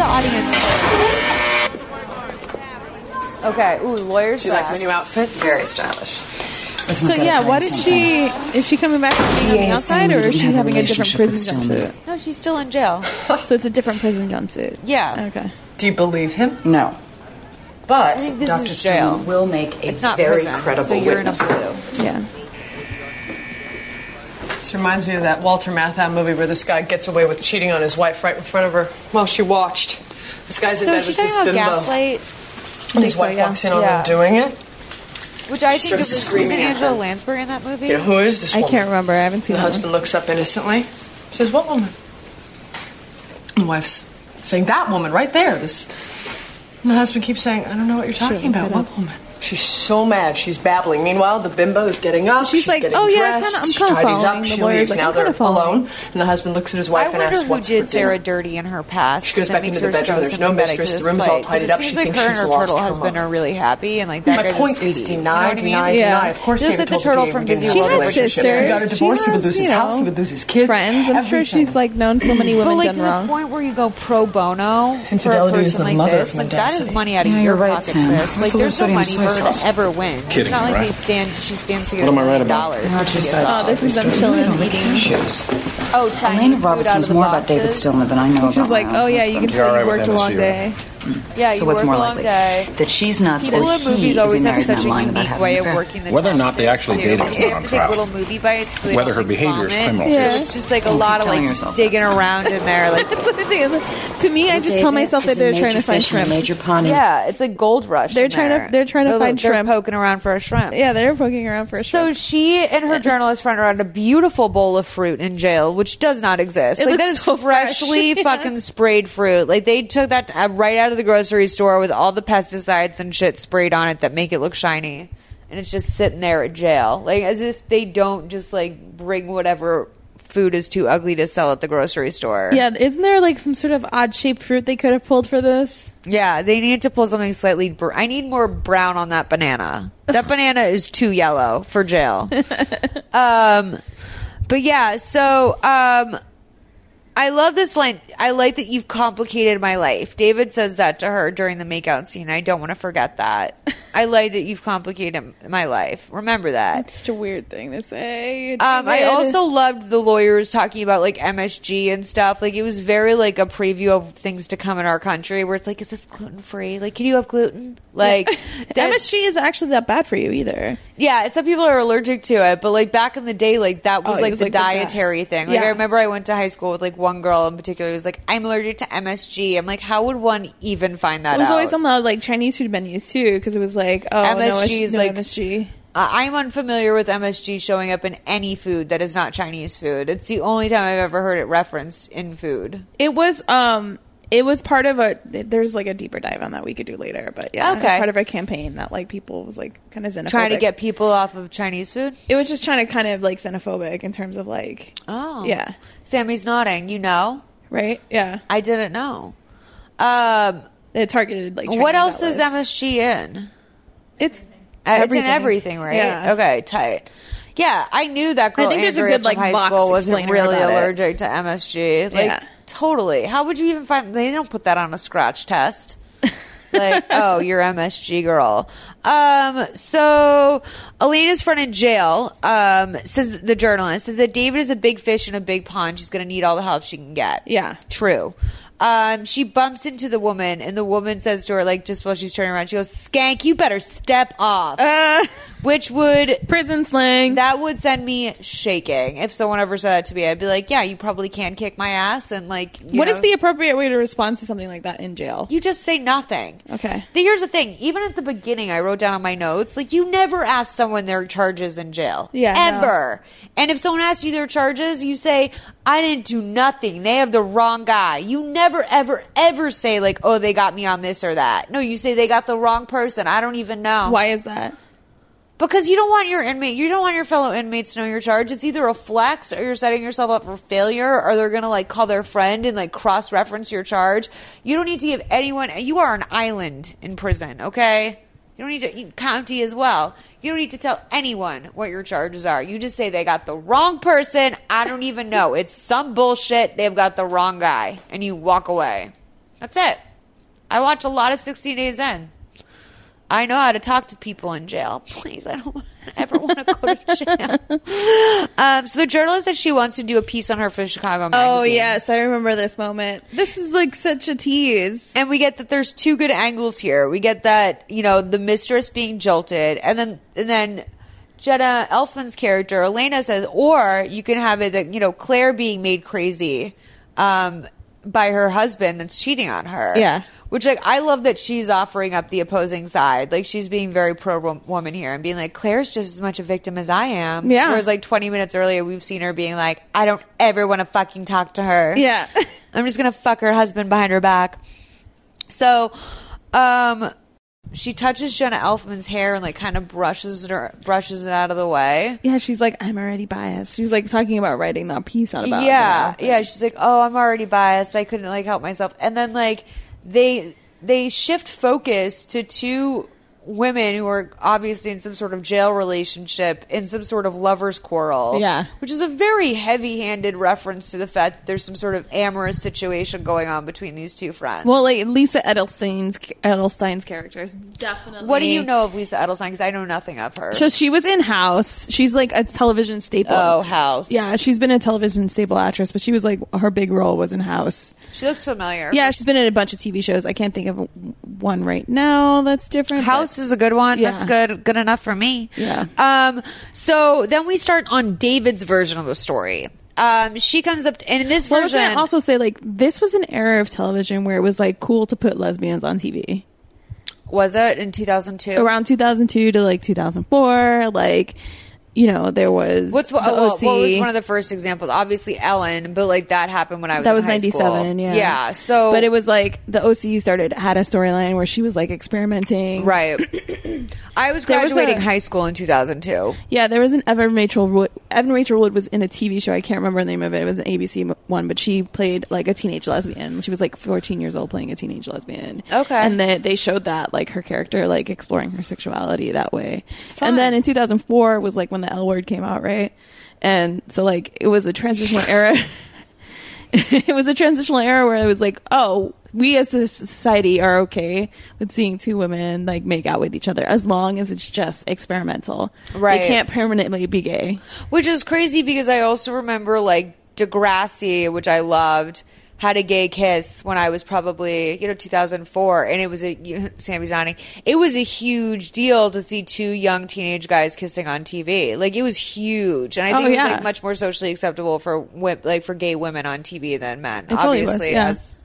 S1: the audience. know. Okay. Ooh, lawyers.
S3: Do you like
S1: back.
S3: my new outfit?
S2: Very stylish.
S6: Let's
S5: So
S6: not go to
S5: yeah,
S6: China
S5: what is
S6: sometime.
S5: she? Is she coming back from being on the
S6: DA is saying
S5: outside, or
S6: we
S5: is
S6: didn't
S5: she
S6: have a
S5: having a different
S6: relationship with
S5: prison
S6: Stillman.
S5: jumpsuit?
S1: No, she's still in jail.
S5: So it's a different prison jumpsuit.
S1: Yeah.
S5: Okay.
S3: Do you believe him?
S6: No. But
S1: think this
S6: Dr.
S1: is jail.
S6: Stone will make a
S1: It's not
S6: very
S1: prison,
S6: credible
S1: so you're in a
S6: witness.
S1: blue.
S5: Yeah.
S3: This reminds me of that Walter Matthau movie where this guy gets away with cheating on his wife right in front of her while she watched. This guy's in
S1: So
S3: bed
S1: is she
S3: with this
S1: talking about
S3: bimbo.
S1: gaslight,
S3: and his
S5: So,
S3: wife
S5: yeah.
S3: walks in on
S1: Yeah.
S3: him doing it.
S1: which I think
S3: She starts
S1: is
S3: screaming
S1: wasn't
S3: at
S1: Angela
S3: her.
S1: Lansbury in that movie.
S3: You know, who is this
S5: I
S3: woman?
S5: can't remember. I haven't seen
S3: The
S5: that
S3: husband looks up innocently. Says, What woman? And the wife's saying, That woman right there. This and the husband keeps saying, I don't know what you're talking about. What woman? She's so mad. She's babbling. Meanwhile, the bimbo is getting up.
S5: So she's like,
S3: getting
S5: "Oh, yeah, I
S3: dressed.
S5: kinda- I'm
S3: she
S5: kinda
S3: tidies
S5: following."
S3: up.
S5: The
S3: She
S5: lawyer's
S3: leaves.
S5: like,
S3: now
S5: "I'm
S3: they're
S5: kinda following."
S3: alone. And the husband looks at his wife
S1: I
S3: and
S1: wonder
S3: asks,
S1: who
S3: What's
S1: did
S3: for dinner?"
S1: Sarah dirty in her past.
S3: She goes
S1: that
S3: back
S1: makes
S3: into the
S1: her
S3: bedroom,
S1: so
S3: there's no
S1: sympathetic
S3: mistress,
S1: to this
S3: the room's all
S1: plight, 'cause
S3: tidied
S1: it
S3: up,
S1: Seems
S3: she
S1: like
S3: thinks
S1: her and
S3: she's
S1: her
S3: lost
S1: turtle
S3: her
S1: husband
S3: mind.
S1: are really happy, and like that
S3: My
S1: guy's a
S3: point is
S1: sweetie,
S3: deny,
S1: you know what I mean?
S3: deny,
S5: Yeah.
S3: deny. Of course,
S1: Just
S3: David
S1: like the
S3: told
S1: turtle
S3: DA
S1: from
S3: we didn't
S1: Disney
S3: have
S5: She
S3: a
S1: World
S5: has
S3: relationship.
S5: sisters.
S3: If he got a
S5: She
S3: divorce, he would
S5: has,
S3: lose his
S5: you
S3: house,
S5: know,
S3: he would lose his kids.
S5: friends. I'm sure
S3: everything.
S5: she's like known so many women
S1: But like
S5: done
S1: to
S5: wrong.
S1: the point where you go pro bono
S3: Infidelity
S1: for a
S3: is
S1: person
S3: the
S1: like
S3: mother
S1: this,
S3: of
S1: like that is
S3: mendacity.
S1: money out of
S6: Yeah,
S1: your
S6: you're right,
S1: pocket,
S6: Sam.
S1: sis. Like
S6: What's the
S1: there's no
S6: sodium
S1: money for
S6: soy
S1: her
S6: sauce?
S1: to ever win. it's
S10: Kidding,
S1: not like
S10: right?
S1: they stand. She stands to get a
S10: What am I
S1: million
S10: right about?
S1: dollars.
S6: How'd
S1: if
S6: you
S1: she
S6: say
S1: gets
S6: that?
S1: off.
S5: Oh, this is them chilling and eating.
S6: Shoes.
S1: Oh, Chinese
S6: Elena
S1: food out of
S6: Robertson's
S1: the
S6: more about
S1: boxes.
S6: David Stillman than I know about
S5: She's like,
S6: my own
S5: oh yeah, you can
S6: husband.
S5: see you
S7: alright with
S5: worked a long
S7: MSG,
S5: day.
S1: Yeah, you
S6: So what's
S1: work
S6: more
S1: a long
S6: likely?
S1: day.
S6: That she's nuts
S1: People
S6: or
S1: in
S6: he
S1: movies
S6: is
S1: always
S6: a
S1: have
S6: married
S1: such
S6: man
S1: a
S6: lying about
S1: unique
S6: having
S1: way
S6: an
S1: of
S6: affair.
S1: working the
S10: Whether or not they
S1: chopsticks,
S10: actually
S1: too.
S10: dated
S1: Like,
S10: is
S1: they
S10: not
S1: have
S10: on
S1: to take
S10: trial.
S1: little movie bites. So they
S10: Whether
S1: don't,
S10: her
S1: like,
S10: behavior is
S1: vomit.
S10: criminal.
S5: Yeah.
S1: So it's just like a
S6: Don't
S1: lot
S6: keep
S1: of
S6: telling
S1: like
S6: yourself
S1: digging
S6: that.
S1: around in there. Like
S5: That's what I think. It's like- To me, I just tell
S6: David
S5: myself
S6: is
S5: that
S6: a
S5: they're
S6: major
S5: trying to find
S6: fish in a
S5: shrimp.
S6: Major pond.
S1: yeah, it's like gold rush.
S5: They're
S1: in
S5: trying to-
S1: there.
S5: they're trying to
S1: They're-
S5: find
S1: they're
S5: shrimp.
S1: poking around for a shrimp.
S5: Yeah, they're poking around for a
S1: So
S5: shrimp.
S1: she and her journalist friend are at a beautiful bowl of fruit in jail, which does not exist.
S5: It
S1: like
S5: looks
S1: that is
S5: so fresh.
S1: freshly
S5: Yeah.
S1: fucking sprayed fruit. Like they took that uh, right out of the grocery store with all the pesticides and shit sprayed on it that make it look shiny, and it's just sitting there at jail, like as if they don't just like bring whatever food is too ugly to sell at the grocery store.
S5: yeah, isn't there like some sort of odd shaped fruit they could have pulled for this?
S1: Yeah, they need to pull something slightly. Br- I need more brown on that banana. That banana is too yellow for jail. um, but yeah, so um, I love this line. I like that you've complicated my life. David says that to her during the makeout scene. I don't want to forget that. I like that you've complicated my life. Remember that.
S5: It's such a weird thing to say.
S1: Um, I
S5: David.
S1: also loved the lawyers talking about like MSG and stuff. Like it was very like a preview of things to come in our country, where it's like, is this gluten free? Like, can you have gluten? Like, that-
S5: MSG isn't actually that bad for you either.
S1: yeah, some people are allergic to it, but like back in the day, like that was
S5: Oh, it
S1: like
S5: was,
S1: the
S5: like, the di-
S1: dietary thing. Like I
S5: Yeah.
S1: remember I went to high school with like one girl in particular who was like, I'm allergic to MSG. I'm like, how would one even find that
S5: It was
S1: out?
S5: always on the like Chinese food menus too, because it was like, oh,
S1: MSG
S5: MSG
S1: is
S5: no,
S1: like-
S5: like MSG.
S1: Uh, I'm unfamiliar with MSG showing up in any food that is not Chinese food. It's the only time I've ever heard it referenced in food.
S5: It was um it was part of a there's like a deeper dive on that we could do later, but yeah, it was
S1: Okay.
S5: part of a campaign that like people was like kind of xenophobic.
S1: trying to get people off of Chinese food.
S5: it was just trying to kind of like xenophobic in terms of like
S1: Oh,
S5: yeah,
S1: Sammy's nodding. You know,
S5: right? Yeah.
S1: I didn't know. Um,
S5: It targeted like
S1: what else
S5: Chinese
S1: is
S5: outlets.
S1: MSG in?
S5: It's
S1: Uh, It's in everything, right?
S5: Yeah.
S1: Okay, tight. Yeah, I knew that girl.
S5: I think there's a
S1: Andrea
S5: good,
S1: from
S5: like,
S1: high
S5: box
S1: school wasn't
S5: explainer
S1: really
S5: about it.
S1: allergic to MSG. Like,
S5: Yeah.
S1: totally. How would you even find? They don't put that on a scratch test. like, oh, you're MSG girl. Um, so Elena's friend in jail, um, says the journalist says that David is a big fish in a big pond. She's gonna need all the help she can get.
S5: Yeah.
S1: True. Um, she bumps into the woman and the woman says to her, like, just while she's turning around, she goes, Skank, you better step off.
S5: uh
S1: Which would
S5: prison slang.
S1: that would send me shaking. If someone ever said that to me, I'd be like, Yeah, you probably can kick my ass and like you
S5: What is
S1: know,
S5: the appropriate way to respond to something like that in jail?
S1: you just say nothing.
S5: Okay.
S1: The- Here's the thing. Even at the beginning, I wrote down on my notes, like, you never ask someone their charges in jail.
S5: Yeah, no.
S1: Ever. And if someone asks you their charges, you say, I didn't do nothing. They have the wrong guy. You never, ever, ever say, like, oh, they got me on this or that. No, you say they got the wrong person. I don't even know.
S5: Why is that?
S1: Because you don't want your inmate, you don't want your fellow inmates to know your charge. It's either a flex or you're setting yourself up for failure or they're going to like call their friend and like cross reference your charge. You don't need to give anyone, you are an island in prison, okay? You don't need to, you- county as well. You don't need to tell anyone what your charges are. You just say they got the wrong person. I don't even know. It's some bullshit. They've got the wrong guy. And you walk away. That's it. I watch a lot of 60 Days In. I know how to talk to people in jail. Please, I don't ever want to go to jail. um, so the journalist said she wants to do a piece on her for Chicago magazine.
S5: Oh yes, I remember this moment. This is like such a tease.
S1: And we get that there's two good angles here. We get that, you know, the mistress being jolted and then and then Jetta Elfman's character, Elena says, or you can have it that, you know, Claire being made crazy um, by her husband that's cheating on her.
S5: Yeah.
S1: Which like I love that she's offering up the opposing side. Like she's being very pro wo- woman here and being like Claire's just as much a victim as I am.
S5: Yeah.
S1: Whereas like 20 minutes earlier we've seen her being like I don't ever want to fucking talk to her.
S5: Yeah.
S1: I'm just gonna fuck her husband behind her back. So, um, she touches Jenna Elfman's hair and like kind of brushes her brushes it out of the way.
S5: Yeah, she's like, I'm already biased. She was like talking about writing that piece out about.
S1: yeah,
S5: her.
S1: yeah. She's like, oh, I'm already biased. I couldn't like help myself. And then like they they shift focus to two women who are obviously in some sort of jail relationship in some sort of lovers quarrel
S5: Yeah.
S1: which is a very heavy-handed reference to the fact that there's some sort of amorous situation going on between these two friends
S5: Well, like Lisa Edelstein's Edelstein's character is definitely.
S1: What do you know of Lisa Edelstein? Because I know nothing of her.
S5: So she was in House. She's like a television staple.
S1: Oh, House.
S5: Yeah, she's been a television staple actress, but she was like her big role was in House.
S1: she looks familiar.
S5: Yeah, she's been in a bunch of TV shows. I can't think of one right now that's different. but-
S1: House is a good one.
S5: Yeah.
S1: That's good. Good enough for me.
S5: Yeah.
S1: Um. So then we start on David's version of the story. Um. She comes up and in this
S5: Well, I was
S1: version,
S5: gonna also say like this was an era of television where it was like cool to put lesbians on TV.
S1: was it in two thousand two?
S5: around 2002 to like 2004 like you know there was
S1: What's what,
S5: the E.
S1: oh, what- what was
S5: OC.
S1: one of the first examples? Obviously Ellen, but like that happened when I was
S5: that
S1: in
S5: was
S1: high
S5: 97
S1: school.
S5: yeah
S1: Yeah. So
S5: but it was like the OC started had a storyline where she was like experimenting
S1: right. I was
S5: There was a-
S1: graduating high school in two thousand two.
S5: yeah there was an Evan Rachel Wood Evan Rachel Wood was in a TV show I can't remember the name of it it was an ABC one but she played like a teenage lesbian she was like 14 years old playing a teenage lesbian
S1: Okay.
S5: and they, they showed that like her character like exploring her sexuality that way and then in 2004 was like when the L word came out right and so like it was a transitional era it was a transitional era where it was like, oh, we as a society are okay with seeing two women like make out with each other as long as it's just experimental.
S1: Right.
S5: They can't permanently be gay.
S1: Which is crazy because I also remember like Degrassi, which I loved, had a gay kiss when I was probably you know 2004, and it was a Sammy Zani. It was a huge deal to see two young teenage guys kissing on TV. Like it was huge, and I think
S5: Oh,
S1: it was
S5: yeah.
S1: like much more socially acceptable for wi- like for gay women on TV than men.
S5: totally was,
S1: obviously,
S5: yeah.
S1: as-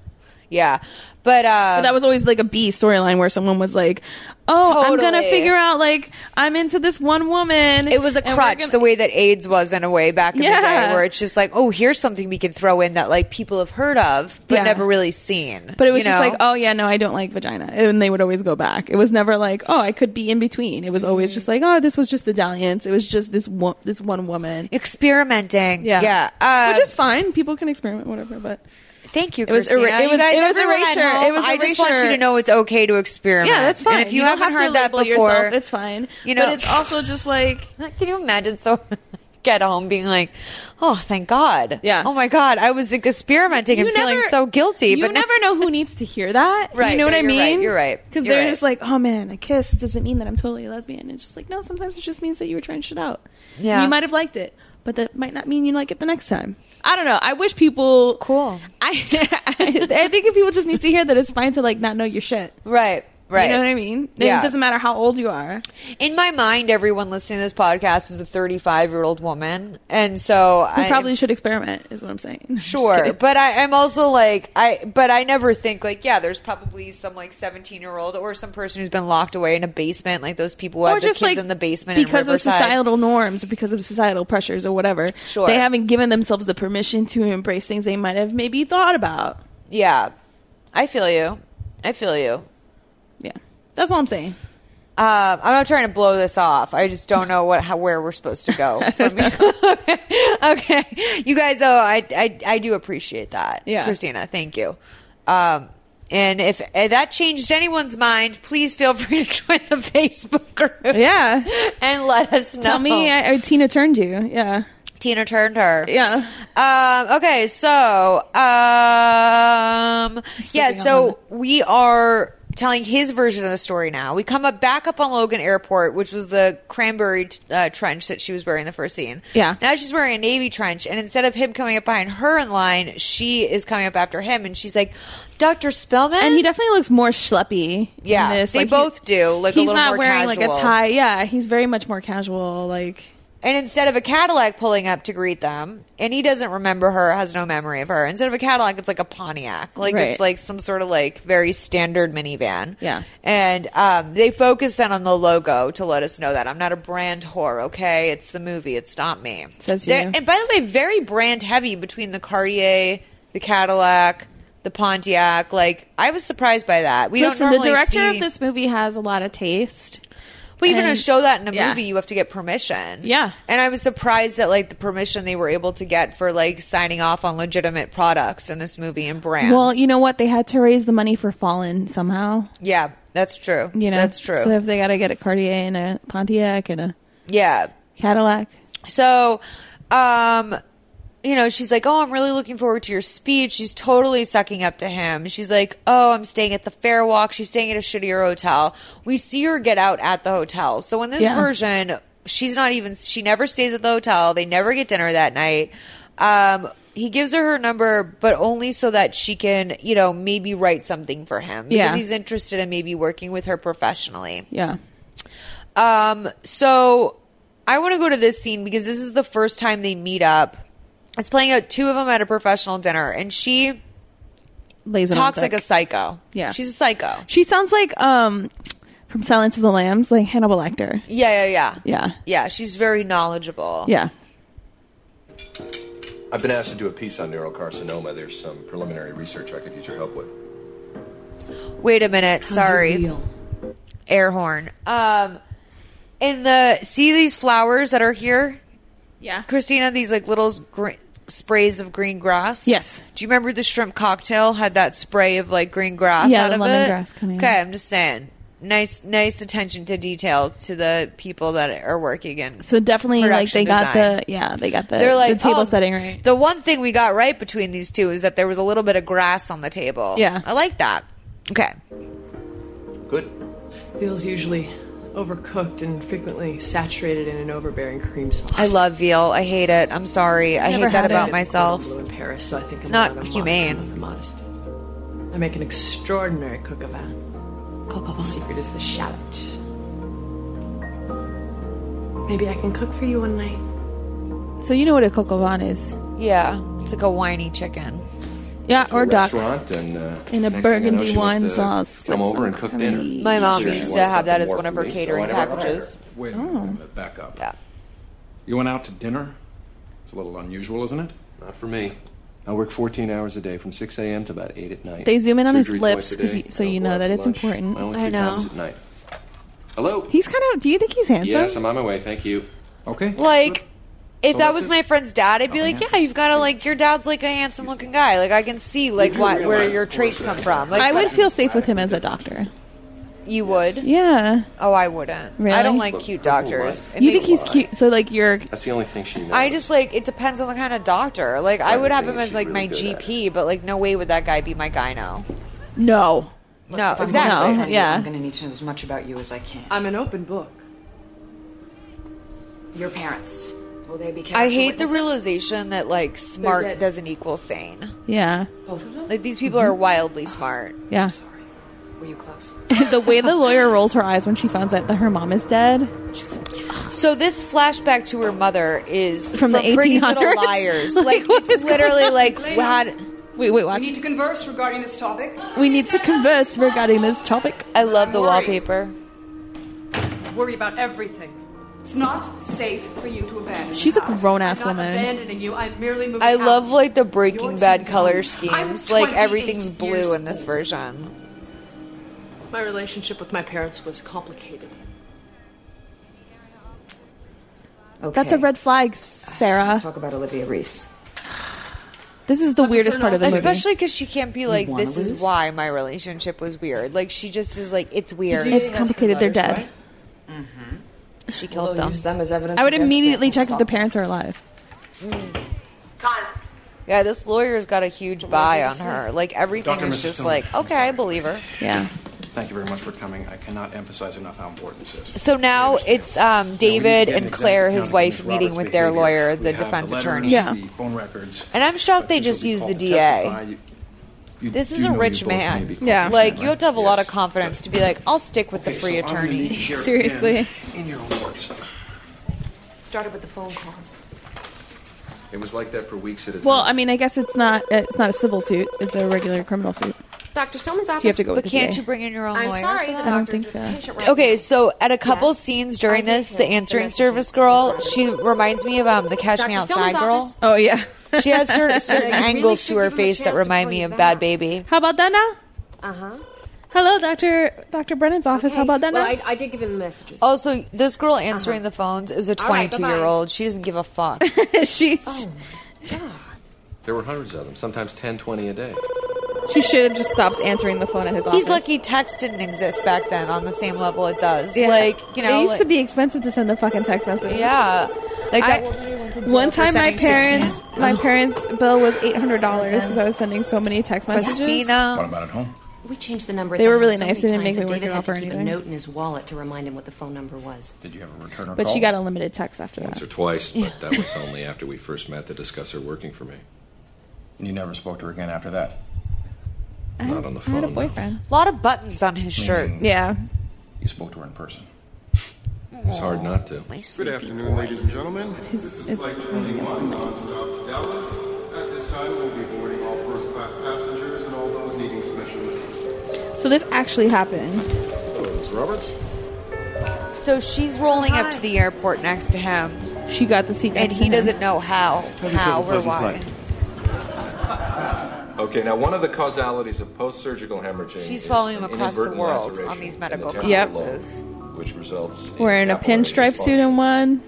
S1: yeah. But, uh,
S5: But that was always like a B storyline where someone was like, oh, I'm gonna
S1: Totally.
S5: figure out like I'm into this one woman.
S1: It was a
S5: and we're
S1: crutch,
S5: gonna-
S1: the way that AIDS was in a way back in the day,
S5: Yeah.
S1: where it's just like, oh, here's something we can throw in that like people have heard of but
S5: Yeah.
S1: never really seen.
S5: But it was
S1: you
S5: just
S1: know?
S5: like, oh yeah, no, I don't like vagina, and they would always go back. It was never like, oh, I could be in between. It was always just like, oh, this was just a dalliance. It was just this one, this one woman.
S1: experimenting.
S5: Yeah,
S1: yeah. Uh,
S5: which is fine. People can experiment, whatever. But
S1: thank you.
S5: it was
S1: Christina.
S5: era- it
S1: You
S5: was-
S1: guys,
S5: it was
S1: everyone at
S5: erasure.
S1: home,
S5: It was
S1: I just want you
S5: erasure.
S1: to know it's okay to experiment.
S5: yeah, that's fine.
S1: And if you,
S5: don't
S1: haven't
S5: have to
S1: heard that
S5: label
S1: before,
S5: yourself, it's fine.
S1: You know,
S5: but it's also just like
S1: Can you imagine so get home being like, oh, thank God.
S5: Yeah.
S1: Oh my God, I was like, experimenting
S5: you
S1: and
S5: never,
S1: feeling so guilty.
S5: You
S1: but now-
S5: never know who needs to hear that.
S1: Right,
S5: You know what
S1: no,
S5: I
S1: you're
S5: mean?
S1: right, you're right,
S5: Because
S1: you're
S5: they're
S1: right.
S5: just like, oh man, a kiss doesn't mean that I'm totally a lesbian. It's just like, no, sometimes it just means that you were trying shit out.
S1: Yeah.
S5: You might have liked it, but that might not mean you like it the next time. I don't know. I wish people.
S1: Cool.
S5: I, I think if people just need to hear that it's fine to like not know your shit.
S1: Right. Right.
S5: You know what I mean?
S1: Yeah.
S5: It doesn't matter how old you are.
S1: In my mind, everyone listening to this podcast is a 35 year old woman. And so
S5: You
S1: I
S5: probably should experiment, is what I'm saying. Just
S1: sure.
S5: kidding.
S1: But I, I'm also like, I, but I never think like, yeah, there's probably some like 17 year old or some person who's been locked away in a basement, like those people who have the kids in the basement
S5: because
S1: in
S5: of
S1: Riverside.
S5: societal norms or because of societal pressures or whatever.
S1: Sure.
S5: they haven't given themselves the permission to embrace things they might have maybe thought about.
S1: Yeah. I feel you. I feel you.
S5: Yeah, that's all I'm saying.
S1: Uh, I'm not trying to blow this off. I just don't know what how where we're supposed to go. From here. okay, you guys. Oh, I, I I do appreciate that,
S5: Yeah.
S1: Christina. Thank you. Um, and if, if that changed anyone's mind, please feel free to join the Facebook group.
S5: Yeah,
S1: and let us know.
S5: tell me, I, I, Tina turned you. Yeah,
S1: Tina turned her.
S5: yeah.
S1: Um, okay, so um, yeah,
S5: Sleeping
S1: so we are telling his version of the story now. We come up back up on Logan Airport, which was the cranberry t- uh, trench that she was wearing in the first scene.
S5: Yeah.
S1: Now she's wearing a navy trench, and instead of him coming up behind her in line, she is coming up after him, and she's like, "Doctor Spellman."
S5: And he definitely looks more schleppy.
S1: Yeah,
S5: in this.
S1: they both do, like, a
S5: he's
S1: little
S5: not
S1: more
S5: wearing
S1: casual.
S5: like a tie. Yeah, he's very much more casual. Like
S1: And instead of a Cadillac pulling up to greet them, and he doesn't remember her, has no memory of her. Instead of a Cadillac, it's like a Pontiac. Like
S5: Right.
S1: it's like some sort of like very standard minivan.
S5: Yeah.
S1: And um, they focus in on the logo to let us know that I'm not a brand whore, okay? It's the movie, it's not me.
S5: Says you.
S1: They're- And by the way, very brand heavy between the Cartier, the Cadillac, the Pontiac. Like I was surprised by that. We
S5: listen,
S1: don't normally
S5: the director
S1: see-
S5: of this movie has a lot of taste.
S1: but even to
S5: And-
S1: show that in a
S5: yeah.
S1: movie, you have to get permission.
S5: Yeah.
S1: And I was surprised at like the permission they were able to get for like signing off on legitimate products in this movie and brands.
S5: Well, you know what? They had to raise the money for Fallen somehow.
S1: yeah, that's true.
S5: You know,
S1: that's true.
S5: So if they got to get a Cartier and a Pontiac and a
S1: yeah.
S5: Cadillac,
S1: So, um, you know, she's like, "Oh, I'm really looking forward to your speech." She's totally sucking up to him. She's like, "Oh, I'm staying at the Fairwalk." She's staying at a shittier hotel. We see her get out at the hotel. So in this
S5: Yeah.
S1: version, she's not even. She never stays at the hotel. They never get dinner that night. Um, he gives her her number, but only so that she can, you know, maybe write something for him because
S5: Yeah.
S1: he's interested in maybe working with her professionally.
S5: yeah,
S1: Um, so I want to go to this scene because this is the first time they meet up. It's playing out two of them at a professional dinner, and she
S5: lays it on
S1: talks
S5: thick.
S1: like a psycho.
S5: Yeah.
S1: she's a psycho.
S5: She sounds like um from Silence of the Lambs, like Hannibal Lecter.
S1: Yeah, yeah, yeah,
S5: Yeah,
S1: yeah. She's very knowledgeable.
S5: yeah.
S7: I've been asked to do a piece on neurocarcinoma. There's some preliminary research I could use your help with.
S1: Wait a minute. Sorry, air horn. Um, in the see these flowers that are here,
S5: Yeah.
S1: Christina. These like little gr- sprays of green grass.
S5: Yes.
S1: Do you remember the shrimp cocktail had that spray of like green grass
S5: Yeah,
S1: out
S5: the
S1: of it?
S5: lemongrass coming out.
S1: Okay, I'm just saying. Nice, nice attention to detail to the people that are working in.
S5: So definitely, like
S1: Production
S5: they got
S1: design.
S5: the yeah, they got the
S1: They're like
S5: the table
S1: "Oh,
S5: setting right.
S1: The one thing we got right between these two is that there was a little bit of grass on the table.
S5: Yeah.
S1: I like that. Okay.
S7: Good.
S3: Veal's usually overcooked and frequently saturated in an overbearing cream sauce.
S1: I love veal. I hate it. I'm sorry. I
S5: Never
S1: hate that
S5: had
S1: about
S5: it.
S1: myself.
S3: Blue in Paris, so I think
S1: It's
S3: I'm
S1: not
S3: allowed a mon-
S1: humane.
S3: I'm allowed a modesty. I make an extraordinary coq au vin. The secret is the shallot. Maybe I can cook for you one night.
S5: So you know what a coq au vin is?
S1: Yeah, it's like a whiny chicken.
S5: Yeah, or duck.
S7: Restaurant and uh,
S5: In a
S7: next thing I know,
S5: burgundy
S7: she wants
S5: wine
S7: to
S5: sauce
S7: Come
S5: with
S7: over and
S5: some
S7: cook
S5: creamy-
S7: dinner.
S1: My mom
S7: Sure, she
S1: used to
S7: wants
S1: have that
S7: something
S1: as
S7: more
S1: one of
S7: for
S1: her
S7: me, so
S1: catering
S7: I never hired her.
S1: packages.
S11: Wait a minute, back up.
S1: Oh. Yeah.
S11: You went out to dinner? It's a little unusual, isn't it?
S10: Not for me.
S7: I work 14 hours a day from 6 a.m. to about 8 at night.
S5: They zoom in on his
S7: Surgery
S5: lips
S7: twice a
S5: 'cause
S7: day.
S5: you- so
S7: I don't
S5: you
S7: go
S5: know
S7: out
S5: that
S7: for
S5: it's
S7: lunch.
S5: important.
S7: I only
S1: I
S7: three
S1: know.
S7: times at night. Hello?
S5: He's kind of. Do you think he's handsome?
S10: Yes, I'm on my way. Thank you.
S11: Okay.
S1: Like, if that
S11: that's
S1: was
S11: it?
S1: my friend's dad, I'd be
S11: Oh,
S1: like,
S11: yeah.
S1: yeah, you've got to, like, your dad's, like, a handsome looking guy. Like, I can see, like, why, where your traits come from. Like,
S5: I would feel safe with him as a doctor.
S1: You would?
S5: Yeah,
S1: Oh, I wouldn't. I don't
S5: Really?
S1: like cute
S7: But her whole
S1: doctors.
S7: life-
S1: It
S5: you
S1: makes-
S5: think he's cute. So like you're.
S7: That's the only thing she knows.
S1: I just like it depends on the kind of doctor. Like I would have him
S7: Everything
S1: as
S7: she's
S1: like my
S7: really good at.
S1: GP, but like no way would that guy be my gyno.
S5: No.
S1: No,
S6: If I'm
S1: exactly.
S6: gonna offend you,
S5: yeah.
S6: I'm going to need to know as much about you as I can.
S3: I'm an open book.
S6: Your parents. Will they be
S1: I
S6: character
S1: hate the
S6: witnesses?
S1: realization that like
S3: They're
S1: smart
S3: dead.
S1: doesn't equal sane.
S5: Yeah. Mm-hmm.
S6: Both of them?
S1: Like these people are wildly smart.
S5: Yeah.
S6: Sorry. Were you close?
S5: the way the lawyer rolls her eyes when she finds out that her mom is dead. She's,
S1: So this flashback to her mother is
S5: From the
S1: Pretty Little
S5: 1800s?
S1: Liars.
S5: Like,
S1: Like,
S5: what
S1: it's
S5: is going
S1: literally
S5: on?
S1: like had.
S5: wait, wait, watch.
S9: to converse regarding this topic.
S5: We need to converse regarding this topic.
S1: I love the
S9: Worry.
S1: wallpaper.
S9: Worry about everything. It's not safe for you to abandon.
S5: She's a
S9: the house.
S5: grown ass
S9: I'm not
S5: woman.
S9: abandoning you. I'm merely moving
S1: I
S9: out.
S1: love like the Breaking
S9: You're
S1: Bad
S9: taking
S1: color
S9: on-
S1: schemes.
S9: I'm
S1: Like
S9: 28
S1: everything's
S9: years
S1: blue in this
S9: old.
S1: version.
S3: My relationship with my parents was complicated.
S6: Okay.
S5: That's a red flag,
S6: Let's
S5: Sarah.
S6: talk about Olivia Reese.
S5: This is the weirdest part of the movie.
S1: Especially because she can't be like,
S6: wanna
S1: this is
S6: lose?
S1: why my relationship was weird. Like she just is like, it's weird.
S5: it's complicated. They're dead.
S1: she
S3: Although
S1: killed them.
S3: use them as evidence.
S5: I would
S3: against
S5: immediately
S3: me, I
S5: check
S3: can
S5: if the
S3: stop.
S5: parents are alive.
S1: Mm. Yeah, this lawyer's got a huge buy on her. Like everything is just like, okay, I believe her.
S5: Yeah.
S12: Thank you very much for coming. I cannot emphasize enough how important this is.
S1: So now it's um, David
S12: get an
S1: and Claire,
S12: example
S1: his
S12: counting
S1: wife,
S12: Ms.
S1: meeting
S12: Roberts'
S1: with their
S12: behavior.
S1: lawyer,
S12: We
S1: the
S12: have the
S1: defense
S12: letters,
S1: attorney.
S12: Yeah. the phone records.
S1: And I'm shocked they just used the
S12: Testify,
S1: DA.
S12: you- you
S1: This
S12: do
S1: is a
S12: know you
S1: rich
S12: both may
S1: man.
S12: be
S1: Yeah.
S12: complicit,
S1: Like, you
S12: right?
S1: have to have a lot of
S12: Yes.
S1: confidence to be like, I'll stick with the
S12: Okay,
S1: free
S12: so I'm gonna need
S1: attorney.
S12: to hear again In your own words.
S3: Started with the phone calls.
S12: It was like that for weeks at a time.
S5: Well, I mean, I guess it's not it's not a civil suit; it's a regular criminal suit.
S3: Dr. Stillman's
S5: So you
S3: office.
S5: have to go with But the can't
S1: DA. you bring in your own
S3: I'm
S1: lawyer
S3: sorry,
S1: for
S3: the
S1: that? I don't
S3: doctor's
S5: think
S3: with
S5: so.
S3: the patient right
S1: Okay, so at a couple scenes during this, the answering service girl, she reminds me of um, the Cash Me
S3: Dr. Stillman's
S1: Outside girl.
S3: office.
S5: Oh yeah,
S1: She has certain, certain
S5: I really
S1: angles
S5: should
S1: to her
S5: give him a
S1: face that
S5: chance to
S1: remind
S5: call
S1: me
S5: you
S1: of
S5: back.
S1: Bad Baby.
S5: How about that now?
S13: Uh huh.
S5: Hello, Doctor Doctor Brennan's office. How about that
S13: well,
S5: now?
S13: I, I did give him the messages.
S1: Also, this girl answering the phones is a
S13: All right,
S1: 22 year old. She doesn't give a fuck. Oh,
S5: she
S14: There were hundreds of them, sometimes 10, 20 a day.
S5: she should have just stopped answering the phone at his office.
S1: He's lucky text didn't exist back then on the same level it does.
S5: Yeah.
S1: Like, you know.
S5: it used
S1: like-
S5: to be expensive to send a fucking text message.
S1: Yeah. Like
S5: I-
S1: that
S5: one time, my
S1: sending 16.
S5: parents, my
S1: Oh.
S5: parents' bill was eight hundred dollars because I was sending so many text messages.
S1: Christina.
S12: What about at home?
S13: We changed the number. at
S5: They
S13: the
S5: were
S13: house
S5: really
S13: so
S5: nice. They
S13: many
S5: didn't
S13: times
S5: make me
S13: that
S5: work
S13: David
S5: it
S13: had
S5: off
S13: to
S5: or
S13: keep
S5: anything.
S13: a note in his wallet to remind him what the phone number was.
S12: Did you have a return or
S5: But she got a limited text after that.
S14: Once or twice, but that was only after we first met to discuss her working for me.
S12: You never spoke to her again after that.
S14: Not on
S5: I had a
S14: the phone. Mm. no.
S5: boyfriend.
S1: A lot of buttons on his shirt.
S5: Yeah.
S12: You spoke to her in person.
S14: It's hard not to.
S10: Good afternoon, ladies and gentlemen. This is Flight 21, nonstop to Dallas. At this time, we'll be boarding all first-class passengers and all those needing special assistance.
S5: So this actually happened.
S10: Hello, Ms. Roberts.
S1: So she's rolling up to the airport next to him.
S5: She got the seat
S1: And
S5: next to
S1: he
S5: him.
S1: doesn't know how,
S14: Have yourself
S1: how
S14: a
S1: or
S14: pleasant
S1: why.
S14: flight. Okay, now one of the causalities of post-surgical hemorrhaging
S1: She's
S14: is
S1: following
S14: an
S1: him across the
S14: inadvertent
S1: world on
S14: laceration
S1: these
S14: in the
S1: medical
S14: temporal
S5: Yep.
S14: lobe, which results
S5: Wearing a
S14: capillary
S5: pinstripe suit and one.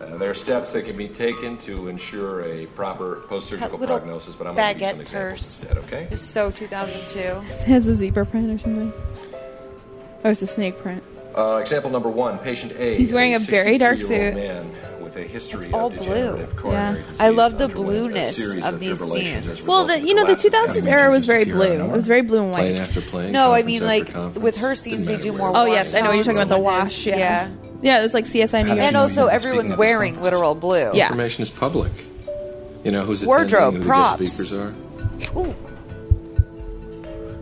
S14: Uh, there are steps that can be taken to ensure a proper post-surgical
S1: That little
S14: prognosis, but I'm going to give you some
S1: baguette
S14: examples
S1: purse.
S14: instead, okay?
S1: It's so 2002.
S5: It has a zebra print or something. Oh, it's a snake print.
S14: Uh, example number one, patient A.
S5: He's wearing a very dark suit.
S14: 63-year-old Man with a history
S5: all
S14: of degenerative
S5: blue.
S14: coronary
S5: Yeah.
S14: disease
S1: I love the
S14: underwent a
S1: blueness
S14: series
S1: of these
S14: fibrillations
S1: scenes.
S14: as a
S5: Well,
S14: result
S5: the,
S14: of
S5: you know, the
S14: collapse of
S5: 2000s era was very blue. It was very blue and
S14: Plane
S5: white.
S14: after plane.
S1: No, I
S14: conference
S1: mean,
S14: after
S1: like,
S14: conference.
S1: with her scenes, they do more
S5: Oh yes, I know what you're
S1: washes
S5: talking about. The
S1: with his-
S5: wash. Yeah.
S1: yeah.
S5: Yeah, it's like CSI New York.
S1: And also, everyone's wearing literal blue.
S5: Yeah.
S14: Information is public. You know who's
S1: Wardrobe,
S14: attending, who the
S1: props.
S14: guest speakers are.
S1: Ooh.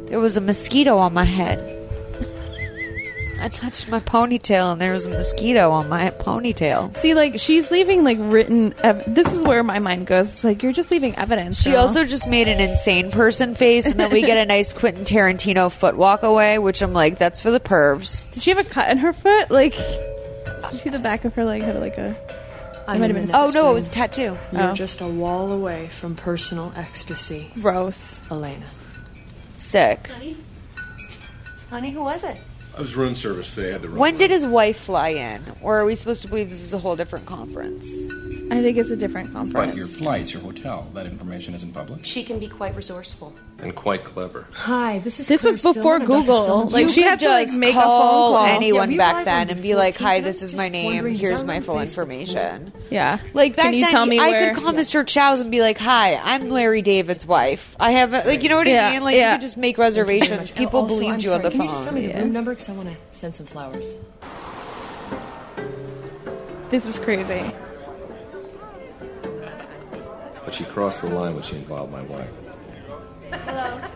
S1: There was a mosquito on my head. I touched my ponytail and there was a mosquito on my ponytail.
S5: See, like she's leaving like written. Ev- this is where my mind goes. It's like you're just leaving evidence.
S1: She
S5: girl.
S1: also just made an insane person face, and then we get a nice Quentin Tarantino foot walk away, which I'm like, that's for the pervs.
S5: did she have a cut in her foot? Like, did you see the back of her leg had like a. It might have been.
S1: Oh no, it was a tattoo. Oh.
S3: You're just a wall away from personal ecstasy.
S5: Gross.
S3: Elena.
S1: Sick.
S13: Honey, who was it?
S14: It was room service. They had the room.
S1: When did his wife fly in? Or are we supposed to believe this is a whole different conference?
S5: I think it's a different conference.
S14: But your
S15: flights, your hotel, that information isn't public.
S13: She can be quite resourceful.
S14: and quite clever.
S3: Hi, this is
S5: This was before Google. Like
S1: You
S5: she
S1: could
S5: had to like
S1: just
S5: make a phone
S1: call
S5: call.
S1: anyone
S5: Yeah,
S1: back then and be like, "Hi, this is my name. Here's my full information."
S5: Yeah.
S1: Like back
S5: Can you
S1: then,
S5: tell me
S1: I
S5: where-
S1: could call Mr. Chow's and be like, "Hi, I'm Larry David's wife. I have a, Uh, like, you know what
S5: Yeah,
S1: I mean? Like,
S5: yeah.
S1: you could just make reservations. People
S16: Also,
S1: believed
S16: I'm
S1: you on
S16: sorry,
S1: the
S16: can
S1: phone."
S16: you just tell me the room number? Because I want to send some flowers.
S5: This is crazy.
S14: But she crossed the line when she involved my wife.
S16: Uh,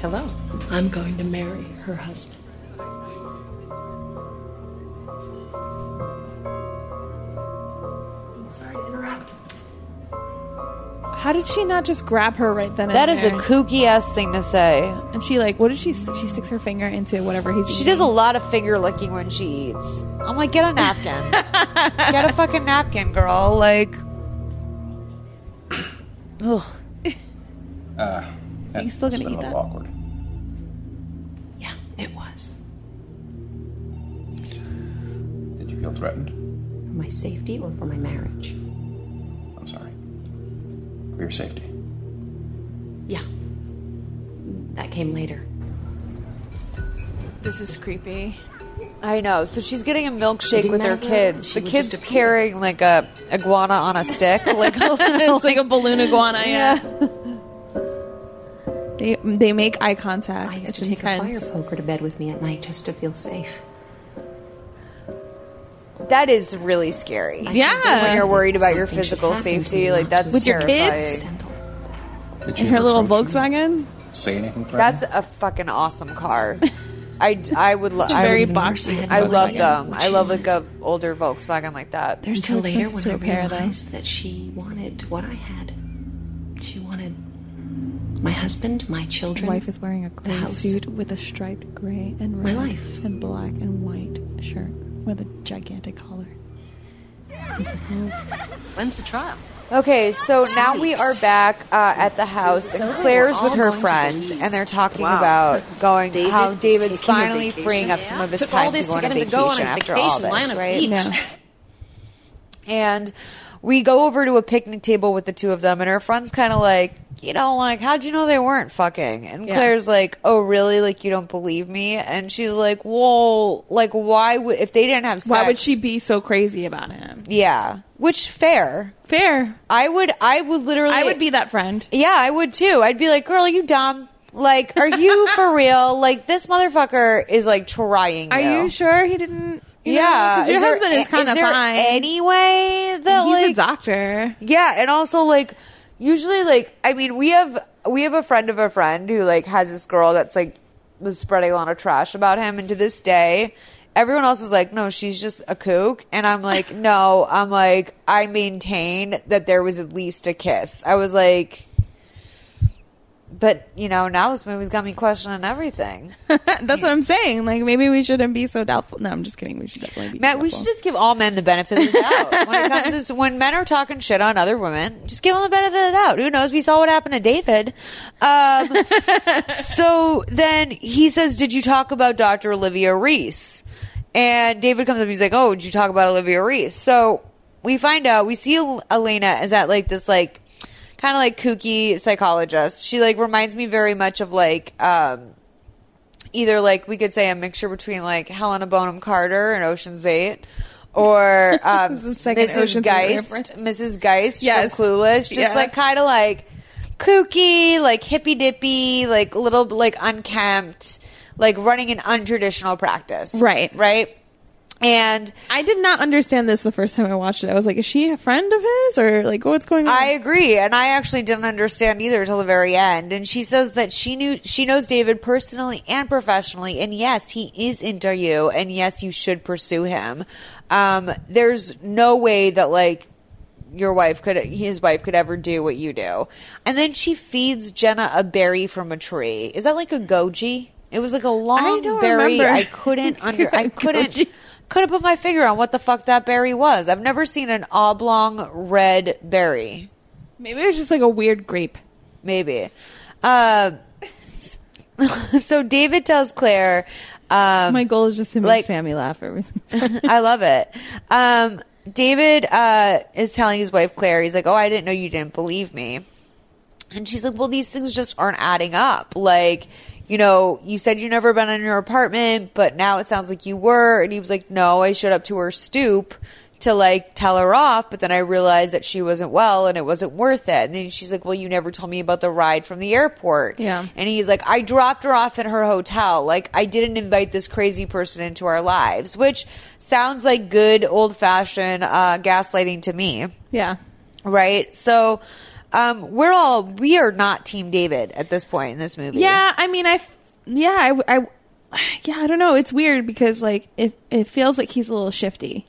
S16: hello. I'm going to marry her husband.
S3: Sorry to interrupt.
S5: How did she not just grab her right then?
S1: That
S5: and
S1: is a
S5: there?
S1: kooky ass thing to say.
S5: And she like, what did she? st- She sticks her finger into whatever he's.
S1: She
S5: eating.
S1: does a lot of finger licking when she eats. I'm like, get a napkin. get a fucking napkin, girl. Like, ugh.
S15: Uh,
S5: you still
S15: that's been
S5: gonna eat
S15: a little
S5: that?
S15: Awkward.
S3: Yeah, it was.
S15: Did you feel threatened?
S13: For my safety or for my marriage?
S15: I'm sorry. For your safety.
S13: Yeah. That came later.
S5: This is creepy.
S1: I know. So she's getting a
S13: It
S1: milkshake
S13: didn't
S1: with her
S13: matter.
S1: kids.
S13: She
S1: the
S13: would
S1: kids
S13: just appear.
S1: carrying like a iguana on a stick, like
S5: it's like a balloon iguana. Yeah. They they make eye contact.
S13: I used
S5: It's
S13: to take
S5: intense.
S13: a fire poker to bed with me at night just to feel safe.
S1: That is really scary.
S5: Yeah.
S1: When you're worried about your
S5: Something should
S1: physical
S5: happen to
S1: safety,
S5: you,
S1: like
S5: not
S1: that's
S5: With your
S1: terrifying.
S5: kids?
S7: Did
S5: In her little Volkswagen.
S7: Say anything.
S1: That's a fucking awesome car. I, I would love
S5: It's very boxy
S1: I
S5: Volkswagen.
S1: love them. I love like a older Volkswagen like that.
S5: They're so
S13: Until later,
S5: expensive
S13: when
S5: to
S13: I
S5: repair, though.
S13: realized that she wanted what I had, she wanted my husband, my children.
S5: Wife is wearing a
S13: the
S5: gray
S13: house.
S5: suit with a striped gray and
S13: My
S5: red
S13: life.
S5: and black and white shirt with a gigantic collar. And some pearls.
S1: When's the trial? Okay, so now we are back uh, at the house. and Claire's with her friend, and they're talking
S13: Wow.
S1: about going
S13: David
S1: how
S13: is
S1: David's
S13: taking a
S1: finally
S13: vacation.
S1: freeing up some of his
S13: Took all
S1: time
S13: this
S1: to
S13: to
S1: go on
S13: get
S1: a
S13: him to go on a
S1: vacation after all
S13: vacation,
S1: this,
S13: Lana
S1: right?
S13: Beach.
S1: And we go over to a picnic table with the two of them, and her friend's kind of like, you know, like, how'd you know they weren't fucking? And
S13: Yeah.
S1: Claire's like, oh, really? Like, you don't believe me? And she's like, well, like, why would, if they didn't have sex.
S5: Why would she be so crazy about him?
S1: Yeah. Which, fair.
S5: Fair.
S1: I would, I would literally.
S5: I would be that friend.
S1: Yeah, I would too. I'd be like, girl, you dumb. Like, are you for real? Like, this motherfucker is like trying.
S5: Are you sure he didn't? you know,
S1: yeah,
S5: 'cause your
S1: there-
S5: husband is kind of
S1: there
S5: fine.
S1: Any way that
S5: He's
S1: like
S5: a doctor.
S1: yeah, and also like usually like I mean we have we have a friend of a friend who like has this girl that's like was spreading a lot of trash about him, and to this day. Everyone else is like, no, she's just a kook. And I'm like, no, I'm like, I maintain that there was at least a kiss. I was like, but, you know, now this movie's got me questioning everything.
S5: That's what I'm saying. Like maybe we shouldn't be so doubtful. No, I'm just kidding. We should definitely be.
S1: Matt, we should just give all men the benefit of the doubt when it comes to when men are talking shit on other women. Just give them the benefit of the doubt. Who knows? We saw what happened to David. Um, so then he says, "Did you talk about Dr. Olivia Reese?" And David comes up. He's like, "Oh, did you talk about Olivia Reese?" So we find out we see El- Elena is at like this like kind of like kooky psychologist. She like reminds me very much of like. um either like we could say a mixture between like Helena Bonham Carter and Ocean's Eight, or um,
S5: This is the second
S1: Mrs.
S5: Ocean's Eight
S1: Geist, Mrs. Geist from Clueless, just
S5: Yeah.
S1: like kind of like kooky, like hippy dippy, like little like unkempt, like running an untraditional practice,
S5: Right.
S1: Right. And
S5: I did not understand this the first time I watched it. I was like, is she a friend of his or like what's going on?
S1: I agree, and I actually didn't understand either till the very end. And she says that she knew she knows David personally and professionally, and yes, he is into you, and yes, you should pursue him. Um, there's no way that like your wife could his wife could ever do what you do. And then she feeds Jenna a berry from a tree. Is that like a goji? It was like a long
S5: don't
S1: berry.
S5: remember.
S1: I couldn't under. I couldn't. Couldn't put my finger on what the fuck that berry was. I've never seen an oblong red berry.
S5: Maybe it was just like a weird grape.
S1: Maybe. Uh, so David tells Claire. Um,
S5: My goal is just to make
S1: like-
S5: Sammy laugh every single time.
S1: I love it. Um, David uh, is telling his wife Claire, he's like, "Oh, I didn't know you didn't believe me," and she's like, "Well, these things just aren't adding up. Like, you know, you said you never been in your apartment, but now it sounds like you were." And he was like, "No, I showed up to her stoop." To like tell her off, but then I realized that she wasn't well and it wasn't worth it. And then she's like, Well, you never told me about the ride from the airport.
S5: Yeah.
S1: And he's like, I dropped her off at her hotel. Like, I didn't invite this crazy person into our lives, which sounds like good old fashioned uh, gaslighting to me.
S5: yeah.
S1: Right. So, um, we're all, we are not Team David at this point in this movie.
S5: Yeah, I mean, I, f- yeah, I, I, yeah, I don't know. It's weird because like it, it feels like he's a little shifty.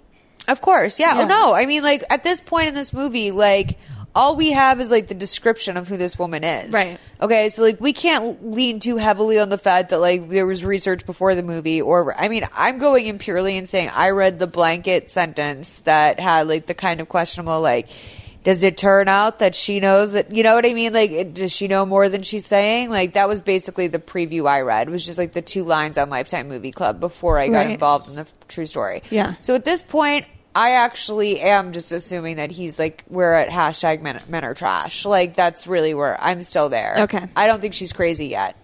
S1: Of course. Yeah.
S5: Yeah.
S1: Oh, no. I mean, like, at this point in this movie, like, all we have is like the description of who this woman is.
S5: Right.
S1: Okay. So, like, we can't lean too heavily on the fact that, like, there was research before the movie, or, I mean, I'm going in purely and saying I read the blanket sentence that had, like, the kind of questionable, like, does it turn out that she knows that, you know what I mean? Like, it, does she know more than she's saying? Like, that was basically the preview I read, was just like the two lines on Lifetime Movie Club before I got
S5: Right.
S1: involved in the f- true story.
S5: Yeah.
S1: So at this point, I actually am just assuming that he's like, we're at hashtag men, men are trash. Like, that's really where I'm still there.
S5: Okay.
S1: I don't think she's crazy yet.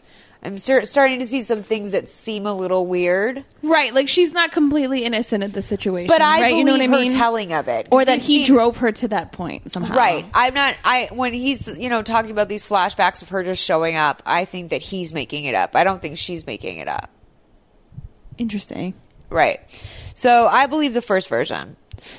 S1: I'm cer- starting to see some things that seem a little weird.
S5: Right, like she's not completely innocent of the situation.
S1: But I
S5: right?
S1: believe
S5: you know what I
S1: her
S5: mean? Uh-huh.
S1: telling of it. 'Cause
S5: or that
S1: we've
S5: he
S1: seen-
S5: drove her to that point somehow.
S1: Right. I'm not I when he's you know talking about these flashbacks of her just showing up, I think that he's making it up. I don't think she's making it up.
S5: Interesting.
S1: Right. So I believe the first version.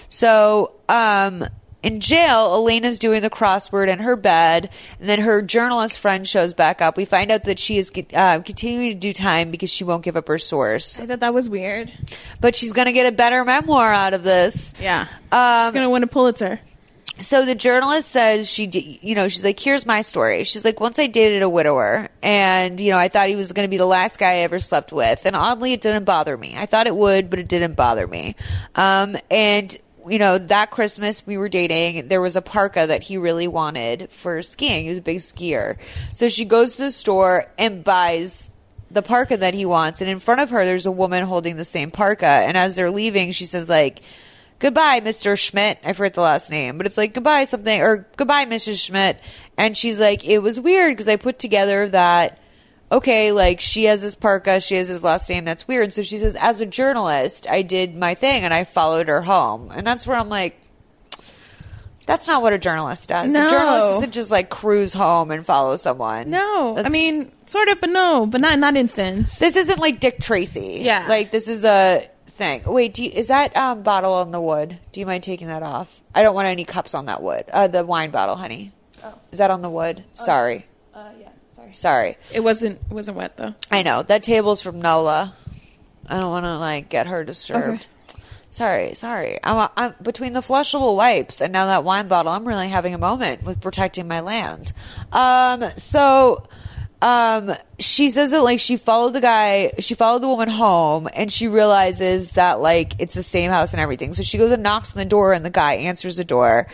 S1: So um in jail, Elena's doing the crossword in her bed, and then her journalist friend shows back up. We find out that she is uh, continuing to do time because she won't give up her source.
S5: I thought that was weird.
S1: But she's going to get a better memoir out of this.
S5: Yeah.
S1: Um,
S5: She's gonna win a Pulitzer.
S1: so the journalist says she did, you know, she's like, here's my story. She's like, once I dated a widower and, you know, I thought he was going to be the last guy I ever slept with. And oddly, it didn't bother me. I thought it would, but it didn't bother me. Um, and, you know, that Christmas we were dating, there was a parka that he really wanted for skiing. He was a big skier. So she goes to the store and buys the parka that he wants. And in front of her, there's a woman holding the same parka. And as they're leaving, she says, like, goodbye, Mr. Schmidt. I forget the last name, but it's like goodbye something or goodbye, Mrs. Schmidt. And she's like, it was weird because I put together that, okay, like she has this parka, she has his last name. That's weird. So she says, as a journalist, I did my thing and I followed her home. And that's where I'm like, that's not what a journalist does.
S5: No.
S1: A journalist doesn't just like cruise home and follow someone.
S5: No, I
S1: That's-
S5: mean, sort of, but no, but not in that instance.
S1: this isn't like Dick Tracy.
S5: Yeah.
S1: Like this is a thing. Wait, do you, is that um, bottle on the wood? Do you mind taking that off? I don't want any cups on that wood. Uh, the wine bottle, honey. Is that on the wood? Sorry.
S5: Oh. Uh, yeah, sorry.
S1: Sorry.
S5: It wasn't it wasn't wet though.
S1: I know that table's from Nola. I don't want to like get her disturbed. Sorry, sorry. I'm, I'm between the flushable wipes and now that wine bottle. I'm really having a moment with protecting my land. Um, so, um, she says that like she followed the guy, she followed the woman home, and she realizes that like it's the same house and everything. So she goes and knocks on the door, and the guy answers the door,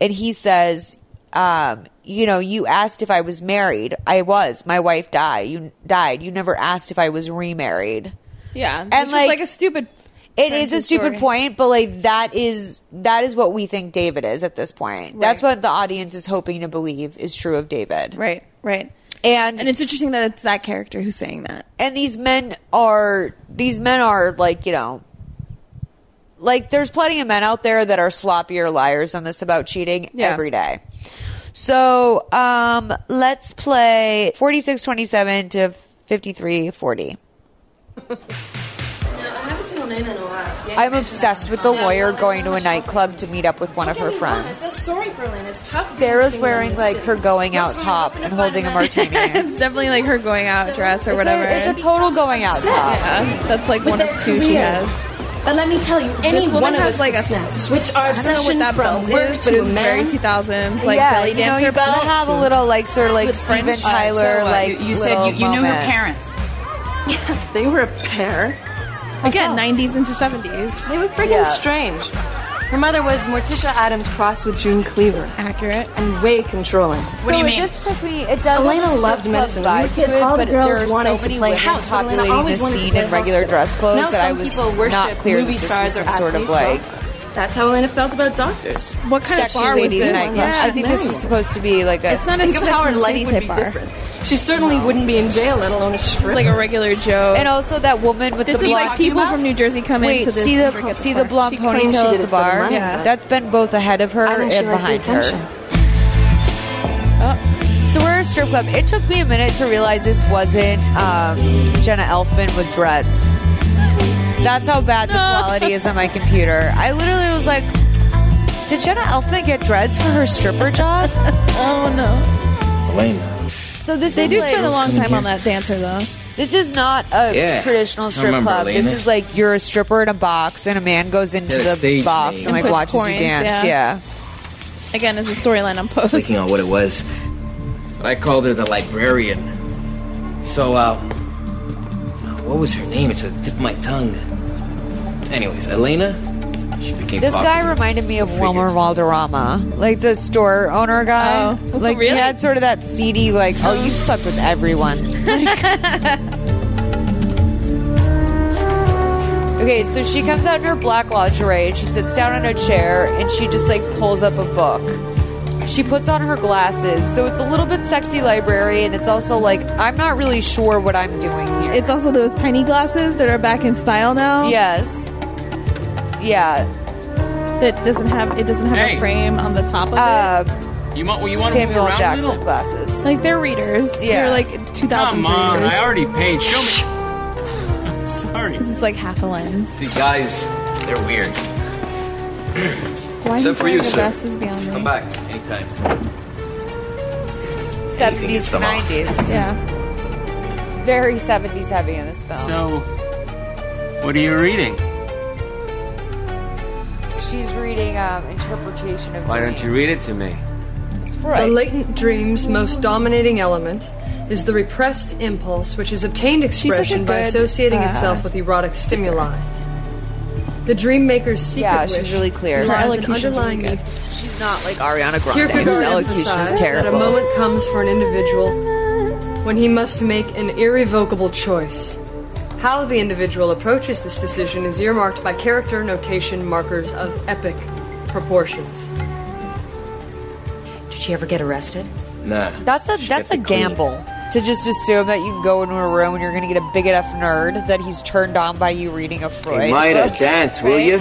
S1: and he says, um, you know, you asked if I was married. I was. My wife died. You died. You never asked if I was remarried.
S5: Yeah,
S1: And,
S5: which was
S1: like,
S5: like a stupid.
S1: It is a
S5: Friends'
S1: stupid
S5: story.
S1: point, but like that is that is what we think David is at this point. That's
S5: Right.
S1: what the audience is hoping to believe is true of David.
S5: Right, right.
S1: And
S5: And it's interesting that it's that character who's saying that.
S1: and these men are these men are like you know like there's plenty of men out there that are sloppier liars on this about cheating
S5: Yeah.
S1: every day so um let's play 4627 to 5340 i'm obsessed with the lawyer going to a nightclub to meet up with one of her friends
S17: sorry for Lynn. It's tough. being
S1: sarah's
S17: single
S1: wearing
S17: in this
S1: like
S17: city.
S1: her going out
S17: What's
S1: top and holding a martini
S5: it's definitely like her going out dress or whatever.
S1: it's a total going out top
S5: yeah, that's like one of two she has.
S17: But let me tell you, any
S5: this woman
S17: one of
S5: has
S17: us
S5: like
S17: could
S5: a
S17: snap. switch our
S5: I don't know what
S17: obsession
S5: that
S17: from
S5: belt
S17: work
S5: is, but
S17: to a
S5: it's very
S17: man.
S5: 2000s, like belly
S1: you know,
S5: dancer
S1: you gotta
S5: belt. Uh,
S1: have a little like sort of like Steven Tyler like
S17: you said
S1: little
S17: you, you knew her
S1: moment.
S17: parents. Yeah, they were a pair.
S5: Again, 90s into 70s.
S17: They were freaking
S5: Yeah.
S17: strange. Her mother was Morticia Adams crossed with June Cleaver.
S5: Accurate.
S17: And way controlling.
S1: So This took me. It does.
S17: Elena
S1: have a strip
S17: loved
S1: club
S17: medicine. When we were
S1: vibe
S17: kids,
S1: to it,
S17: all the
S1: but
S17: girls
S1: there are
S17: wanted
S1: so
S17: to
S1: many
S17: play
S1: women
S17: house, but Elena
S1: populating
S17: always
S1: the
S17: wanted to
S1: scene
S17: play
S1: in regular
S17: hospital.
S1: dress clothes
S17: Now
S1: that I
S17: some
S1: was
S17: people worship
S1: not clear
S17: movie
S1: that this was
S17: stars
S1: some
S17: or
S1: sort of
S17: athletes,
S1: like
S17: That's how Elena felt about doctors.
S5: What kind of
S1: sexy
S5: bar was
S1: ladies'
S5: this?
S1: night club.
S5: Yeah,
S1: I think this was supposed to be like a.
S5: It's not a
S17: Think of how her
S5: Sex
S17: life
S5: and the
S17: would
S5: City
S17: be
S5: type bar.
S17: different. She certainly wouldn't be in jail, let alone a stripper.
S5: like a regular Joe.
S1: And also that woman with
S5: This
S1: the
S5: is
S1: blonde.
S5: like people from New Jersey come
S1: Wait,
S5: into this.
S1: see
S5: and
S1: the
S5: drink at this
S1: see
S5: bar.
S1: the blonde
S5: She claims she
S1: ponytail
S5: did
S1: at
S5: it
S1: the
S5: for
S1: bar.
S5: money, but-
S1: That's been both ahead of her and
S17: think she liked the
S1: behind
S17: attention.
S1: her. Oh. So we're at a strip club. It took me a minute to realize this wasn't um, Jenna Elfman with dreads. That's how bad the quality is on my computer. I literally was like, "Did Jenna Elfman get dreads for her stripper job?"
S5: Oh no!
S7: Elena.
S1: So this
S5: They
S1: is
S5: do
S1: like-
S5: spend a long time on that dancer though.
S1: This is not a
S7: Yeah.
S1: traditional
S7: I
S1: strip
S7: remember,
S1: club. This
S7: Elena.
S1: is like you're a stripper in a box, and a man goes into
S7: Yeah,
S1: the
S7: stage
S1: box
S7: name.
S1: and like
S5: And puts
S1: watches
S5: coins,
S1: you dance.
S5: yeah.
S1: Yeah.
S5: Again, as a storyline on post.
S15: thinking on what it was. But I called her the librarian. So, uh, what was her name? It's at the tip of my tongue. Anyways, Elena, she became
S1: This
S15: popular.
S1: guy reminded me of Wilmer Valderrama, like the store owner guy.
S5: Oh,
S1: like
S5: really?
S1: he had sort of that seedy, like, oh, you've slept with everyone. Like- okay, so she comes out in her black lingerie and she sits down in a chair and she just like pulls up a book. She puts on her glasses, so it's a little bit sexy librarian. It's also like, I'm not really sure what I'm doing here.
S5: It's also those tiny glasses that are back in style now.
S1: Yes. Yeah.
S5: That doesn't have it doesn't have
S1: Hey.
S5: a frame on the top of it.
S1: Uh,
S18: You want? Well, you want to move
S1: Samuel
S18: around
S1: Jackson
S18: a little?
S1: glasses.
S5: Like they're readers.
S18: Yeah.
S5: They're like 2000
S18: Come on,
S5: readers.
S18: I already paid. Show me. I'm sorry.
S5: This is like half a lens.
S19: See, guys, they're weird.
S5: Why do
S19: Except for you,
S5: the
S19: sir.
S5: glasses beyond me?
S19: Come back anytime.
S1: 70s,
S19: them off.
S1: 90s. Yeah. Very 70s heavy in this film.
S18: So, what are you reading?
S1: She's reading um, Interpretation of
S10: Why don't
S1: Dreams.
S10: you read it to me?
S3: The latent dream's most dominating element is the repressed impulse which is obtained
S20: She's such a
S3: expression by
S20: good,
S3: associating
S20: uh,
S3: itself with erotic stimuli. The dream maker's secret
S1: Yeah, she's
S3: wish
S1: really clear. Her
S3: lies in
S1: elocution's really
S3: underlying
S1: good.
S3: need-
S1: She's not like Ariana Grande, whose
S3: Kierkegaard
S1: elocution is
S3: emphasized that a
S1: terrible.
S3: moment comes for an individual when he must make an irrevocable choice. How the individual approaches this decision is earmarked by character notation markers of epic proportions.
S6: Did she ever get arrested?
S19: Nah.
S1: That's a that's a gamble to just assume that you can go into a room and you're going to get a big enough nerd that he's turned on by you reading a Freud.
S10: Hey, Maida,
S1: book,
S10: dance, will
S1: right?
S10: you?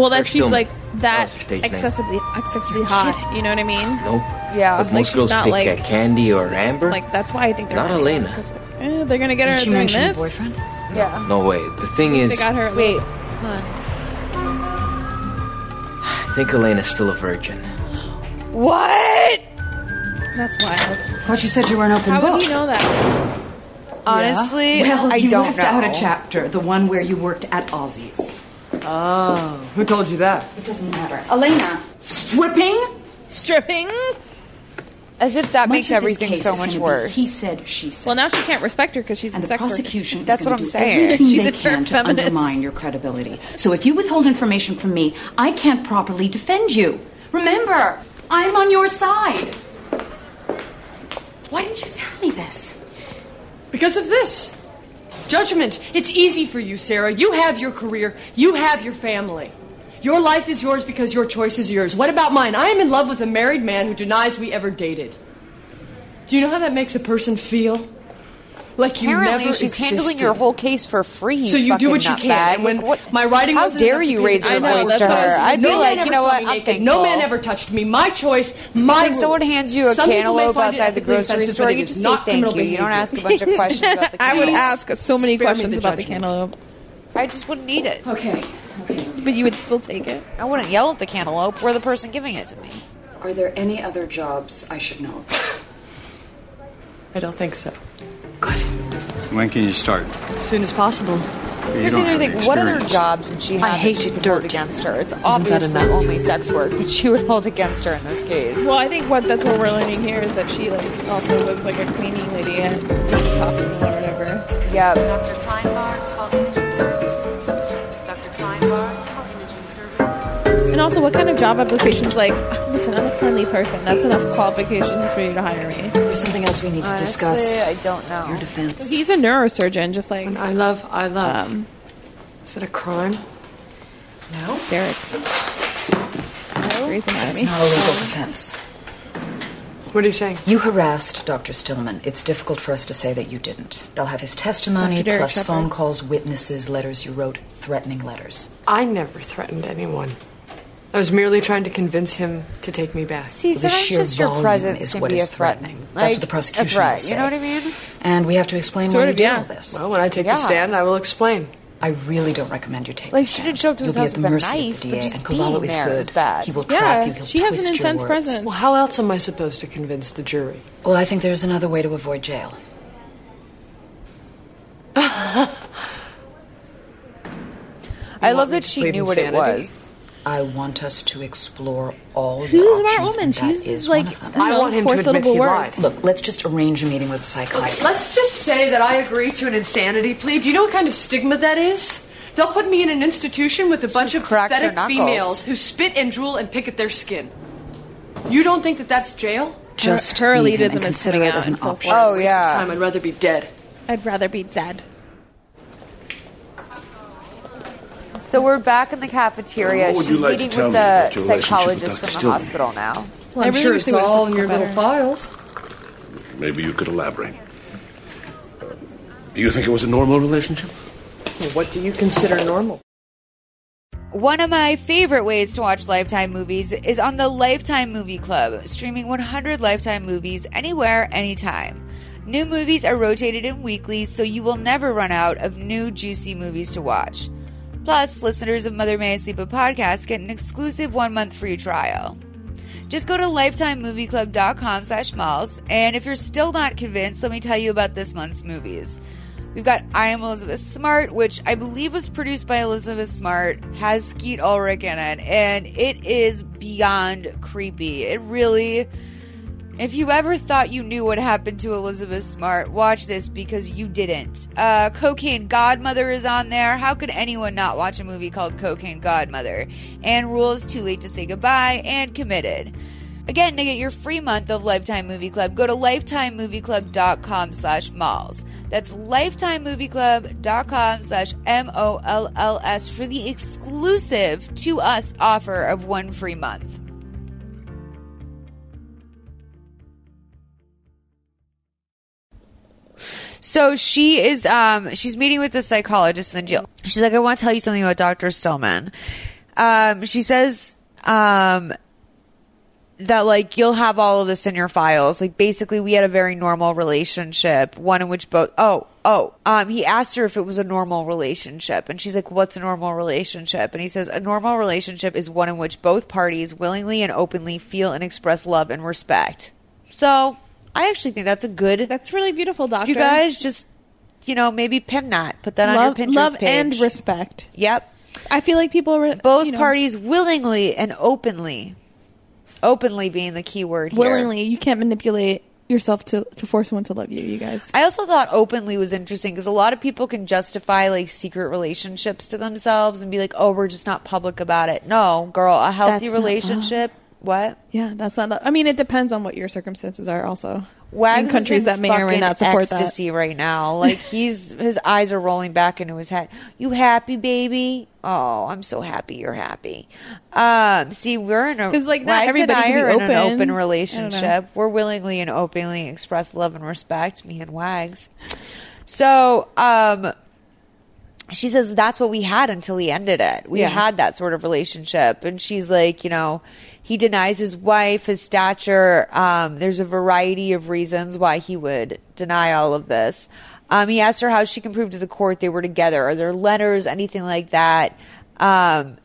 S5: Well, that
S10: First
S5: she's
S10: film.
S5: like that
S10: That was her stage name.
S5: excessively excessively hot. You know what I mean?
S10: No.
S5: Yeah.
S10: But most
S5: Like,
S10: girls
S5: not
S10: pick
S5: like-
S10: uh, Candy or Amber.
S5: Like that's why I think they're
S10: Not
S5: running
S10: Elena.
S5: out, 'cause, eh, they're gonna get
S6: Did
S5: her
S6: she
S5: doing
S6: mention
S5: this.
S6: boyfriend?
S5: Yeah.
S10: no way. The thing
S5: they
S10: is,
S5: got her. Wait.
S19: I think Elena's still a virgin.
S1: What?
S5: That's wild.
S6: I thought you said you were an open
S5: How
S6: book.
S5: would he know that?
S6: Honestly,
S20: well,
S6: I
S20: you
S6: don't
S20: left out a
S6: know.
S20: chapter, the one where you worked at Aussie's.
S3: Oh, who told you that?
S20: It doesn't matter. Elena, stripping?
S5: Stripping?
S1: As if that
S20: Much
S1: makes
S20: of this
S1: everything
S20: case
S1: so
S20: is
S1: much
S20: gonna be
S1: worse.
S20: He said, she said.
S5: Well, now she can't respect her because she's
S20: and
S5: a
S20: the
S5: sex
S20: prosecution
S5: worker.
S20: is gonna do everything
S5: She's
S20: they
S5: a term
S20: can to
S5: feminist.
S20: undermine your credibility. So if you withhold information from me, I can't properly defend you. Remember, I'm on your side.
S3: Why didn't you tell me this? Because of this. Judgment. It's easy for you, Sarah. You have your career, you have your family. Your life is yours because your choice is yours. What about mine? I am in love with a married man who denies we ever dated. Do you know how that makes a person feel? Like you
S1: Apparently,
S3: never
S1: she's
S3: existed.
S1: handling your whole case for free.
S3: So you do
S1: fucking
S3: what you can.
S1: nutbag.
S3: And when
S1: Like, what,
S3: my writing
S1: how
S3: wasn't
S1: dare
S3: enough
S1: you
S3: be-
S1: raise
S3: I
S1: your
S3: know,
S1: voice
S3: that's
S1: to
S3: what I was
S1: her?
S3: saying.
S1: I'd
S3: No
S1: be
S3: man
S1: like, you
S3: ever
S1: know
S3: saw
S1: what?
S3: me
S1: I'm
S3: naked.
S1: thankful.
S3: No man ever touched me. My choice. My.
S1: Like someone
S3: rules.
S1: hands you a
S3: Some people may
S1: cantaloupe
S3: find it
S1: outside the
S3: ethically
S1: grocery
S3: offensive,
S1: store,
S3: but it
S1: you
S3: is
S1: just say
S3: not
S1: thank
S3: criminal
S1: you. You don't
S3: behavior.
S1: ask a bunch of questions about the
S5: I would
S1: cantaloupe.
S5: ask so many
S1: Spare me
S5: questions
S1: the
S5: about the
S1: judgment.
S5: cantaloupe.
S1: I just wouldn't need it.
S20: Okay.
S5: But you would still take it.
S1: I wouldn't yell at the cantaloupe. We're the person giving it to me.
S20: Are there any other jobs I should know about?
S3: I don't think so.
S21: When can you start?
S3: As soon as possible.
S1: Here's the other thing. What other jobs would she have that she could hold against her? It's obviously
S3: enough?
S1: only sex work that she would hold against her in this case.
S5: Well, I think what that's what we're learning here is that she like also was like a cleaning lady at Children's Hospital or whatever.
S1: Yeah.
S5: Dr. And also, what kind of job applications like? Listen, I'm a cleanly person. That's enough qualifications for you to hire me.
S6: There's something else we need to discuss.
S1: I don't know.
S6: Your defense.
S5: He's a neurosurgeon, just like um,
S3: I love. I love. is that a crime?
S6: No.
S5: Derek. Grey's
S6: It's
S5: Anatomy.
S6: not a legal defense.
S3: What are you saying?
S6: You harassed Dr. Stillman. It's difficult for us to say that you didn't. They'll have his testimony,
S3: Dr. Derek
S6: plus
S3: Shepard.
S6: phone calls, witnesses, letters you wrote, threatening letters.
S3: I never threatened anyone. I was merely trying to convince him to take me back.
S1: See,
S6: The
S1: sometimes
S6: sheer
S1: just your
S6: volume
S1: presence
S6: is
S1: can
S6: what
S1: be a
S6: is
S1: threatening.
S6: threatening. That's what
S1: Like,
S6: the prosecution
S1: That's
S6: will
S1: right.
S6: say.
S1: You know what I mean?
S6: And we have to explain
S1: Sort
S6: why
S1: of,
S6: you did
S1: yeah.
S6: all this.
S3: Well, when I take
S1: Yeah.
S3: the stand, I will explain.
S6: I really don't recommend you take
S1: Like,
S6: the
S1: she
S6: stand.
S1: didn't show up to
S6: You'll
S1: his
S6: be
S1: house
S6: at
S1: with a
S6: the mercy
S1: knife,
S6: of
S1: but
S6: the DA,
S1: just
S6: and Cavallo
S1: being
S6: is
S1: there is
S6: good.
S1: bad.
S6: He will
S1: Yeah,
S6: trap you. He'll
S1: she has an
S6: twist
S1: intense
S6: your words.
S1: presence.
S3: Well, how else am I supposed to convince the jury?
S6: Well, I think there's another way to avoid jail.
S1: I love that she knew what it was.
S6: I want us to explore all
S1: She's
S6: your
S1: a smart
S6: options,
S1: woman.
S6: and that
S1: She's,
S6: is
S1: like,
S6: one of them.
S1: I know, want him to four admit syllable he lied. words.
S6: Look, let's just arrange a meeting with a psychiatrist.
S3: Let's just say that I agree to an insanity plea. Do you know what kind of stigma that is? They'll put me in an institution with a bunch of pathetic
S1: knuckles.
S3: females who spit and drool and pick at their skin. You don't think that that's jail?
S6: Just Her- her meet him elitism and is consider coming it as out an for option.
S3: What a
S6: Oh,
S3: waste of
S6: yeah.
S3: time. I'd rather be dead.
S5: I'd rather be dead.
S1: So we're back in the cafeteria.
S22: What would you
S1: She's
S22: like to
S1: meeting
S22: tell
S1: with
S22: me
S1: the
S22: about your relationship
S1: psychologist from
S22: with Dr.
S1: the
S22: Stillman?
S1: hospital now.
S22: Well, I'm
S9: I'm sure it's all in your little files.
S22: Maybe you could elaborate. Do you think it was a normal relationship?
S9: What do you consider normal?
S1: One of my favorite ways to watch Lifetime movies is on the Lifetime Movie Club, streaming 100 Lifetime movies anywhere, anytime. New movies are rotated in weekly, so you will never run out of new juicy movies to watch. Plus, listeners of Mother May I Sleep a podcast get an exclusive one month free trial. Just go to lifetimemovieclub.com slash malls, and if you're still not convinced, let me tell you about this month's movies. We've got I Am Elizabeth Smart, which I believe was produced by Elizabeth Smart, has Skeet Ulrich in it, and it is beyond creepy. It really. If you ever thought you knew what happened to Elizabeth Smart, watch this because you didn't. Uh, Cocaine Godmother is on there. How could anyone not watch a movie called Cocaine Godmother? And Rules Too Late to Say Goodbye and Committed. Again, to get your free month of Lifetime Movie Club, go to lifetimemovieclub.com slash malls. That's lifetimemovieclub.com slash M-O-L-L-S for the exclusive to us offer of one free month. So she is um she's meeting with the psychologist in the jail. She's like, I want to tell you something about Dr. Stillman. Um she says um that like you'll have all of this in your files. Like basically we had a very normal relationship, one in which both oh, oh, um he asked her if it was a normal relationship and she's like what's a normal relationship? And he says a normal relationship is one in which both parties willingly and openly feel and express love and respect. So, I actually think that's a good That's
S5: really beautiful, doctor.
S1: You guys just you know, maybe pin that, put that
S5: love,
S1: on your Pinterest
S5: love
S1: page.
S5: and respect.
S1: Yep.
S5: I feel like people re-
S1: both
S5: you know-
S1: parties willingly and openly openly being the key word here.
S5: willingly. You can't manipulate yourself to to force someone to love you. You guys.
S1: I also thought openly was interesting because a lot of people can justify like secret relationships to themselves and be like, "Oh, we're just not public about it." No, girl, a healthy
S5: That's not
S1: relationship. What?
S5: Yeah, that's not. Love. I mean, it depends on what your circumstances are. Also,
S1: Wags
S5: in
S1: is
S5: countries that may or may
S1: fucking
S5: not support
S1: ecstasy right now. Like he's his eyes are rolling back into his head. You happy, baby? Oh, I'm so happy you're happy. Um, see, we're in a
S5: 'Cause, like, not
S1: Wags and
S5: everybody
S1: I
S5: can be
S1: are in
S5: open.
S1: an
S5: I don't
S1: open
S5: know.
S1: relationship. We're willingly and openly express love and respect. Me and Wags. So, um, she says that's what we had until he ended it. We
S5: Yeah.
S1: had that sort of relationship. And she's like, you know, he denies his wife, his stature. Um, there's a variety of reasons why he would deny all of this. Um, he asked her how she can prove to the court they were together. Are there letters, anything like that? Um,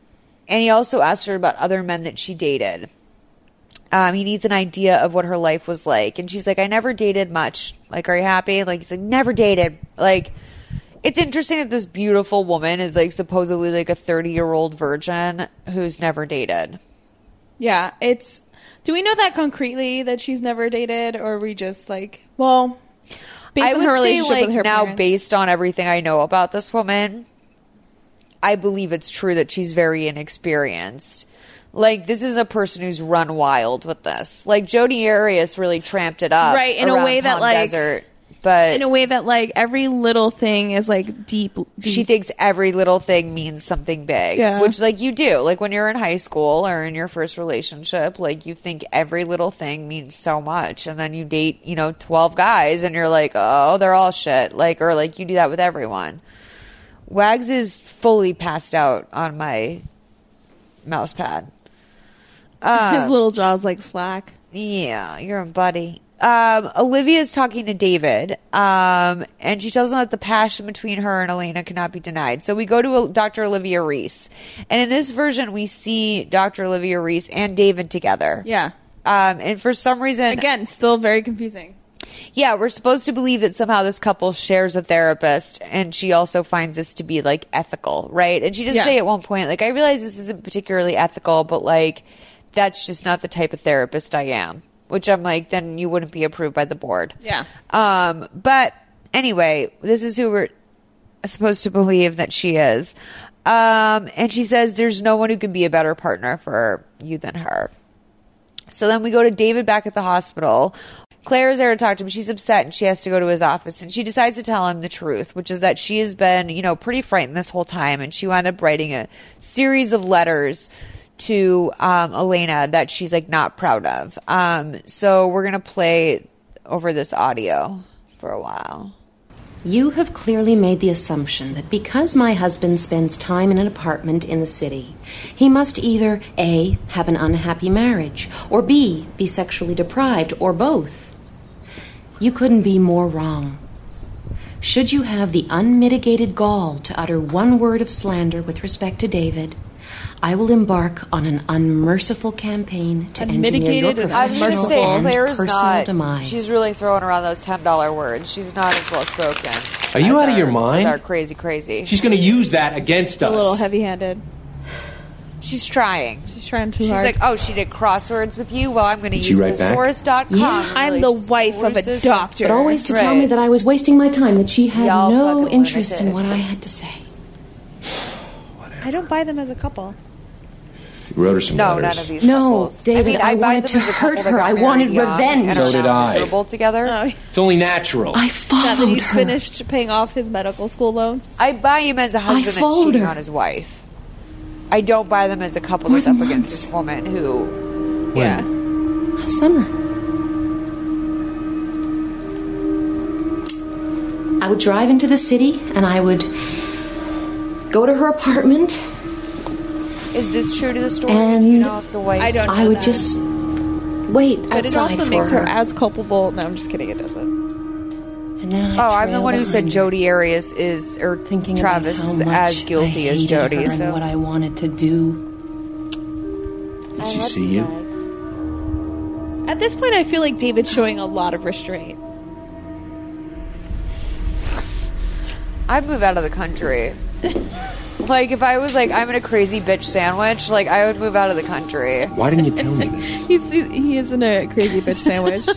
S1: and he also asked her about other men that she dated. Um, he needs an idea of what her life was like. And she's like, I never dated much. Like, are you happy? Like, he's like, never dated. Like, it's interesting that this beautiful woman is like supposedly like a 30 year old virgin who's never dated.
S5: that. Yeah, it's. Do we know that concretely that she's never dated, or we just like well, based
S1: I
S5: on
S1: would
S5: her
S1: say,
S5: relationship
S1: like,
S5: with her
S1: now,
S5: parents.
S1: based on everything I know about this woman, I believe it's true that she's very inexperienced. Like this is a person who's run wild with this. Like Jodi Arias really tramped it up,
S5: Right, in a
S1: around
S5: way that,
S1: Palm
S5: like-
S1: Desert, but
S5: in a way that like every little thing is like deep. deep.
S1: she thinks every little thing means something big,
S5: Yeah.
S1: which like you do. Like when you're in high school or in your first relationship, like you think every little thing means so much, and then you date, you know, twelve guys, and you're like, oh, they're all shit. Like or like you do that with everyone. Wags is fully passed out on my mouse pad. Um,
S5: His little jaw's like slack.
S1: Uh, Yeah, you're a buddy. Um, Olivia's talking to David, um, and she tells him that the passion between her and Elena cannot be denied. So we go to uh, Dr. Olivia Reese, and in this version, we see Dr. Olivia Reese and David together.
S5: Yeah.
S1: Um, and for some reason,
S5: Again, still very confusing.
S1: yeah, we're supposed to believe that somehow this couple shares a therapist, and she also finds this to be like ethical, right? And she does
S5: Yeah.
S1: say at one point, like, I realize this isn't particularly ethical, but like, that's just not the type of therapist I am. Which I'm like, then you wouldn't be approved by the board.
S5: Yeah.
S1: Um, but anyway, this is who we're supposed to believe that she is. Um, and she says there's no one who could be a better partner for you than her. So then we go to David back at the hospital. Claire is there to talk to him. She's upset and she has to go to his office. And she decides to tell him the truth, which is that she has been, you know, pretty frightened this whole time. And she wound up writing a series of letters to um, Elena that she's like not proud of. Um, so we're going to play over this audio for a while.
S13: You have clearly made the assumption that because my husband spends time in an apartment in the city, he must either A. have an unhappy marriage, or B. be sexually deprived, or both. You couldn't be more wrong. Should you have the unmitigated gall to utter one word of slander with respect to David, I will embark on an unmerciful campaign to engineer your
S1: Unmitigated and I'm
S13: professional
S1: going to say
S13: and
S1: Claire's
S13: personal
S1: not.
S13: demise.
S1: She's really throwing around those ten dollar words. She's not as well spoken.
S7: Are you out of your
S1: Those are
S7: mind?
S1: crazy, crazy.
S7: She's going to use that against us.
S1: heavy-handed. She's trying. She's
S5: trying too
S1: She's
S5: hard.
S1: like, oh, she did crosswords with you. Well, I'm going to
S7: Did
S1: use
S7: she write back?
S1: thesaurus.com.
S5: Yeah. I'm the wife of a doctor.
S13: But always to tell me that I was wasting my time, that she had
S1: Y'all
S13: no
S1: fucking
S13: interest in
S1: lunatics.
S13: what I had to say.
S5: I don't buy them as a couple.
S7: She wrote her some
S1: No,
S7: letters.
S1: none of these.
S13: No,
S1: couples.
S13: David,
S1: mean,
S13: I
S1: buy
S13: wanted
S1: them
S13: to
S1: as a couple
S13: hurt
S1: that
S13: her.
S1: got
S13: I
S1: married
S13: wanted
S1: young
S13: revenge.
S1: and
S7: So
S1: are
S7: did
S1: now
S7: I.
S1: Miserable
S5: Oh,
S1: together.
S7: It's only natural.
S13: I
S5: Now that
S13: followed
S5: he's
S13: her.
S5: finished paying off his medical school loan.
S1: I buy him as a husband that's
S5: followed
S1: cheating
S5: her.
S1: on his wife. I don't buy them as a couple that's up against this woman who.
S7: When?
S13: Last summer. I would drive into the city and I would go to her apartment
S1: Is this true to the story?
S13: and
S1: Do you know if the wife?
S13: I would just wait
S5: But it
S13: outside
S5: also
S13: for
S5: makes her
S13: her.
S5: as culpable. No, I'm just kidding. It doesn't.
S1: Oh, I'm the one who said Jody Arias is or
S13: thinking
S1: Travis
S13: about how
S1: is
S13: much
S1: as guilty
S13: I
S1: as
S13: hated
S1: Jody.
S13: her and
S1: So.
S13: what I wanted to do.
S7: Did she see you?
S5: At this point, I feel like David's showing a lot of restraint.
S1: I'd move out of the country. like if I was like I'm in a crazy bitch sandwich, like I would move out of the country.
S7: Why didn't you tell me this?
S5: He's, he is in a crazy bitch sandwich.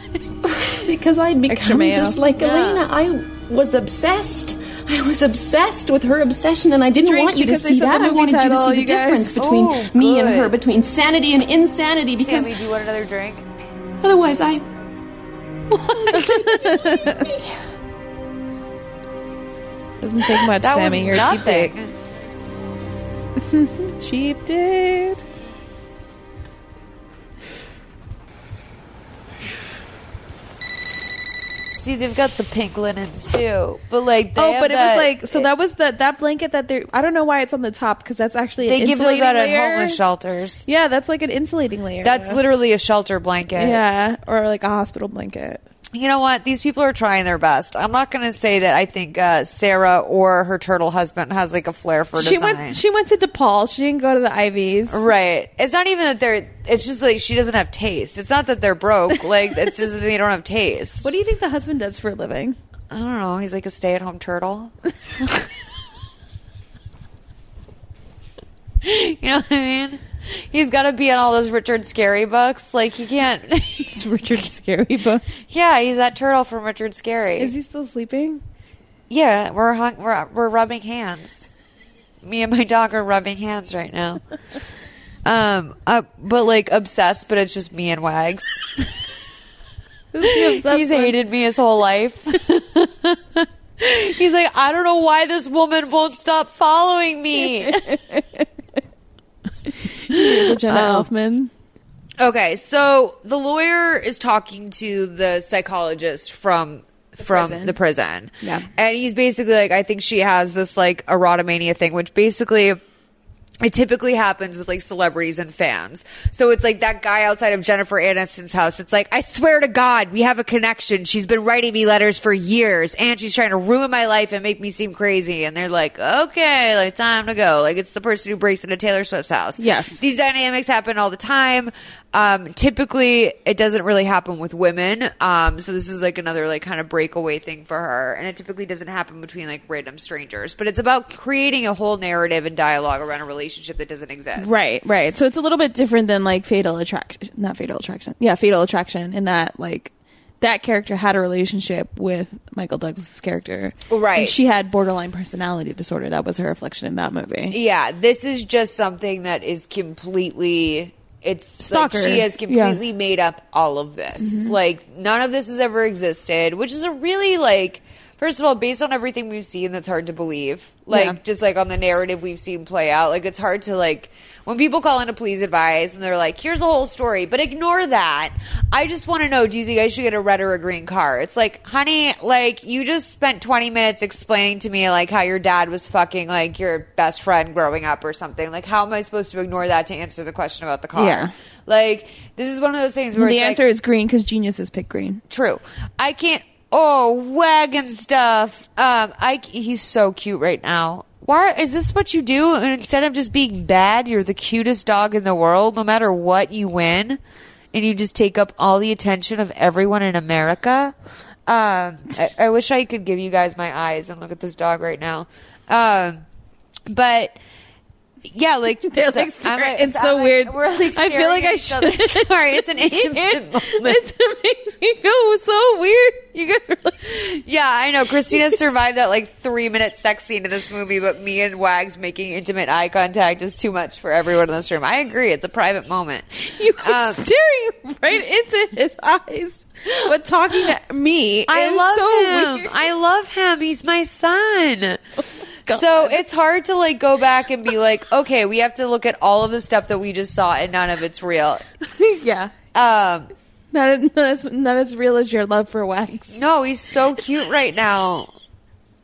S13: because I'd become
S5: mayo.
S13: just like
S5: Yeah.
S13: Elena. I was obsessed. I was obsessed with her obsession, and I didn't
S5: Drink
S13: want you to
S5: because they
S13: see
S5: said
S13: that.
S5: the
S13: I
S5: movie
S13: wanted you to
S5: title,
S13: see the
S5: you guys.
S13: difference between
S5: Oh,
S13: me and
S5: good.
S13: her, between sanity and insanity, because
S1: Sammy, do you want another drink?
S13: otherwise I.
S5: Doesn't take much,
S1: That was
S5: Sammy. You're
S1: nothing.
S5: a cheap date. cheap date.
S1: See, they've got the pink linens too, but like they
S5: Oh,
S1: have
S5: but it was
S1: that-
S5: like so that was the that blanket that they I don't know why it's on the top because that's actually
S1: they
S5: an
S1: give those
S5: insulating
S1: out at
S5: layer.
S1: homeless shelters.
S5: Yeah, that's like an insulating layer.
S1: That's literally a shelter blanket.
S5: yeah, or like a hospital blanket.
S1: You know what? These people are trying their best. I'm not going to say that I think uh, Sarah or her turtle husband has like a flair for
S5: She
S1: design.
S5: went. She went to DePaul. She didn't go to the Ivies.
S1: Right. It's not even that they're. It's just like she doesn't have taste. It's not that they're broke. Like it's just that they don't have taste.
S5: What do you think the husband does for a living?
S1: I don't know. He's like a stay-at-home turtle. you know what I mean? He's got to be on all those Richard Scary books. Like he can't.
S5: It's Richard Scary Book.
S1: yeah, he's that turtle from Richard Scary.
S5: Is he still sleeping?
S1: yeah, we're hung, we're we're rubbing hands. Me and my dog are rubbing hands right now. Um, uh, but like obsessed, but it's just me and Wags.
S5: Who's the obsessed
S1: He's
S5: one?
S1: hated me his whole life. He's like, I don't know why this woman won't stop following me.
S5: The Jenna
S1: Oh.
S5: Elfman.
S1: okay, so the lawyer is talking to the psychologist from from
S5: prison.
S1: the prison.
S5: Yeah.
S1: And he's basically like, I think she has this like erotomania thing, which basically it typically happens with like celebrities and fans. So it's like that guy outside of Jennifer Aniston's house. It's like, I swear to God, we have a connection. She's been writing me letters for years and she's trying to ruin my life and make me seem crazy. And they're like, okay, like time to go. Like it's the person who breaks into Taylor Swift's house.
S5: Yes.
S1: These dynamics happen all the time. Um, typically it doesn't really happen with women. Um, so this is like another like kind of breakaway thing for her. And it typically doesn't happen between like random strangers, but it's about creating a whole narrative and dialogue around a relationship that doesn't exist.
S5: Right, right. So it's a little bit different than like Fatal Attraction, not Fatal Attraction. Yeah, Fatal Attraction in that like that character had a relationship with Michael Douglas' character.
S1: Right.
S5: And she had borderline personality disorder. That was her reflection in that movie.
S1: Yeah, this is just something that is completely it's like
S5: Stalker,
S1: she has
S5: yeah.
S1: completely made up all of this.
S5: Mhm.
S1: Like none of this has ever existed, which is a really like first of all, based on everything we've seen, that's hard to believe. Like
S5: Yeah.
S1: just like on the narrative we've seen play out, like it's hard to like when people call in to please advise and they're like, "Here's a whole story," but ignore that. I just want to know: Do you think I should get a red or a green car? It's like, honey, like you just spent 20 minutes explaining to me like how your dad was fucking like your best friend growing up or something. Like, how am I supposed to ignore that to answer the question about the car?
S5: Yeah.
S1: Like this is one of those things where
S5: the
S1: it's like-
S5: answer is green because geniuses pick green.
S1: True. I can't. Oh, wagon stuff. Um, I he's so cute right now. Why is this what you do? And instead of just being bad, you're the cutest dog in the world. No matter what, you win, and you just take up all the attention of everyone in America. Um, I, I wish I could give you guys my eyes and look at this dog right now. Um, but yeah, like
S5: They're like
S1: so- I'm
S5: staring-
S1: like-
S5: it's
S1: I'm
S5: so
S1: like-
S5: weird.
S1: We're like
S5: I feel
S1: staring
S5: like
S1: at
S5: I
S1: each other.
S5: should.
S1: Sorry, it's an intimate moment.
S5: It makes me feel so weird. You guys are
S1: Yeah, I know. Christina survived that like three minute sex scene in this movie, but me and Wags making intimate eye contact is too much for everyone in this room. I agree. It's a private moment. Um,
S5: You were staring right into his eyes, but talking to me.
S1: I
S5: is
S1: love
S5: so
S1: him.
S5: Weird.
S1: I love him. He's my son.
S5: Oh,
S1: so it's hard to like go back and be like, okay, we have to look at all of the stuff that we just saw and none of it's real.
S5: yeah,
S1: Um,
S5: not as, not as not as real as your love for wax.
S1: No, he's so cute right now.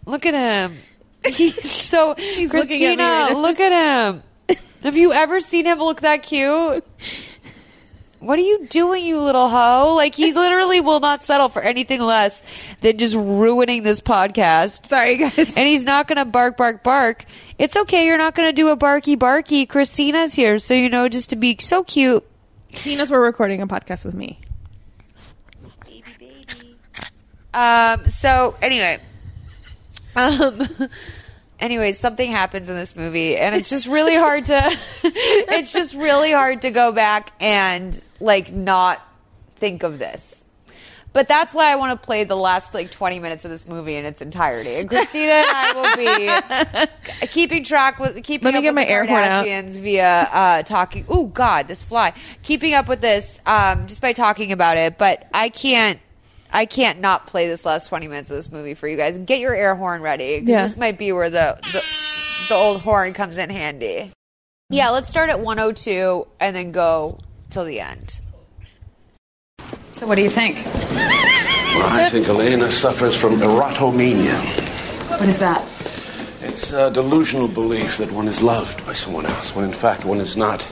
S1: Look at him. He's so
S5: looking at me
S1: Christina.
S5: right now.
S1: look at him. Have you ever seen him look that cute? What are you doing, you little hoe? Like he literally will not settle for anything less than just ruining this podcast.
S5: Sorry, guys.
S1: And he's not going to bark, bark, bark. It's okay. You're not going to do a barky, barky. Christina's here, so you know just to be so cute.
S5: He knows we're recording a podcast with me.
S1: Um. So anyway, um. Anyways, something happens in this movie, and it's just really hard to. it's just really hard to go back and like not think of this. But that's why I want to play the last like 20 minutes of this movie in its entirety. And Christina and I will be keeping track with keeping
S5: Let me
S1: up
S5: get
S1: with
S5: my
S1: the
S5: air horn out.
S1: Kardashians via uh, talking. Oh God, this fly! Keeping up with this um, just by talking about it. But I can't. I can't not play this last 20 minutes of this movie for you guys. Get your air horn ready 'cause
S5: Yeah.
S1: this might be where the, the the old horn comes in handy. Yeah, let's start at 102 and then go till the end.
S6: So, what do you think?
S22: Well, I think Elena suffers from erotomania.
S6: What is that?
S22: It's a delusional belief that one is loved by someone else, when in fact one is not.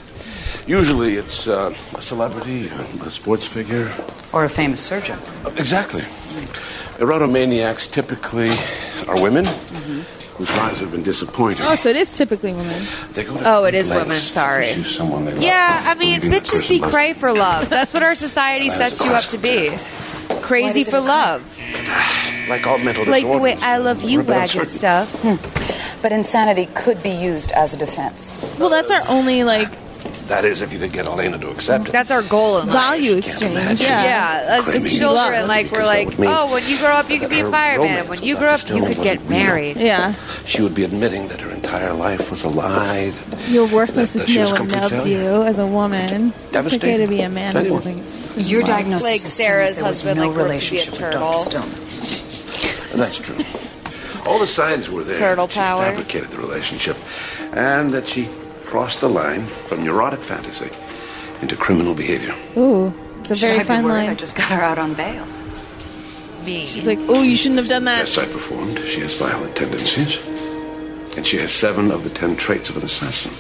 S22: Usually it's uh, a celebrity, a sports figure.
S6: Or a famous surgeon.
S22: Exactly. Erotomaniacs typically are women
S1: Mm-hmm.
S22: whose lives have been disappointed.
S5: Oh, so it is typically women.
S22: They go to
S1: Oh, it
S22: great
S1: is women,
S22: lengths to
S1: sorry.
S22: pursue someone they love.
S1: Yeah, I mean,
S22: Believing that
S1: bitches
S22: person
S1: be
S22: loves
S1: cray for love. That's what our society
S22: That's
S1: sets
S22: a
S1: you up to be. Crazy for love.
S22: them, Like all mental
S1: Like the
S22: disorders.
S1: way I love you
S22: Ribbon
S1: wagon
S22: uncertain.
S1: stuff.
S6: Hmm. But insanity could be used as a defense.
S5: Well, that's our only like
S22: That is, if you could get Elena to accept it.
S1: That's our goal in life.
S5: value exchange. Yeah.
S1: Yeah, us as
S22: Claiming
S1: children,
S22: love.
S1: like we're
S22: Because that
S1: like,
S22: would mean
S1: oh, when you grow up, you
S22: that
S1: can be a
S22: her
S1: fireman.
S22: romance
S1: When
S22: with
S1: you
S22: Dr.
S1: grow up, you
S22: Stone
S1: could get
S22: wasn't real.
S1: married.
S5: Yeah.
S22: She would be admitting that her entire life was a lie. that-
S5: You're worthless
S22: That- that
S5: if
S22: she
S5: no
S22: was
S5: one
S22: complete
S5: loves
S22: failure.
S5: you as a woman. It's okay
S22: Devastating.
S5: to be a man.
S22: Anyone.
S5: It's like-
S6: Your diagnosis
S1: Like
S6: assumes
S1: Sarah's
S6: there was
S1: husband,
S6: no
S1: like, worked to be a
S6: relationship with
S1: turtle. Oh
S6: Dr. Stone.
S22: That's true. All the signs were there.
S1: Turtle
S22: that she
S1: power.
S22: fabricated the relationship, and that she crossed the line from neurotic fantasy into criminal behavior.
S5: Ooh, it's a
S6: Should I
S5: very
S6: be
S5: fine
S6: worried?
S5: line.
S6: I just got her out on bail.
S5: She's like, oh, you shouldn't have done
S1: Uh.
S5: that.
S22: As I performed, she has violent tendencies, and she has seven of the ten traits of an assassin.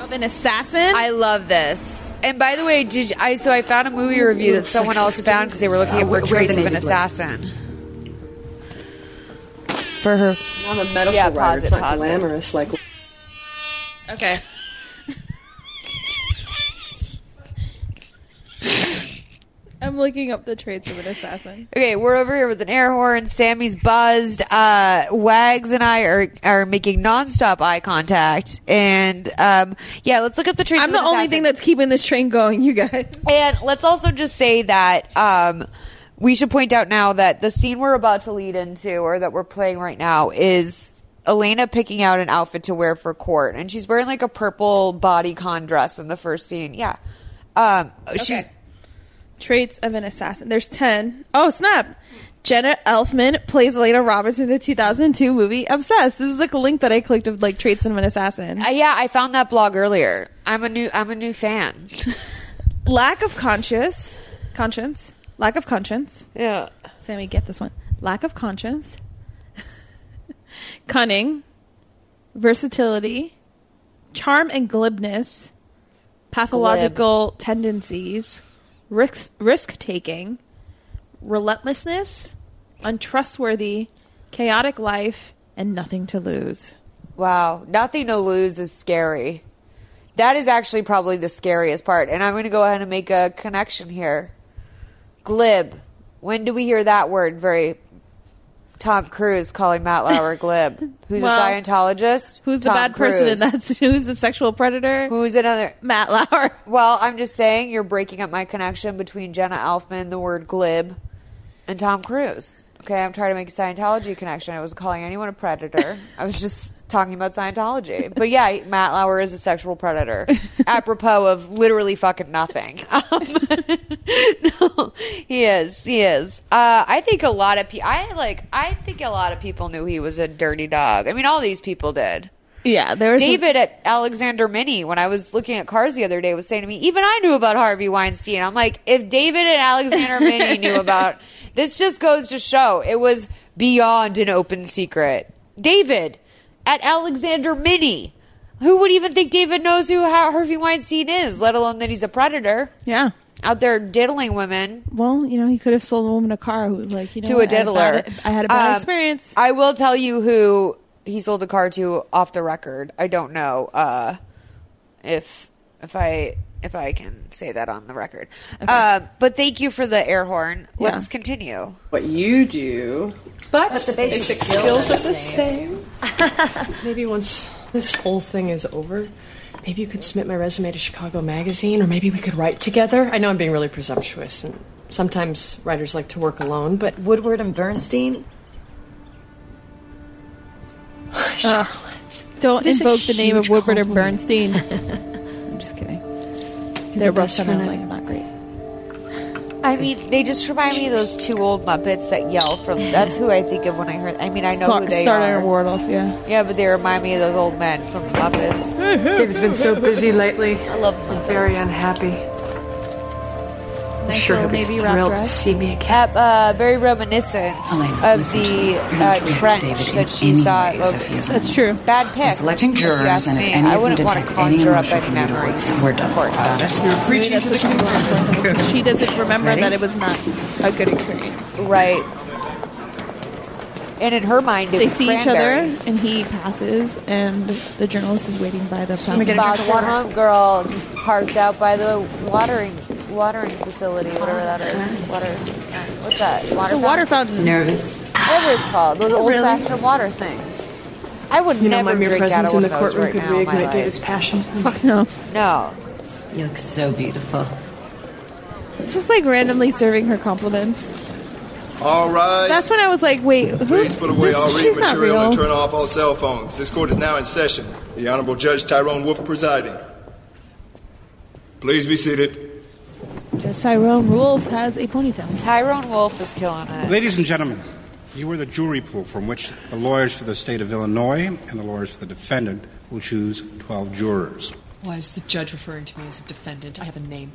S5: Of an assassin.
S1: I love this. And by the way, did you- I? So I found a movie review that someone else found because they were looking at
S6: where- where
S1: portraits
S6: the
S1: of an
S6: navy blue?
S1: assassin. For her,
S9: I'm a medical
S1: Yeah,
S9: writer.
S1: pause it,
S9: it's not
S1: pause it.
S9: glamorous like
S5: Okay. I'm looking up the traits of an assassin.
S1: Okay, we're over here with an air horn. Sammy's buzzed. Uh, Wags and I are are making nonstop eye contact, and um, yeah, let's look up the traits.
S5: I'm
S1: of
S5: the
S1: an
S5: only
S1: assassin.
S5: thing that's keeping this train going, you guys.
S1: And let's also just say that um, we should point out now that the scene we're about to lead into, or that we're playing right now, is Elena picking out an outfit to wear for court, and she's wearing like a purple bodycon dress in the first scene. Yeah. Um, she's
S5: Traits of an assassin. There's 10. Oh, snap. Jenna Elfman plays Elena Robinson in the 2002 movie Obsessed. This is like a link that I clicked of like traits of an assassin.
S1: Uh, yeah, I found that blog earlier. I'm a new I'm a new fan.
S5: lack of conscience, conscience, lack of conscience. Yeah. Sammy, get this one. Lack of conscience, cunning, versatility, charm and glibness, pathological tendencies, risk risk taking, relentlessness, untrustworthy, chaotic life, and nothing to lose.
S1: Wow, nothing to lose is scary. That is actually probably the scariest part. And I'm going to go ahead and make a connection here. Glib. When do we hear that word? Very Tom Cruise calling Matt Lauer glib, who's
S5: Well,
S1: a Scientologist.
S5: Who's the
S1: Tom
S5: bad person in
S1: Cruise.
S5: that? Who's the sexual predator?
S1: Who's another
S5: Matt Lauer?
S1: Well, I'm just saying you're breaking up my connection between Jenna Elfman, the word glib, and Tom Cruise. Okay, I'm trying to make a Scientology connection. I wasn't calling anyone a predator. I was just talking about Scientology. But yeah, Matt Lauer is a sexual predator, apropos of literally fucking nothing. Um, no, he is. He is. Uh, I think a lot of people. I like. I think a lot of people knew he was a dirty dog. I mean, all these people did.
S5: Yeah, there was some-
S1: David at Alexander Mini when I was looking at cars the other day was saying to me, even I knew about Harvey Weinstein. I'm like, if David and Alexander Mini knew about this, just goes to show it was beyond an open secret. David at Alexander Mini, who would even think David knows who Har- Harvey Weinstein is, let alone that he's a predator?
S5: Yeah,
S1: out there diddling women.
S5: Well, you know, he could have sold a woman a car who was like, you know,
S1: to a
S5: what, I had
S1: diddler.
S5: bad- I had a bad
S1: Um,
S5: experience.
S1: I will tell you who he sold the car to off the record. I don't know uh, if if I if I can say that on the record. Uh, but thank you for the air horn. Let's continue.
S23: What you do.
S1: But,
S23: the basic Basic skills skills are are the the
S1: same.
S3: Maybe once this whole thing is over, maybe you could submit my resume to Chicago Magazine, or maybe we could write together. I know I'm being really presumptuous, and sometimes writers like to work alone, but. Woodward and Bernstein?
S5: Don't
S1: Uh,
S3: It is a
S5: invoke the name of
S3: huge
S5: Woodward or
S3: compliment.
S5: Bernstein. I'm just kidding.
S3: They're
S5: Their breasts
S3: best
S5: are not
S3: friend
S5: like not great.
S1: I mean, they just remind me of those two old Muppets that yell from. That's who I think of when I heard. I mean, I know
S5: Star-
S1: who they
S5: Starlight
S1: are.
S5: and Wardle, yeah.
S1: Yeah, but they remind me of those old men from the Muppets.
S23: David's been so busy lately.
S1: I love
S23: I'm very unhappy. I'm
S1: Nice
S23: sure he'll
S1: little
S23: be
S1: navy wrap
S23: thrilled to
S1: dress.
S23: see me again.
S1: Yep, uh, very reminiscent of the uh, trench that she saw at Logan's. That's
S5: true.
S1: Bad pick.
S6: Selecting jurors, and if
S1: me,
S6: any
S1: I
S6: of them
S1: wouldn't want to
S6: detect any
S1: conjure up
S6: emotion
S1: any
S6: from you towards
S1: memories.
S6: him, we're done about it.
S3: You're preaching to the converted.
S5: She doesn't remember
S1: Ready?
S5: that it was not a good experience.
S1: Right. And in her mind, it
S5: They
S1: was
S5: see each other,
S1: cranberry.
S5: and he passes, and the journalist is waiting by the.
S1: She's about to hump girl just parked out by the watering watering facility, whatever that is. Water. What's that? Water
S5: It's a water fountain.
S6: Nervous.
S1: Whatever it's called. Those
S5: Really?
S1: old-fashioned water things. I would
S3: You know,
S1: never
S3: my mere
S1: drink out
S3: presence
S1: of
S3: in
S1: one
S3: the
S1: of those
S3: courtroom
S1: right
S3: could
S1: now in my
S3: reignite
S1: life.
S3: David's passion.
S5: Fuck no.
S1: No.
S6: You look so beautiful.
S5: Just like randomly serving her compliments.
S4: All rise.
S5: That's when I was like, wait, who?
S4: Please put away
S5: this-
S4: all
S5: she's
S4: reading
S5: not
S4: material and
S5: real.
S4: turn off all cell phones. This court is now in session. The Honorable Judge Tyrone Wolf presiding. Please be seated.
S5: Judge Tyrone Wolf has a ponytail.
S1: Tyrone Wolf is killing it.
S24: Ladies and gentlemen, you are the jury pool from which the lawyers for the state of Illinois and the lawyers for the defendant will choose 12 jurors.
S3: Why is the judge referring to me as a defendant? I have a name.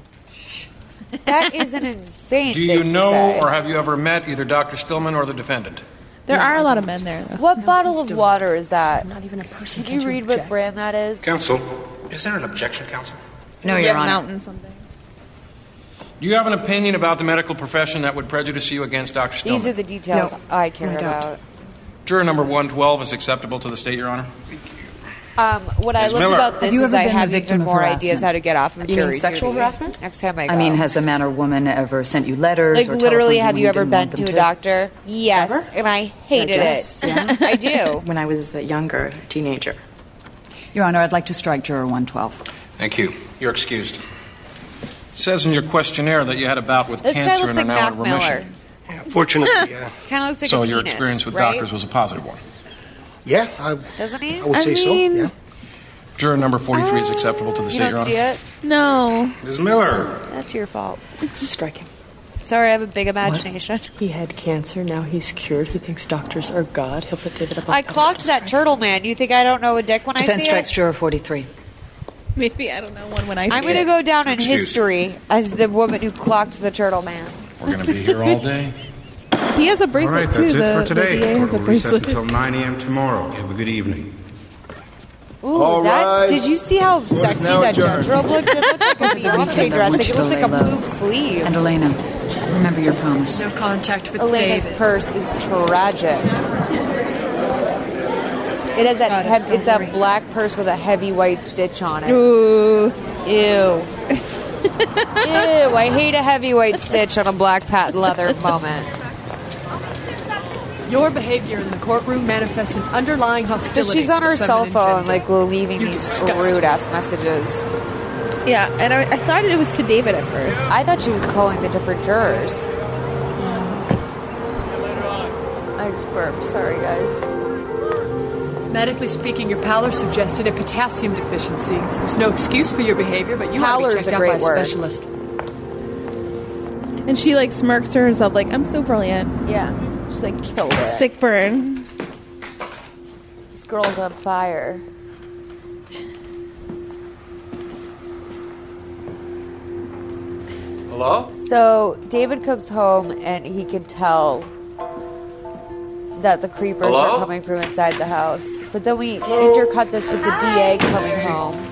S1: That is an insane.
S25: Do you know or have you ever met either Dr. Stillman or the defendant?
S5: There are a lot of men there.
S1: What bottle of water is that? not
S3: even a person.
S1: Can you read what brand that is?
S24: Counsel, is there an objection, counsel?
S1: No, Your Honor.
S5: Mountain something.
S25: Do you have an opinion about the medical profession that would prejudice you against Dr. Stillman?
S1: These are the details I care about.
S25: Juror number 112 is acceptable to the state, Your Honor.
S1: Um, what I
S25: Ms.
S1: love
S25: Miller.
S1: about
S6: Have
S1: this
S6: you
S1: is
S6: ever
S1: I
S6: been a
S1: have
S6: victim
S1: even
S6: of
S1: more
S6: harassment?
S1: ideas how to get off of
S6: You mean
S1: jury
S6: sexual
S1: duty.
S6: harassment?
S1: Next time I go.
S6: I mean, has a man or woman ever sent you
S1: like
S6: letters? or
S1: literally,
S6: telephoned
S1: have
S6: when
S1: you ever
S6: didn't
S1: been
S6: want
S1: to
S6: them
S1: a doctor? Yes,
S6: Ever?
S1: and I hated
S6: guess,
S1: it.
S6: yeah.
S1: I do.
S6: When I was a younger teenager. Your Honor, I'd like to strike juror 112.
S25: Thank you. You're excused. It says in your questionnaire that you had a bout with
S1: This guy
S25: cancer
S1: looks
S25: and are
S1: like
S25: now
S1: Mac
S25: in
S1: Miller.
S25: remission. Fortunately, yeah.
S1: Kind of looks like
S25: so
S1: a
S25: your
S1: penis,
S25: experience with
S1: right?
S25: doctors was a positive one.
S26: Yeah, I,
S1: Doesn't he?
S26: I would say so. Yeah.
S25: Juror number 43
S1: uh,
S25: is acceptable to the state, Your Honor.
S5: No.
S24: Ms. Miller.
S1: That's your fault.
S23: Strike him.
S1: Sorry, I have a big imagination.
S23: He had cancer. Now he's cured. He thinks doctors are God. He'll put David up on
S1: I clocked that turtle man. You think I don't know a dick when I
S23: Defense
S1: see
S23: strikes
S1: it?
S6: Juror 43.
S5: Maybe I don't know one when I.
S1: I'm
S5: see
S1: going to
S5: it.
S1: go down in
S5: Excuse.
S1: history as the woman who clocked the turtle man.
S25: We're going to be here all day.
S5: He has a
S24: All right,
S5: bracelet
S24: that's
S5: too.
S24: it
S5: the,
S24: for today.
S5: The VA has a
S24: Court will recess
S5: bracelet.
S24: until 9 a.m. tomorrow. Have a good evening.
S1: Ooh,
S24: All
S1: that,
S24: rise.
S1: did you see how sexy
S24: now
S1: that
S24: adjourned.
S1: judge robe looked? It looked like a Beyonce dress. Like, it looked like a poop sleeve.
S6: And Elena, remember your promise.
S23: No contact with
S1: Elena's
S23: David.
S1: purse is tragic. It has that. hev- it's that black purse with a heavy white stitch on it.
S5: Ooh,
S1: ew. Ew, I hate a heavy white stitch on a black patent leather moment.
S9: Your behavior in the courtroom manifests an underlying
S1: So
S9: hostility.
S1: she's on
S9: to the
S1: her cell
S9: feminine
S1: phone,
S9: gender.
S1: like leaving
S9: You
S1: these
S9: disgust me.
S1: rude ass messages.
S5: Yeah, and I, I thought it was to David at first.
S1: I thought she was calling the different jurors. I just burped. Sorry, guys.
S9: Medically speaking, your pallor suggested a potassium deficiency. There's no excuse for your behavior, but you
S1: Pallor
S9: ought
S1: is
S9: to be checked out
S1: a great
S9: by a
S1: word.
S9: specialist.
S5: And she like smirks to herself, like I'm so brilliant.
S1: Yeah, she's like killed it.
S5: Sick burn.
S1: This girl's on fire.
S15: Hello?
S1: So David comes home and he can tell that the creepers
S15: Hello?
S1: are coming from inside the house. But then we intercut this with the DA coming home.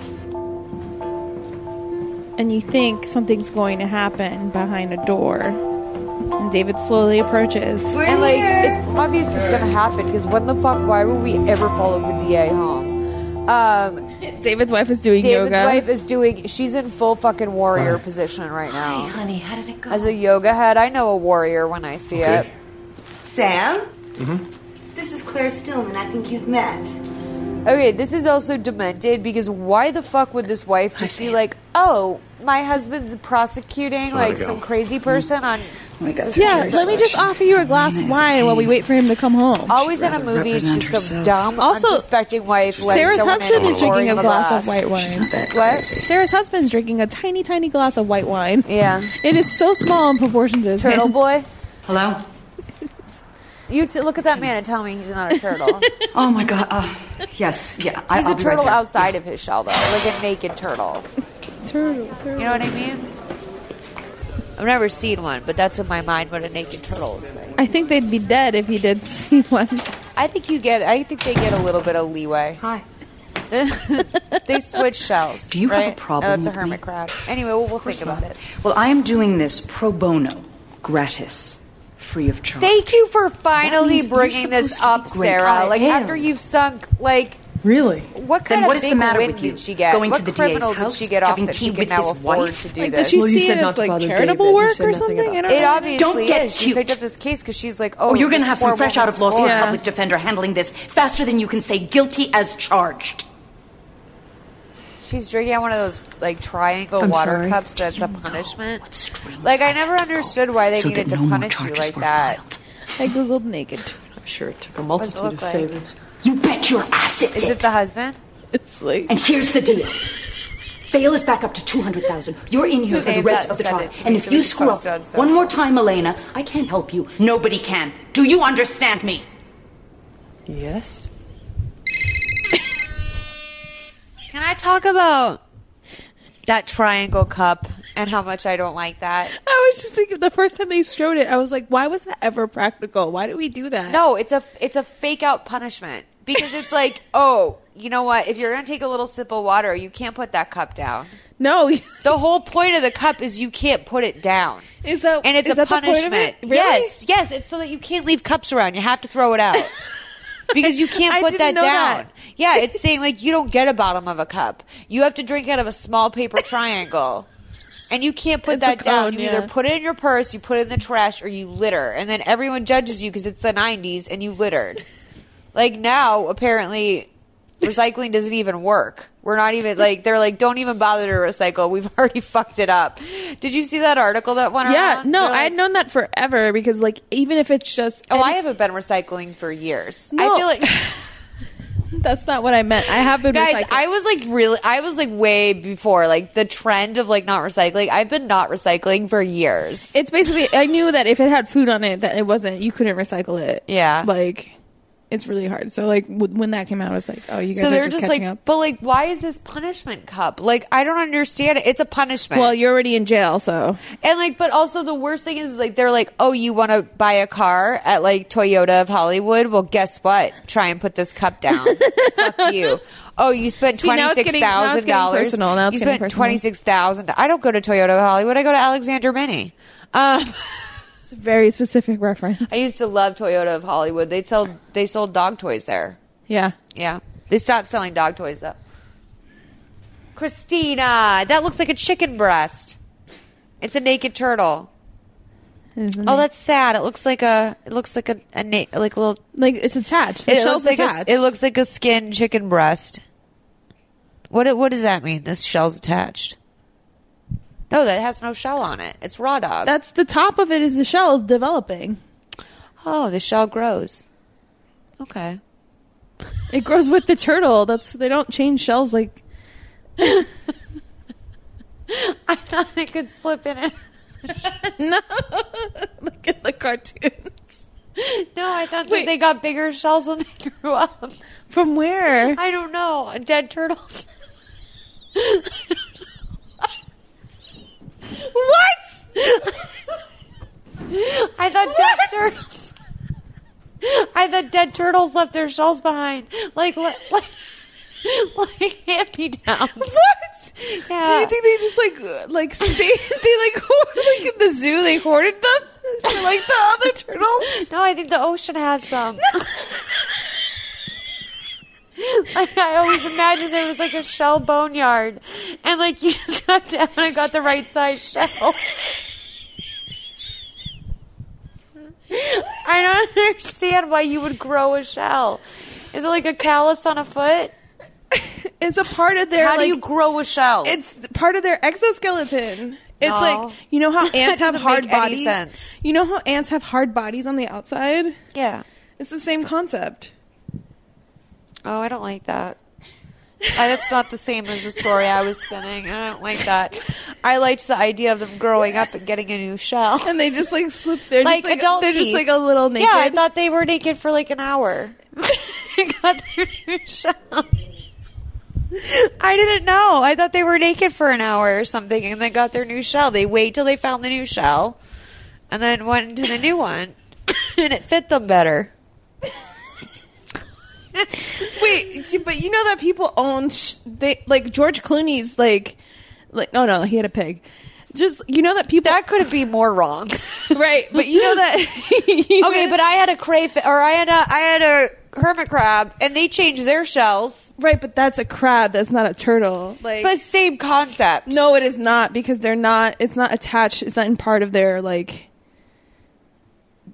S5: And you think something's going to happen behind a door. And David slowly approaches.
S1: and like it's obvious what's gonna happen because when the fuck why would we ever follow the DA home? Um
S5: David's wife is doing
S1: David's
S5: yoga.
S1: wife is doing she's in full fucking warrior position right now. honey, how did it go? As a yoga head, I know a warrior when I see
S18: Okay.
S1: it.
S18: Sam? This is Claire Stillman. I think you've met.
S1: Okay, this is also demented because why the fuck would this wife just be like, oh, my husband's prosecuting
S5: Let it
S1: like
S5: go.
S1: some crazy person on.
S18: Oh
S5: yeah, let me just offer you a glass of wine while we wait for him to come home.
S1: Always in a movie, it's just some dumb, unsuspecting wife. like
S5: Sarah's
S1: someone in
S5: husband is
S1: pouring
S5: drinking a glass of white wine.
S1: What?
S5: Sarah's husband's drinking a tiny, tiny glass of white wine.
S1: Yeah.
S5: And it's so small in proportion to his
S1: Turtle
S5: hand.
S1: boy?
S6: Hello?
S1: You t- look at that man and tell me he's not a turtle.
S6: Oh my god. Uh, yes, yeah. I,
S1: He's
S6: I'll
S1: a
S6: be right
S1: turtle
S6: there.
S1: outside of his shell, though, like a naked turtle.
S5: Turtle,
S1: You know what I mean? I've never seen one, but that's in my mind what a naked turtle is like.
S5: I think they'd be dead if he did see one.
S1: I think you get. I think they get a little bit of leeway.
S6: Hi.
S1: they switch shells.
S6: Do you have a
S1: right?
S6: problem
S1: No, that's a
S6: with
S1: hermit
S6: me?
S1: crab. Anyway, we'll, we'll think about it.
S6: Well, I am doing this pro bono, gratis, free of charge.
S1: Thank you for finally
S6: means you're
S1: bringing this up,
S6: great. I
S1: Sarah. Like
S6: am.
S1: after you've sunk, like
S23: really,
S1: what
S6: Then
S1: kind
S6: what
S1: of
S6: is the
S1: big
S6: matter
S1: win
S6: with you?
S1: did she get?
S6: Going
S1: what
S6: to the DA's
S1: criminal did
S6: house,
S1: she get off
S6: having
S1: that
S6: tea
S1: she can
S6: with
S1: now
S6: his
S1: afford
S6: wife?
S1: to do
S6: Like,
S1: this?
S6: does she Well, you see said it not as, to like, bother David. charitable You work said or nothing something? about I don't
S1: It
S6: know.
S1: obviously
S6: Don't get
S1: is. She
S6: cute.
S1: picked up this case because she's like,
S6: Oh,
S1: oh,
S6: you're going
S1: this
S6: to have some
S1: poor
S6: fresh out of law
S1: woman's
S6: school
S1: whore.
S6: public defender handling this faster than you can say guilty as charged.
S1: She's drinking out one of those like triangle
S6: I'm
S1: water
S6: sorry.
S1: cups that's a punishment. like I never understood why they
S6: so
S1: needed
S6: that
S1: to
S6: no more
S1: punish you
S6: charges
S1: like
S6: were
S1: that.
S5: I googled naked.
S23: I'm sure it took a
S1: What does it
S23: multitude of
S1: look like?
S23: favors.
S6: You bet your ass it
S1: Is
S6: did.
S1: it the husband?
S23: It's like
S6: And here's the deal. Bail is back up to 200,000. You're in here for the
S1: Save
S6: rest
S1: that
S6: of the
S1: send
S6: trial.
S1: it to
S6: And
S1: me
S6: if
S1: so
S6: you
S1: we can
S6: screw up
S1: post it on social.
S6: one more time, Elena, I can't help you. Nobody can. Do you understand me?
S23: Yes.
S1: Can I talk about that triangle cup and how much I don't like that?
S5: I was just thinking the first time they strode it, I was like, why was that ever practical? Why did we do that?
S1: No, it's a it's a fake out punishment because it's like, oh, you know what? If you're gonna take a little sip of water, you can't put that cup down.
S5: No,
S1: the whole point of the cup is you can't put it down.
S5: Is that
S1: and it's
S5: is
S1: a
S5: that the point of
S1: punishment?
S5: it? Really?
S1: Yes, yes. It's so that you can't leave cups around. You have to throw it out because you
S5: I
S1: can't put that
S5: didn't
S1: down.
S5: know that.
S1: Yeah, it's saying like you don't get a bottom of a cup. You have to drink out of a small paper triangle. And you can't put
S5: It's a
S1: that down.
S5: cone,
S1: You
S5: yeah.
S1: either put it in your purse, you put it in the trash, or you litter. And then everyone judges you because it's the 90s and you littered. Like now, apparently, recycling doesn't even work. We're not even like they're like don't even bother to recycle. We've already fucked it up. Did you see that article that went
S5: Yeah,
S1: around?
S5: no,
S1: They're
S5: I
S1: like,
S5: had known that forever because, like, even if it's just
S1: oh, I haven't been recycling for years.
S5: No.
S1: I feel like
S5: That's not what I meant. I have been
S1: Guys,
S5: recycling.
S1: I was like really, I was like way before like the trend of like not recycling. I've been not recycling for years.
S5: It's basically I knew that if it had food on it, that it wasn't you couldn't recycle it.
S1: Yeah.
S5: like it's really hard. So like w- when that came out, I was like, oh, you guys.
S1: so
S5: are
S1: they're
S5: just,
S1: just, like,
S5: catching up.
S1: but like, why is this punishment cup? Like, I don't understand. it. It's a punishment.
S5: Well, you're already in jail, so
S1: And like, but also the worst thing is like they're like, oh, you want to buy a car at like Toyota of Hollywood? Well, guess what? Try and put this cup down. Fuck you. Oh, you spent
S5: See, now
S1: twenty
S5: it's
S1: six
S5: getting- now it's
S1: thousand
S5: getting
S1: dollars.
S5: personal. Now it's
S1: you
S5: getting
S1: spent
S5: personal.
S1: twenty six thousand. I don't go to Toyota of Hollywood. I go to Alexander Mini. Um,
S5: it's a very specific reference.
S1: I used to love Toyota of Hollywood. They sold they sold dog toys there.
S5: Yeah.
S1: Yeah, they stopped selling dog toys though. Christina, that looks like a chicken breast. It's a naked turtle. Oh, that's sad. It looks like a. It looks like a, a na- like a little.
S5: Like it's attached. The
S1: it
S5: shell's
S1: looks like
S5: attached.
S1: a. It looks like a skin chicken breast. What it- What does that mean? This shell's attached. No, oh, that has no shell on it. It's raw dog.
S5: that's the top of it is the shell is developing.
S1: Oh, the shell grows. Okay.
S5: It grows with the turtle. That's they don't change shells like
S1: I thought it could slip in it.
S5: no. Look at the cartoons.
S1: No, I thought
S5: Wait.
S1: that they got bigger shells when they grew up.
S5: From where?
S1: I don't know. Dead turtles.
S5: What?
S1: I thought dead turtles. I thought dead turtles left their shells behind, like like like hand me downs.
S5: What?
S1: Yeah.
S5: Do you think they just like like stay, they like hoard, like at the zoo they hoarded them for like the other turtles?
S1: No, I think the oh ocean has them. like I always imagined there was like a shell boneyard, and like you just have to have got the right size shell. I don't understand why you would grow a shell. Is it like a callus on a foot?
S5: It's a part of their.
S1: How do
S5: like-
S1: you grow a shell?
S5: It's part of their exoskeleton. It's
S1: No.
S5: like you know how
S1: That
S5: ants have
S1: doesn't
S5: hard
S1: make any
S5: bodies.
S1: sense.
S5: You know how ants have hard bodies on the outside.
S1: Yeah.
S5: It's the same concept.
S1: Oh, I don't like that. I, that's not the same as the story I was spinning. I don't like that. I liked the idea of them growing up and getting a new shell.
S5: And they just like slip. They're just, like-
S1: adult.
S5: they're just,
S1: teeth.
S5: like, a little naked.
S1: Yeah, I thought they were naked for like an hour. They got their new shell. I didn't know. I thought they were naked for an hour or something, and they got their new shell. They wait till they found the new shell, and then went into the new one, and it fit them better.
S5: Wait, d- but you know that people own sh- they like George Clooney's like like no no he had a pig. Just you know that people that
S1: couldn't be more wrong,
S5: right? But you know that
S1: okay, but I had a crayfish, or I had a I had a hermit crab, and they changed their shells.
S5: right? But that's a crab. That's not a turtle. Like
S1: But same concept.
S5: no, it is not because they're not. It's not attached. It's not in part of their like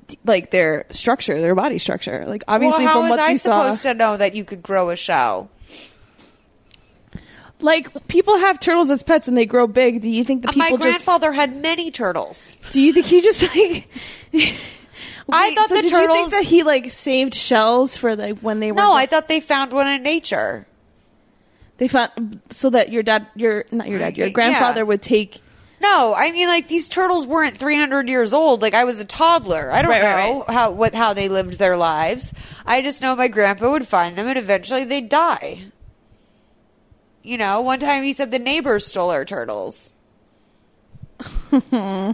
S5: d- like their structure, their body structure. Like obviously
S1: well, how
S5: from
S1: was
S5: what
S1: I
S5: you saw,
S1: supposed to know that you could grow a shell?
S5: like people have turtles as pets and they grow big. Do you think the
S1: My
S5: people just?
S1: grandfather had many turtles.
S5: Do you think he just like?
S1: I
S5: Wait,
S1: thought
S5: so
S1: the turtles.
S5: did You think that he like saved shells for like when they were.
S1: no, I thought they found one in nature.
S5: they found so that your dad, your not your dad, your
S1: Yeah.
S5: grandfather would take.
S1: No, I mean like these turtles weren't 300 years old. Like I was a toddler. I don't
S5: Right, right,
S1: know how what how they lived their lives. I just know my grandpa would find them and eventually they'd die. You know, one time he said the neighbors stole our turtles.
S5: hmm,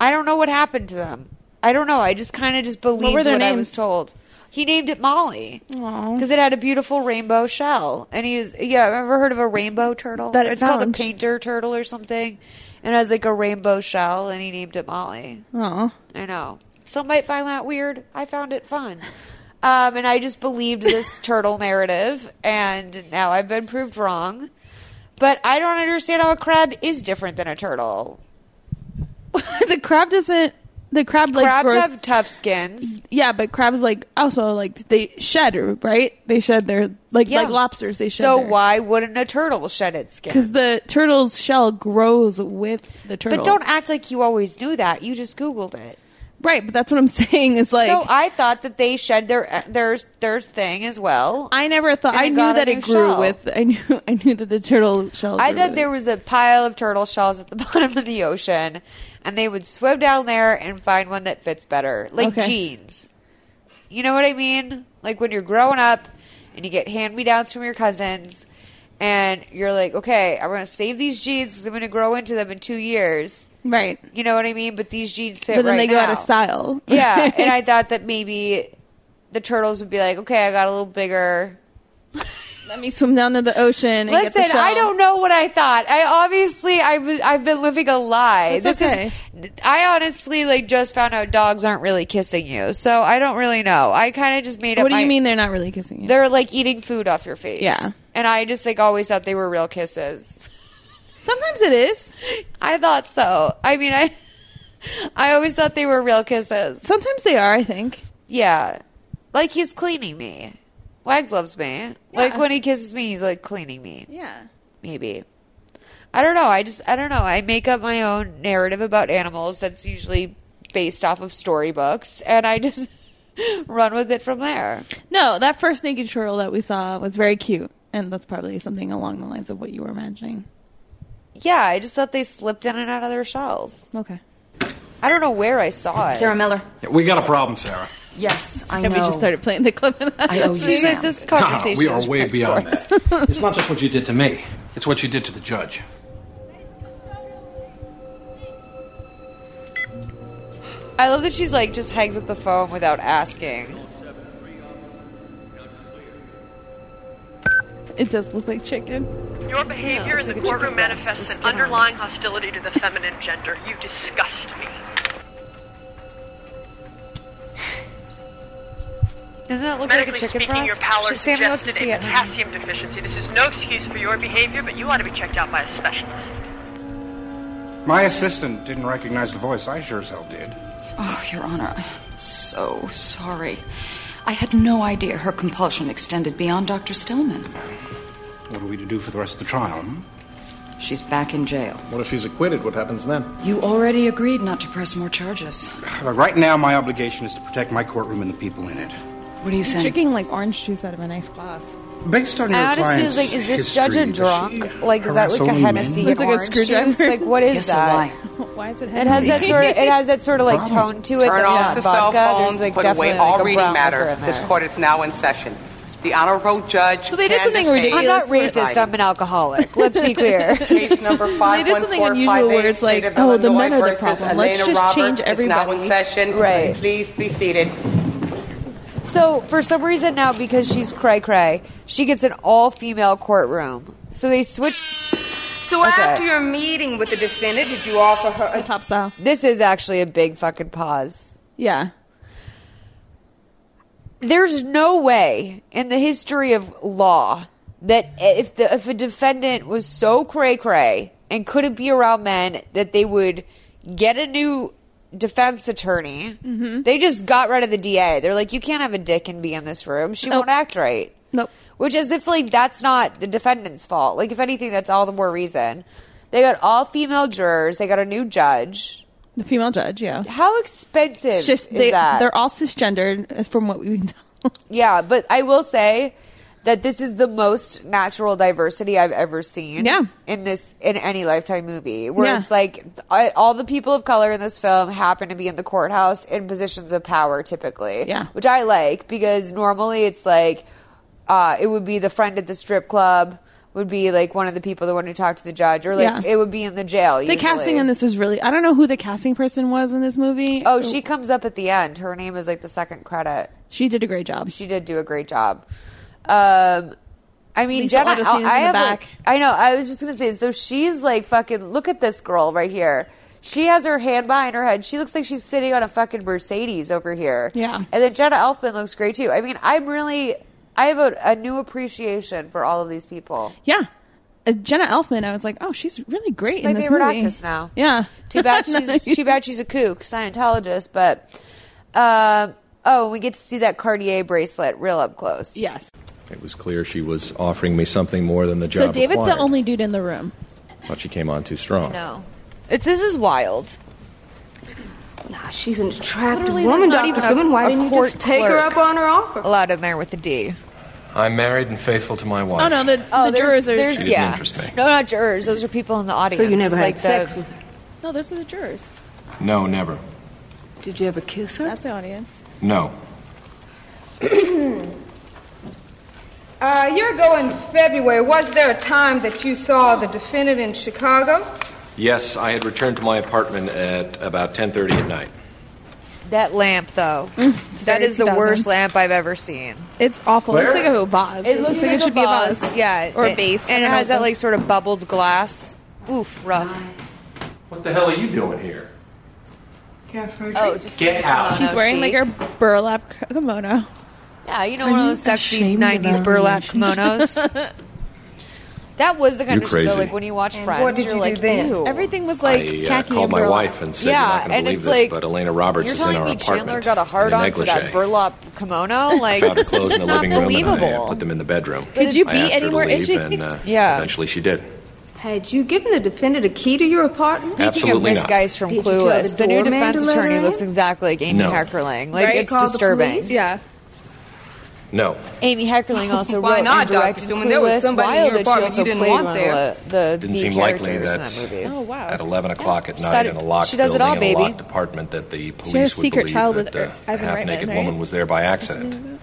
S1: I don't know what happened to them. I don't know. I just kind of just believed
S5: were
S1: what,
S5: their
S1: I
S5: names?
S1: was told. He named it Molly because it had a beautiful rainbow shell. And he's yeah, I've ever heard of a rainbow turtle.
S5: That it
S1: it's called a
S5: found.
S1: painter turtle or something, and it has like a rainbow shell. And he named it Molly.
S5: Oh,
S1: I know some might find that weird. I found it fun. Um, and I just believed this turtle narrative, and now I've been proved wrong. But I don't understand how a crab is different than a turtle.
S5: the crab doesn't. The crab like
S1: Crabs
S5: grows-
S1: have tough skins.
S5: yeah, but crabs like also like they shed right? They shed their like like lobsters. They shed.
S1: So why wouldn't a turtle shed its skin?
S5: Because the turtle's shell grows with the turtle.
S1: But don't act like you always knew that. You just Googled it.
S5: Right, but that's what I'm saying. It's like
S1: so I thought that they shed their their their thing as well.
S5: I never thought I knew that it grew with. I knew I knew that the turtle shell.
S1: I
S5: grew
S1: thought
S5: with
S1: there was a pile of turtle shells at the bottom of the ocean, and they would swim down there and find one that fits better, like
S5: Okay.
S1: jeans. You know what I mean? Like when you're growing up and you get hand me downs from your cousins, and you're like, okay, I'm gonna save these jeans because I'm gonna grow into them in two years.
S5: Right.
S1: You know what I mean? But these jeans fit.
S5: But then
S1: right
S5: they go out of
S1: now.
S5: style.
S1: Yeah, and I thought that maybe the turtles would be like, okay, I got a little bigger.
S5: Let me swim down to the ocean. And get the
S1: Listen, I
S5: shell.
S1: don't know what I thought. I obviously I was I've been living a lie.
S5: That's
S1: this
S5: okay.
S1: is I honestly like just found out dogs aren't really kissing you. So I don't really know. I kind of just made up
S5: What do
S1: my-
S5: you mean they're not really kissing you?
S1: They're like eating food off your face.
S5: Yeah.
S1: And I just like always thought they were real kisses.
S5: Sometimes it is.
S1: I thought so. I mean, I I always thought they were real kisses.
S5: Sometimes they are, I think.
S1: Yeah. Like he's cleaning me. Wags loves me. Like when he kisses me, he's like cleaning me.
S5: Yeah.
S1: Maybe. I don't know. I just I don't know. I make up my own narrative about animals that's usually based off of storybooks and I just run with it from there.
S5: No, that first naked turtle that we saw was very cute, and that's probably something along the lines of what you were imagining.
S1: Yeah, I just thought they slipped in and out of their shells.
S5: Okay.
S1: I don't know where I saw it.
S6: Sarah Miller.
S25: Yeah, we got a problem, Sarah.
S6: Yes, I
S5: And
S6: know.
S5: we just started playing the clip. of that.
S6: I owe you.
S1: She's like,
S6: Sam.
S1: this
S25: No, no,
S1: conversation
S25: we are
S1: is
S25: way
S1: ripped
S25: beyond
S1: for
S25: that. It's not just what you did to me. It's what you did to the judge.
S1: I love that she's like just hangs up the phone without asking.
S5: It does look like chicken.
S2: Your behavior
S1: Oh,
S2: in the courtroom manifests an underlying hostility to the feminine gender. You disgust me.
S1: Doesn't that look like a
S2: Medically
S1: chicken
S2: speaking,
S1: breast?
S2: your pallor
S1: Sure, Sammy wants to
S2: suggested
S1: see
S2: a
S1: it.
S2: potassium deficiency. This is no excuse for your behavior, but you ought to be checked out by a specialist.
S24: My assistant didn't recognize the voice. I sure as hell did.
S6: Oh, Your Honor, I'm so sorry. I had no idea her compulsion extended beyond Dr. Stillman.
S24: What are we to do for the rest of the trial? hmm?
S6: She's back in jail.
S25: What if he's acquitted? What happens then?
S6: You already agreed not to press more charges.
S24: But Uh, right now, my obligation is to protect my courtroom and the people in it.
S6: What are you saying?
S5: Drinking like orange juice out of a nice glass.
S24: Based on your
S1: I honestly
S24: client's
S1: was like, is
S24: history,
S1: this judge a
S24: does she
S1: drunk? Like, is that
S24: harass
S1: like a
S24: only men?
S1: Hennessy
S5: Looks
S1: and
S5: like a
S1: orange
S5: screwdriver.
S1: juice? Like, what is
S5: Yes, a
S1: that?
S5: Why is it?
S1: It has that
S5: Hennessy?
S1: sort of. It has that sort of like tone to it.
S8: Turn
S1: that's
S8: off
S1: not
S8: the cell
S1: vodka.
S8: phones.
S1: There's like
S8: put
S1: definitely
S8: away all
S1: like a
S8: reading
S1: brown
S8: matter.
S1: liquor in
S8: This
S1: there.
S8: court is now in session. The honorable judge.
S1: So they did something
S8: Candace Hayes-
S1: ridiculous. I'm not racist. I'm an alcoholic. Let's be clear.
S8: Case number
S5: they did something unusual where it's like,
S8: State of
S5: oh, the
S8: Illinois
S5: men are the
S8: versus
S5: problem. Let's
S8: Elena
S5: just
S8: Roberts
S5: change
S8: is
S5: everybody.
S8: now in session.
S1: Right.
S8: Please be seated.
S1: So for some reason now, because she's cray cray, she gets an all female courtroom. So they switched.
S26: So after your meeting with the defendant, did you offer her a
S5: top style?
S1: This is actually a big fucking pause.
S5: Yeah.
S1: There's no way in the history of law that if the if a defendant was so cray cray and couldn't be around men that they would get a new defense attorney.
S5: Mhm.
S1: They just got rid of the DA. They're like, you can't have a dick and be in this room. She won't act right.
S5: Nope.
S1: Which as if like that's not the defendant's fault. Like if anything, that's all the more reason. They got all female jurors. They got a new judge.
S5: The female judge, yeah.
S1: How expensive
S5: It's just
S1: is
S5: they,
S1: that?
S5: they're all cisgendered, as from what we can tell.
S1: Yeah, but I will say that this is the most natural diversity I've ever seen.
S5: Yeah.
S1: in this in any Lifetime movie, where
S5: Yeah.
S1: it's like I, all the people of color in this film happen to be in the courthouse in positions of power, typically.
S5: Yeah.
S1: which I like because normally it's like uh, it would be the friend at the strip club. Would be like one of the people, the one who talked to the judge, or like
S5: Yeah.
S1: it would be in the jail.
S5: The casting in this was really. I don't know who the casting person was in this movie.
S1: Oh, she comes up at the end. Her name is like the second credit.
S5: She did a great job.
S1: She did do a great job. Um, I mean,
S5: Lisa
S1: Jenna,
S5: Otto's
S1: I,
S5: seen us in the
S1: have,
S5: back.
S1: like- I know. I was just gonna say. So she's like fucking. Look at this girl right here. She has her hand behind her head. She looks like she's sitting on a fucking Mercedes over here.
S5: Yeah.
S1: And then Jenna Elfman looks great too. I mean, I'm really. I have a, a new appreciation for all of these people.
S5: Yeah. Uh, Jenna Elfman, I was like, oh, she's really great
S1: She's
S5: in
S1: my
S5: this
S1: favorite
S5: movie.
S1: actress now.
S5: Yeah.
S1: Too bad
S5: No,
S1: she's
S5: you-
S1: too bad she's a kook Scientologist. But um, oh, we get to see that Cartier bracelet real up close.
S5: Yes.
S14: It was clear she was offering me something more than the job.
S5: So David's
S14: required. Oh.
S5: the only dude in the room.
S14: Thought she came on too strong.
S1: No. It's this is wild.
S26: Nah, she's an attractive
S10: Literally,
S26: woman,
S10: there's not
S26: Dr.
S10: even a-
S26: Stubin. Why
S10: a
S26: didn't you
S10: court
S26: just take her
S10: clerk.
S26: up on her offer?
S1: Allowed in there with a D.
S25: I'm married and faithful to my wife.
S1: Oh no, the,
S5: the jurors are-
S25: She
S1: There's,
S25: didn't
S1: yeah.
S25: interest me.
S1: No, not jurors. Those are people in the audience.
S10: you never had
S1: like
S10: sex
S1: the,
S10: with
S5: No, those are the jurors.
S25: No, never.
S10: Did you ever kiss her?
S5: That's the audience.
S25: No.
S26: Uh, a year ago in February, was there a time that you saw the defendant in Chicago?
S14: Yes, I had returned to my apartment at about 10:30 at night.
S1: That lamp, though, that
S5: Mm, very
S1: is the
S5: 2000s.
S1: worst lamp I've ever seen.
S5: It's awful. It looks
S1: Where?
S5: like a vase.
S1: It looks like
S5: it should be a vase.
S1: yeah,
S5: or a
S1: It-
S5: base.
S1: and it
S5: I don't
S1: has that
S5: know.
S1: like sort of bubbled glass. Oof, rough.
S14: What the hell are you doing here?
S1: Oh, just
S14: Get out.
S5: She's wearing like her burlap k- kimono.
S1: Yeah, you know one of those sexy '90s burlap kimonos. that was the kind
S14: You
S1: of shit
S14: crazy.
S1: that, like when you watch
S5: And
S1: Friends,
S5: what did
S1: you're
S5: you do
S1: like,
S5: then?
S1: Ew.
S5: Everything was like
S14: I uh,
S5: khaki
S14: called
S5: and
S14: my
S5: burlap.
S14: wife and said,
S1: Yeah,
S14: "You're not
S1: and
S14: going to believe
S1: it's
S14: this,
S1: like-
S14: but Elena Roberts
S1: You're
S14: is in
S1: telling
S14: our
S1: me
S14: apartment."
S1: Chandler got a hard on for that
S14: negligee.
S1: burlap kimono? Like,
S14: found her
S1: it's
S14: clothes
S1: just
S14: in the
S1: not
S14: living room and I uh,
S1: believable.
S14: put them in the bedroom.
S26: Could you
S14: I
S26: be
S14: asked her
S26: any
S14: to
S26: more
S14: leave,
S26: itchy?
S14: And, uh,
S26: Yeah.
S14: Eventually, she did.
S26: Had you given the defendant a key to your apartment?
S14: Speaking of Absolutely Miss not.
S1: Guys from
S26: Did you tell
S1: Clueless. The, new
S26: doorman to
S1: defense
S26: let her
S1: attorney
S26: in?
S1: looks exactly like Amy
S14: No.
S1: Heckerling. Like
S26: Right?
S1: it's
S26: Call the
S1: disturbing.
S26: police?
S5: Yeah.
S14: No.
S1: Amy Heckerling also
S26: Why
S1: wrote
S26: not,
S1: and
S26: Dr.
S1: directed
S26: Stewart?
S1: Clueless.
S26: There was somebody in
S1: Wild,
S26: your
S1: and she
S26: apartment
S1: also
S26: you didn't
S1: played
S26: want
S1: one
S26: there.
S1: of the, the
S14: Didn't
S1: B
S14: seem likely
S1: characters in that
S14: that-
S1: movie.
S5: Oh wow.
S14: At 11 o'clock at
S1: She's
S14: night
S1: got
S14: in
S1: it-
S14: a locked
S1: she does it
S14: building
S1: all,
S14: in a
S1: baby.
S14: locked apartment that the
S5: She had a
S14: police would
S5: secret
S14: believe
S5: child
S14: that
S5: with
S14: uh, a
S5: Ivan Reitman,
S14: half-naked
S5: right?
S14: woman was there by accident.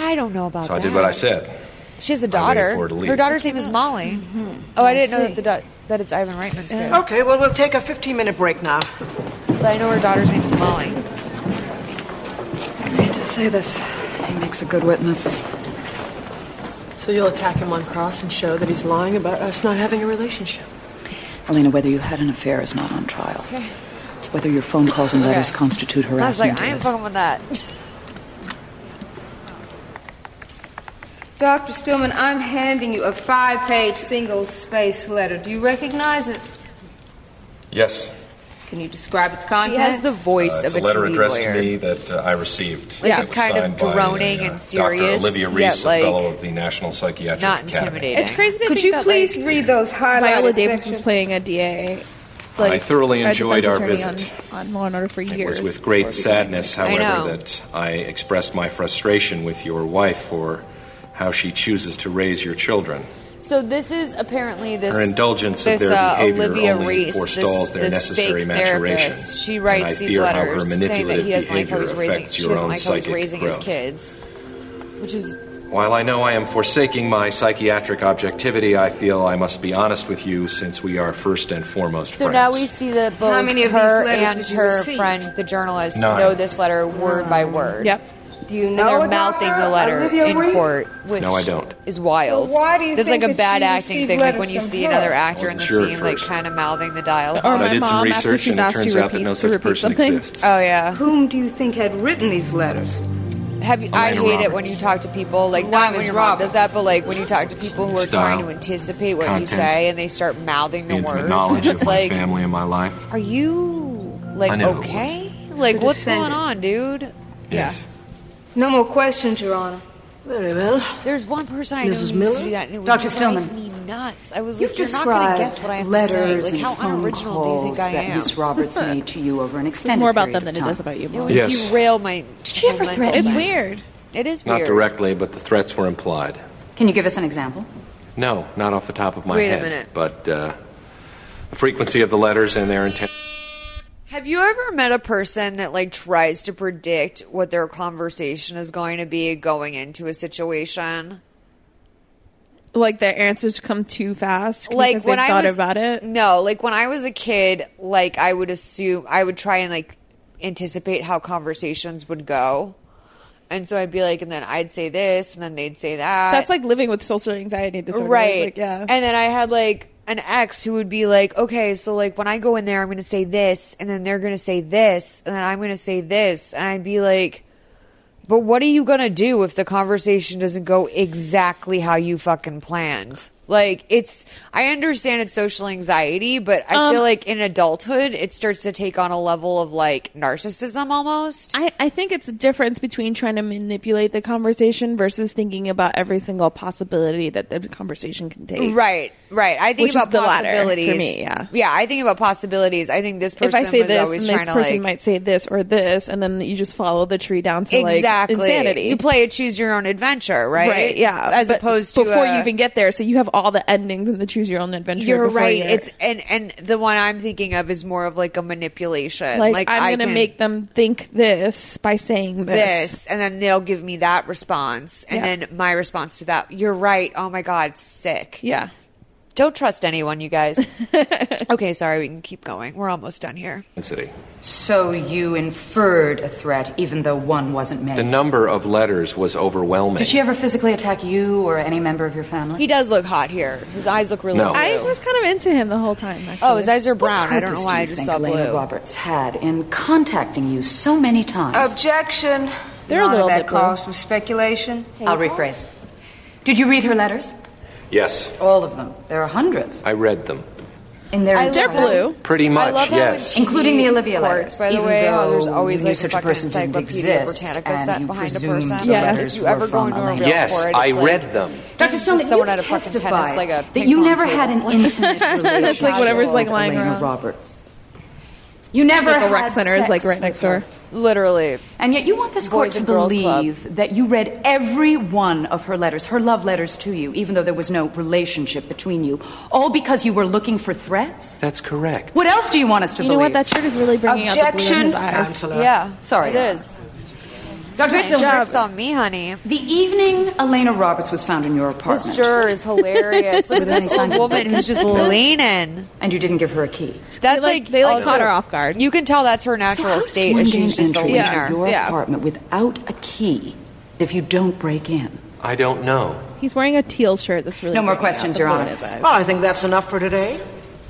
S1: I don't know about
S14: So I
S1: that.
S14: did what I said.
S1: She has a
S14: for
S1: daughter.
S14: her to leave.
S1: Her daughter's name is Molly.
S26: Mm-hmm.
S1: Oh, I
S10: I
S1: didn't know
S10: see.
S1: that the da- that it's Ivan Reitman's kid.
S26: Oh.
S10: Okay, well, we'll take a 15 minute break now.
S1: But I know her daughter's name is Molly.
S6: I hate to say this. He makes a good witness.
S23: So you'll attack him on cross and show that he's lying about us not having a relationship.
S6: Elena, whether you had an affair is not on trial. Whether your phone calls and letters
S1: Okay.
S6: constitute
S1: I was
S6: harassment
S1: like, I ain't
S6: is.
S1: fucking with that.
S26: Dr. Stillman, I'm handing you a five page single space letter. Do you recognize it?
S14: Yes.
S26: Can you describe its
S1: She
S26: contents?
S1: has the voice
S14: Uh,
S1: of
S14: it's
S1: a,
S14: a letter
S1: TV
S14: addressed
S1: lawyer.
S14: to me that uh, I received.
S1: Like,
S14: It
S1: it's
S14: was
S1: kind of
S14: signed by, uh,
S1: droning and serious,
S14: Dr. Olivia
S1: yet,
S14: Reese,
S1: like,
S14: a fellow of the National Psychiatric
S1: not
S14: Academy.
S1: intimidating.
S5: It's crazy to
S26: Could
S5: think
S26: you
S5: that,
S26: please
S5: like,
S26: read those highlighted
S5: Viola Davis was
S26: sections?
S5: playing a DA.
S14: I thoroughly
S5: a
S14: enjoyed
S5: defense
S14: our
S5: attorney
S14: visit.
S5: On, on Law and Order for years.
S14: It was with great sadness,
S5: I know.
S14: however, that I expressed my frustration with your wife for how she chooses to raise your children.
S1: So this is apparently this
S14: Her indulgence of
S1: this,
S14: their
S1: uh,
S14: behavior
S1: Olivia
S14: only
S1: Reese, this,
S14: forestalls their
S1: this
S14: necessary
S1: fake
S14: maturation.
S1: therapist. She
S14: And
S1: writes
S14: I
S1: these
S14: fear how her
S1: letters saying that he
S14: manipulative
S1: doesn't like how he's
S14: behavior
S1: raising.
S14: affects
S1: She
S14: your
S1: doesn't
S14: own
S1: like how he's
S14: psychic
S1: raising his
S14: growth.
S1: kids, which is
S14: While I know I am forsaking my psychiatric objectivity, I feel I must be honest with you since we are first and foremost
S1: So
S14: friends.
S1: now we see that both
S26: How many of these
S1: her
S26: letters
S1: and
S26: did you
S1: her
S26: receive?
S1: friend, the journalist,
S14: Nine.
S1: know this letter word by word. Yep.
S26: Do you
S1: and
S26: know
S1: they're
S26: a
S1: mouthing
S26: doctor,
S1: the letter
S26: Olivia
S1: in
S26: Reese?
S1: court, which
S14: No, I don't.
S1: is wild.
S26: So why do you
S1: That's
S26: think
S1: like a
S26: that
S1: bad
S26: she
S1: acting
S26: received
S1: thing, like
S26: letters
S1: when you
S26: from
S1: see
S26: her?
S1: another actor in
S14: wasn't
S1: the
S14: sure at
S1: scene, like
S14: first.
S1: kind of mouthing the dialogue.
S14: But I did some research and it turns out that no such person exists.
S1: Oh yeah.
S26: Whom do you think had written these letters?
S1: Have
S14: Oh,
S1: you, I hate
S26: Elena
S1: it when
S26: Roberts.
S1: you talk to people like
S26: Why
S1: not when
S26: Miss
S1: your mom
S26: Roberts?
S1: does that, but like when you talk to people who are
S14: Style,
S1: trying to anticipate what you
S14: content,
S1: say and they start mouthing
S14: the
S1: the
S14: intimate
S1: words.
S14: knowledge
S1: it's
S14: of my
S1: like,
S14: family and my life.
S1: are you
S14: I
S1: like
S14: know it was.
S1: okay? Like
S26: The
S1: what's
S26: defendant.
S1: going on, dude?
S14: Yes.
S26: No more questions, Your Honor.
S10: Very well.
S1: There's one person I know
S10: Mrs.
S1: who used to
S10: Miller?
S1: do that, and it would
S10: Dr.
S1: drive
S10: Stillman.
S1: me nuts. I was
S6: You've
S1: like, you're not going to
S6: described
S1: guess what I have to
S6: letters
S1: say. Like,
S6: and
S1: how
S6: phone
S1: unoriginal do you think
S6: calls
S1: I
S6: that
S1: am?
S6: Miss Roberts made to you over an extended
S5: more about
S6: period
S5: them
S6: of
S5: than it
S6: time.
S5: is about you,
S1: It
S5: Molly.
S1: would
S14: Yes.
S1: derail my. Did she
S6: ever threaten
S5: It's
S6: you?
S5: weird.
S1: It is
S14: Not
S1: weird.
S14: directly, but the threats were implied.
S6: Can you give us an example?
S14: No, not off the top of my
S1: Wait a
S14: head.
S1: minute.
S14: But uh, the frequency of the letters and their intent.
S1: Have you ever met a person that like tries to predict what their conversation is going to be going into a situation?
S5: Like their answers come too fast.
S1: Like when
S5: they
S1: I
S5: thought
S1: was,
S5: about it.
S1: No, like when I was a kid, like I would assume I would try and like anticipate how conversations would go. And so I'd be like, and then I'd say this, and then they'd say that.
S5: That's like living with social anxiety disorder. It's
S1: right
S5: Like, yeah.
S1: and then i had like an ex who would be like okay so like when i go in there i'm gonna say this and then they're gonna say this and then i'm gonna say this and i'd be like but what are you gonna do if the conversation doesn't go exactly how you fucking planned Like it's, I understand it's social anxiety, but I
S5: Um,
S1: feel like in adulthood it starts to take on a level of like narcissism almost.
S5: I, I think it's a difference between trying to manipulate the conversation versus thinking about every single possibility that the conversation can take.
S1: Right, right. I think
S5: Which is
S1: about
S5: the latter for
S1: possibilities
S5: me, yeah.
S1: yeah. I think about possibilities. I think this
S5: If
S1: person
S5: I say
S1: was
S5: this, and
S1: always
S5: this
S1: trying
S5: person
S1: to like
S5: might say this or this, and then you just follow the tree down to
S1: exactly
S5: like insanity.
S1: You play a choose your own adventure, right?
S5: Right, yeah.
S1: As
S5: But
S1: opposed to
S5: before
S1: a-
S5: you even get there, so you have all the endings and the choose your own adventure.
S1: You're
S5: before
S1: right.
S5: you're-
S1: It's and and the one I'm thinking of is more of like a manipulation.
S5: like,
S1: Like,
S5: I'm
S1: I
S5: gonna
S1: can-
S5: make them think this by saying
S1: this.
S5: this.
S1: and then they'll give me that response and
S5: Yeah.
S1: then my response to that you're right oh my god sick
S5: yeah
S1: don't trust anyone you guys okay sorry we can keep going we're almost done here
S14: City.
S6: So you inferred a threat, even though one wasn't made.
S14: The number of letters was overwhelming.
S6: Did she ever physically attack you or any member of your family?
S1: he does look hot here his eyes look really
S6: No.
S1: blue.
S6: I
S5: I was kind of into him the whole time. Actually.
S1: oh his eyes are brown i don't
S6: purpose
S1: know
S6: do
S1: why
S6: you
S1: i just
S6: think
S1: saw
S6: Elena
S1: blue
S6: Roberts had in contacting you so many
S1: Oh,
S6: times.
S26: Objection.
S6: They're a
S26: None
S6: little
S26: of that
S6: bit blue.
S26: calls for speculation.
S6: I'll rephrase. Did you read her letters?
S14: Yes,
S6: All of them. There are hundreds.
S14: I read them.
S6: In their
S1: I love
S6: entirety.
S1: how-
S14: Pretty much,
S1: I love how
S14: yes.
S1: in
S6: Including the
S1: TV
S6: Olivia
S1: courts,
S6: letters,
S1: By the
S6: even
S1: way, how there's
S6: though
S1: always
S6: you knew
S1: like a
S6: such a
S1: fucking
S6: person didn't
S1: Encyclopedia
S6: exist,
S1: Britannica
S6: and
S1: set
S6: you
S1: behind a
S6: presumed
S1: person.
S6: the
S1: Like,
S6: letters
S1: if you ever
S6: were
S1: go
S6: from
S1: into a real
S6: Olivia.
S14: Yes,
S1: court, it's
S14: I
S1: like-
S14: read them.
S6: Dr.
S1: It's just
S6: Stone,
S1: someone
S6: you
S1: at a fucking tennis,
S6: testified
S1: like a
S6: that you
S1: ping-pong
S6: never
S1: table.
S6: had an intimate relationship
S5: That's like whatever's, like,
S6: with
S5: lying
S6: Elena
S5: around.
S6: Roberts. You never
S5: Like a
S6: had
S5: rec center is,
S6: sex
S5: like, right
S6: with
S5: next door.
S6: her.
S1: Literally.
S6: And yet you want this court
S1: Boys
S6: to
S1: and girls club.
S6: believe that you read every one of her letters, her love letters to you, even though there was no relationship between you, all because you were looking for threats?
S14: That's correct.
S6: What else do you want us to
S5: You know
S6: believe?
S5: what? That shirt is really bringing out the blue in his
S6: Objection.
S5: eyes.
S6: Counselor.
S1: Yeah,
S6: Sorry.
S1: it is.
S6: Dr.
S1: Nice
S6: Stone-
S1: tricks on me, honey.
S6: The evening Elena Roberts was found in your apartment.
S1: This juror is hilarious. Look at
S6: With any
S1: this old
S6: signs of
S1: woman who's just
S6: wickedness.
S1: leaning.
S6: And you didn't give her a key.
S1: That's like,
S5: they, like,
S1: also-
S5: caught her off guard.
S1: You can tell that's her natural state.
S6: One
S1: Is
S6: day
S1: she's just a
S6: entry
S1: leaner.
S6: into your
S1: Yeah.
S6: apartment without a key if you don't break in.
S14: I don't know.
S5: He's wearing a teal shirt. That's really
S6: No more
S5: bringing out
S6: questions,
S5: the
S6: Your
S5: blue in
S6: Honor.
S5: his eyes.
S10: Well, Oh, I think that's enough for today.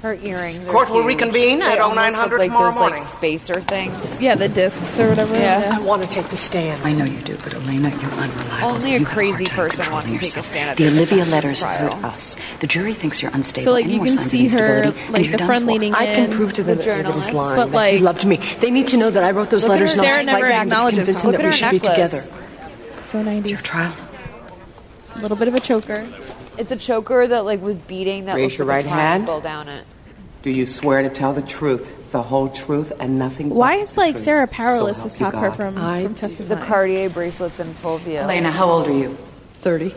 S1: Her earrings. are
S10: Court will
S1: huge.
S10: reconvene
S1: They
S10: at
S1: almost
S10: 0900
S1: look like
S10: tomorrow
S1: those, like,
S10: morning.
S1: spacer things.
S5: Yeah, the discs or whatever.
S1: Yeah.
S23: I want to take the stand.
S6: I know you do, but Elena, you're unreliable.
S1: Only a
S6: You have hard
S1: crazy
S6: time
S1: person
S6: controlling
S1: wants to take a
S6: yourself.
S1: stand at
S6: The
S1: their
S6: Olivia
S1: defense
S6: letters
S1: trial.
S6: hurt us. The jury thinks you're unstable.
S5: So like
S6: and
S5: you
S6: more
S5: can
S6: signs of
S5: see her
S6: instability, and
S5: like
S6: you're
S5: the
S6: done
S5: front
S6: for.
S5: leaning.
S10: I
S5: in,
S10: can prove to them
S5: the
S10: that David is
S5: journalist,
S10: lying.
S5: But
S10: that he
S5: like,
S10: loved me. They need to know that I wrote those
S5: Look at
S10: letters
S5: her.
S10: not
S5: Sarah
S10: to spite
S5: never
S10: him, but to
S5: acknowledges
S10: convince
S5: how-
S10: him
S5: look
S10: that
S5: at
S10: we
S5: her
S10: should be together.
S5: necklace. so nineties. Your
S6: trial.
S5: A little bit of a choker.
S1: It's a choker that, like, with beating that
S8: Raise
S1: looks
S8: your
S1: like
S8: right
S1: a
S8: hand.
S1: triangle down it.
S8: Do you swear to tell the truth, the whole truth, and nothing but
S5: Why is
S8: the
S5: like
S8: truth?
S5: Sarah
S8: So
S5: powerless to
S8: help you
S5: stop her
S8: God.
S5: from,
S10: I
S5: from
S1: The
S5: testifying?
S1: Cartier bracelets in full view.
S6: Elena, how old are you?
S10: 30.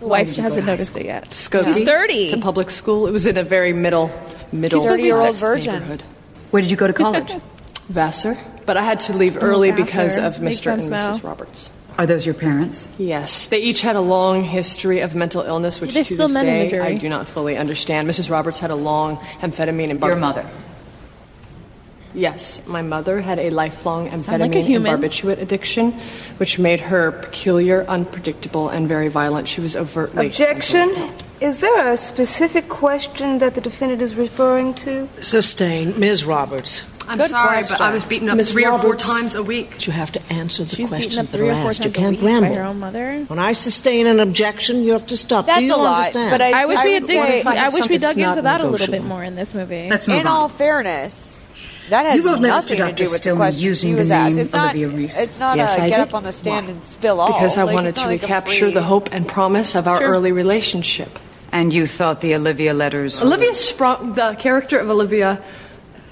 S5: The wife
S6: did you go
S5: hasn't
S6: to high
S5: noticed it yet.
S3: Scobie.
S5: She's
S3: To
S5: thirty.
S3: public school. It was in a very middle, middle
S1: She's 30-year-old
S3: class
S1: virgin.
S3: neighborhood.
S6: Where did you go to college?
S3: Vassar. But I had to leave early because
S5: Oh, Vassar.
S3: of Mr.
S5: Makes
S3: and
S5: sense
S3: Mrs.
S5: now.
S3: Roberts.
S6: Are those your parents?
S3: Yes, they each had a long history of mental illness, which
S5: there's
S3: to
S5: still
S3: this
S5: men in the
S3: day
S5: jury.
S3: I do not fully understand. Mrs. Roberts had a long amphetamine and bar-
S6: Your mother.
S3: Yes, my mother had a lifelong
S5: Sound like a
S3: amphetamine and
S5: human.
S3: barbiturate addiction, which made her peculiar, unpredictable, and very violent. She was overtly
S26: Objection. Is there a specific question that the defendant is referring to?
S10: Sustain. Ms. Roberts.
S3: I'm
S1: Good
S3: sorry, but I
S1: question.
S3: was beaten up
S10: Ms.
S3: three or four
S10: Roberts.
S3: times a week.
S10: You have to answer the
S5: She's beaten up
S10: questions that
S5: three
S10: are
S5: or four
S10: asked. You
S5: times a
S10: can't
S5: week by
S10: ramble.
S5: her own mother.
S10: When I sustain an objection, you have to stop. Do
S1: That's
S10: you
S1: a lot,
S10: understand?
S1: but
S5: I wish
S1: I
S5: we
S1: would
S5: had
S1: say-
S5: dig- I wish we
S10: It's
S5: dug
S10: not
S5: into that a little bit
S10: negotiable.
S5: more in this movie.
S6: Let's move
S1: In
S6: on.
S1: all fairness, that has
S6: You wrote letters to
S1: nothing to,
S6: Dr.
S1: do with the
S6: Stillman
S1: question
S6: using
S1: she
S6: the
S1: was asked.
S6: name
S1: It's not.
S6: Olivia Reese.
S1: It's not
S10: Yes,
S1: a
S10: I
S1: get
S10: did.
S1: up on the stand and spill all.
S3: because I
S1: Like,
S3: wanted
S1: it's
S3: to
S1: not like a
S3: recapture
S1: free-
S3: the hope and promise of our
S1: Sure.
S3: early relationship.
S6: And you thought the Olivia letters.
S3: Olivia sprung, the character of Olivia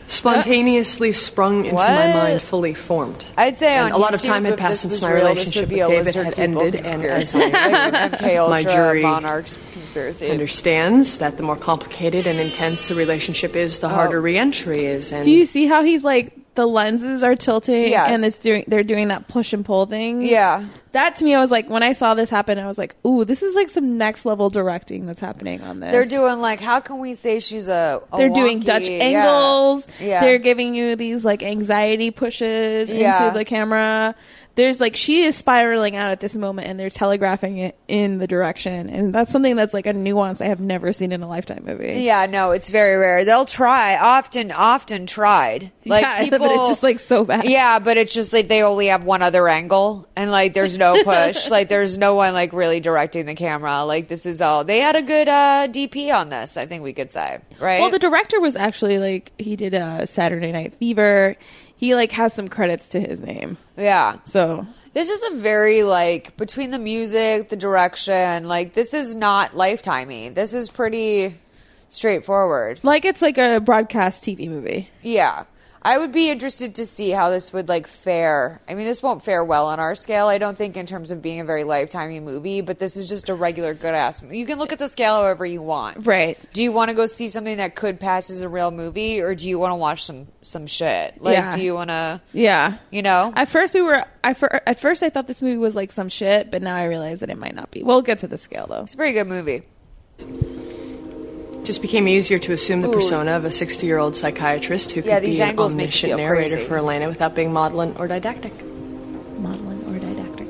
S3: spontaneously sprung into my
S1: What?
S3: mind, fully formed.
S1: I'd say
S3: And
S1: on
S3: a lot of
S1: YouTube,
S3: time had
S1: if
S3: passed
S1: this
S3: since
S1: was
S3: my
S1: real,
S3: relationship
S1: this would
S3: with
S1: be a
S3: David
S1: lizard
S3: had
S1: people
S3: ended, and as
S1: conspiracy. like an MK Ultra
S3: my jury
S1: monarchs conspiracy.
S3: understands that the more complicated and intense a relationship is,
S1: Oh.
S3: the harder reentry is. And
S5: Do you see how he's like the lenses are tilting
S1: Yes.
S5: and it's doing they're doing that push and pull thing?
S1: Yeah.
S5: That to me I was like when I saw this happen I was like, "Ooh, this is like some next level directing that's happening on this."
S1: They're doing like, how can we say she's a? a
S5: they're doing
S1: wonky-
S5: Dutch
S1: yeah.
S5: angles.
S1: Yeah.
S5: They're giving you these like anxiety pushes
S1: Yeah.
S5: into the camera. there's like she is spiraling out at this moment and they're telegraphing it in the direction and that's something that's like a nuance i have never seen in a lifetime movie
S1: Yeah, no, it's very rare. They'll try, often, often tried. Like
S5: Yeah,
S1: people,
S5: but it's just like so bad.
S1: Yeah, but it's just like they only have one other angle, and like there's no push, like there's no one like really directing the camera. Like this is all they had a good uh, DP on this. I think we could say right.
S5: well the director was actually like he did a saturday night fever he like has some credits to his name
S1: yeah.
S5: so
S1: This is a very like between the music, the direction, like this is not lifetimey. This is pretty straightforward.
S5: like it's like a broadcast tv movie
S1: Yeah. I would be interested to see how this would like fare. I mean, this won't fare well on our scale, I don't think, in terms of being a very lifetimey movie. But this is just a regular good ass. You can look at the scale however you want.
S5: right
S1: Do you want to go see something that could pass as a real movie, or do you want to watch some some shit? Like,
S5: Yeah.
S1: do you want to?
S5: yeah
S1: You know.
S5: at first we were I fir- at first i thought this movie was like some shit but now i realize that it might not be we'll get to the scale though it's
S1: a pretty good movie
S3: Just became easier to assume the
S5: Ooh.
S3: persona of a 60 year old psychiatrist who could
S1: Yeah, these
S3: be an
S1: angles make you
S3: omniscient
S1: feel
S3: narrator
S1: crazy.
S3: for Elena without being maudlin or didactic.
S5: Maudlin or didactic.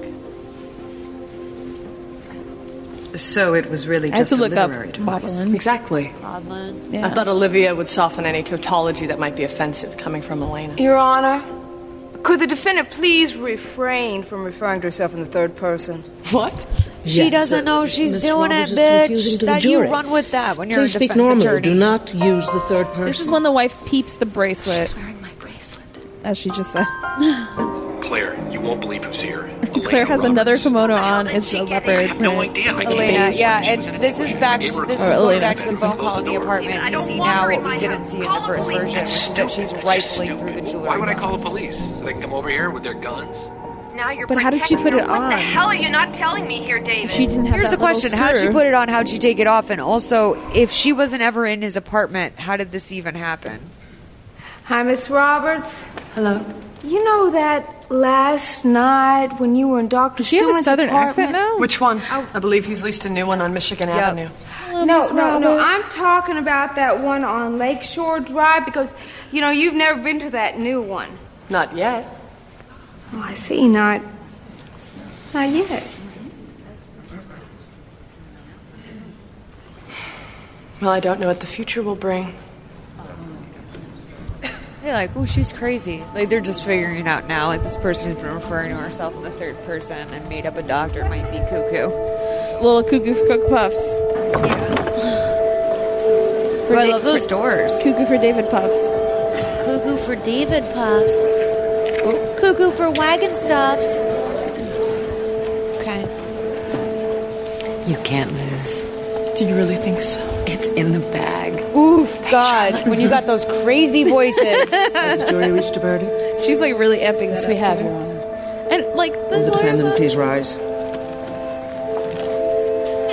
S6: So it was really
S3: I had
S6: just
S3: to
S6: a
S3: look up
S6: literary device.
S3: Exactly.
S1: Maudlin.
S3: I thought Olivia would soften any tautology that might be offensive coming from Elena.
S26: Your Honor, could the defendant please refrain from referring to herself in the third person?
S3: What?
S1: She doesn't know she's
S10: Miss
S1: doing
S10: Roberts
S1: it,
S10: is confusing
S1: bitch.
S10: to the
S1: That you
S10: jury.
S1: run with that when you're
S10: Please
S1: a
S10: speak
S1: defense
S10: normally.
S1: attorney.
S10: Do not use the third person.
S5: This is when the wife peeps the bracelet. As she just said.
S11: Claire, you won't believe who's here.
S5: Claire has another kimono on. It's a leopard.
S11: no idea. I can't
S1: Elena,
S11: believe
S1: yeah,
S11: she
S1: and this is back. This is
S11: Or
S1: going
S11: Elena.
S1: back to the phone call in the apartment. We see now what we didn't see in the first version, which is that she's rifling through the jewelry.
S11: Why would I call the
S1: box.
S11: police? So they can come over here with their guns?
S2: Now you're
S1: But how did she
S2: protecting
S1: put
S2: her.
S1: it
S2: What the
S1: on?
S2: hell are you not telling me here, David?
S1: Here's the question: How'd she put it on? How'd she take it off? And also, if she wasn't ever in his apartment, how did this even happen?
S26: Hi, Miss Roberts.
S3: Hello.
S26: You know that last night when you were in Dr. Does
S3: Which one?
S6: Oh.
S3: I believe he's leased a new one on Michigan Avenue.
S26: no,
S3: Miss
S26: no, no.
S3: Roberts.
S26: I'm talking about that one on Lakeshore Drive because, you know, you've never been to that new one.
S3: Not yet.
S26: Oh, I see. Not, not yet.
S3: Well, I don't know what the future will bring.
S1: They're like, oh, she's crazy. Like they're just figuring it out now. Like this person has been referring to herself in the third person and made up a doctor might be cuckoo.
S5: Little cuckoo for Cook Puffs. For
S1: I
S5: Da-
S1: love those
S5: for-
S1: doors.
S5: Cuckoo for David Puffs.
S17: Cuckoo for David Puffs. Cuckoo for Wagon Stuffs. Okay.
S27: You can't lose.
S3: Do you really think so?
S27: It's in the bag.
S1: Oof, God!
S27: when you got
S1: those crazy voices.
S27: Has the jury
S5: reached a verdict? She's like really amping this.
S27: we have,
S5: Your Honor. And like the
S27: Will the
S5: lawyer's
S27: defendant
S5: not-
S27: please rise?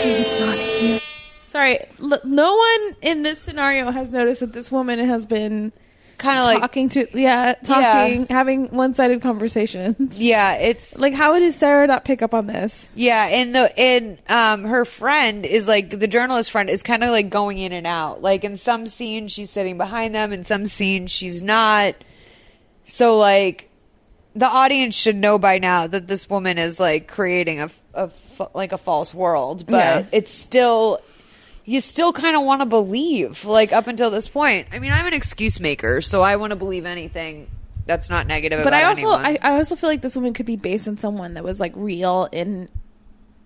S5: David's not here. Sorry, l- no one in this scenario has noticed that this woman has been
S1: kind of like-
S5: talking to, yeah, talking, having one-sided conversations.
S1: Yeah, it's
S5: like how did Sarah not pick up on this?
S1: Yeah, and the and um her friend is like the journalist friend is kind of like going in and out. Like in some scene she's sitting behind them, in some scene she's not. So like the audience should know by now that this woman is like creating a, a fa- like a false world, but
S5: Yeah.
S1: it's still you still kind of want to believe like up until this point. I mean, I'm an excuse maker, so I want to believe anything that's not negative
S5: But
S1: about
S5: I also,
S1: anyone.
S5: I, I also feel like this woman could be based on someone that was like real in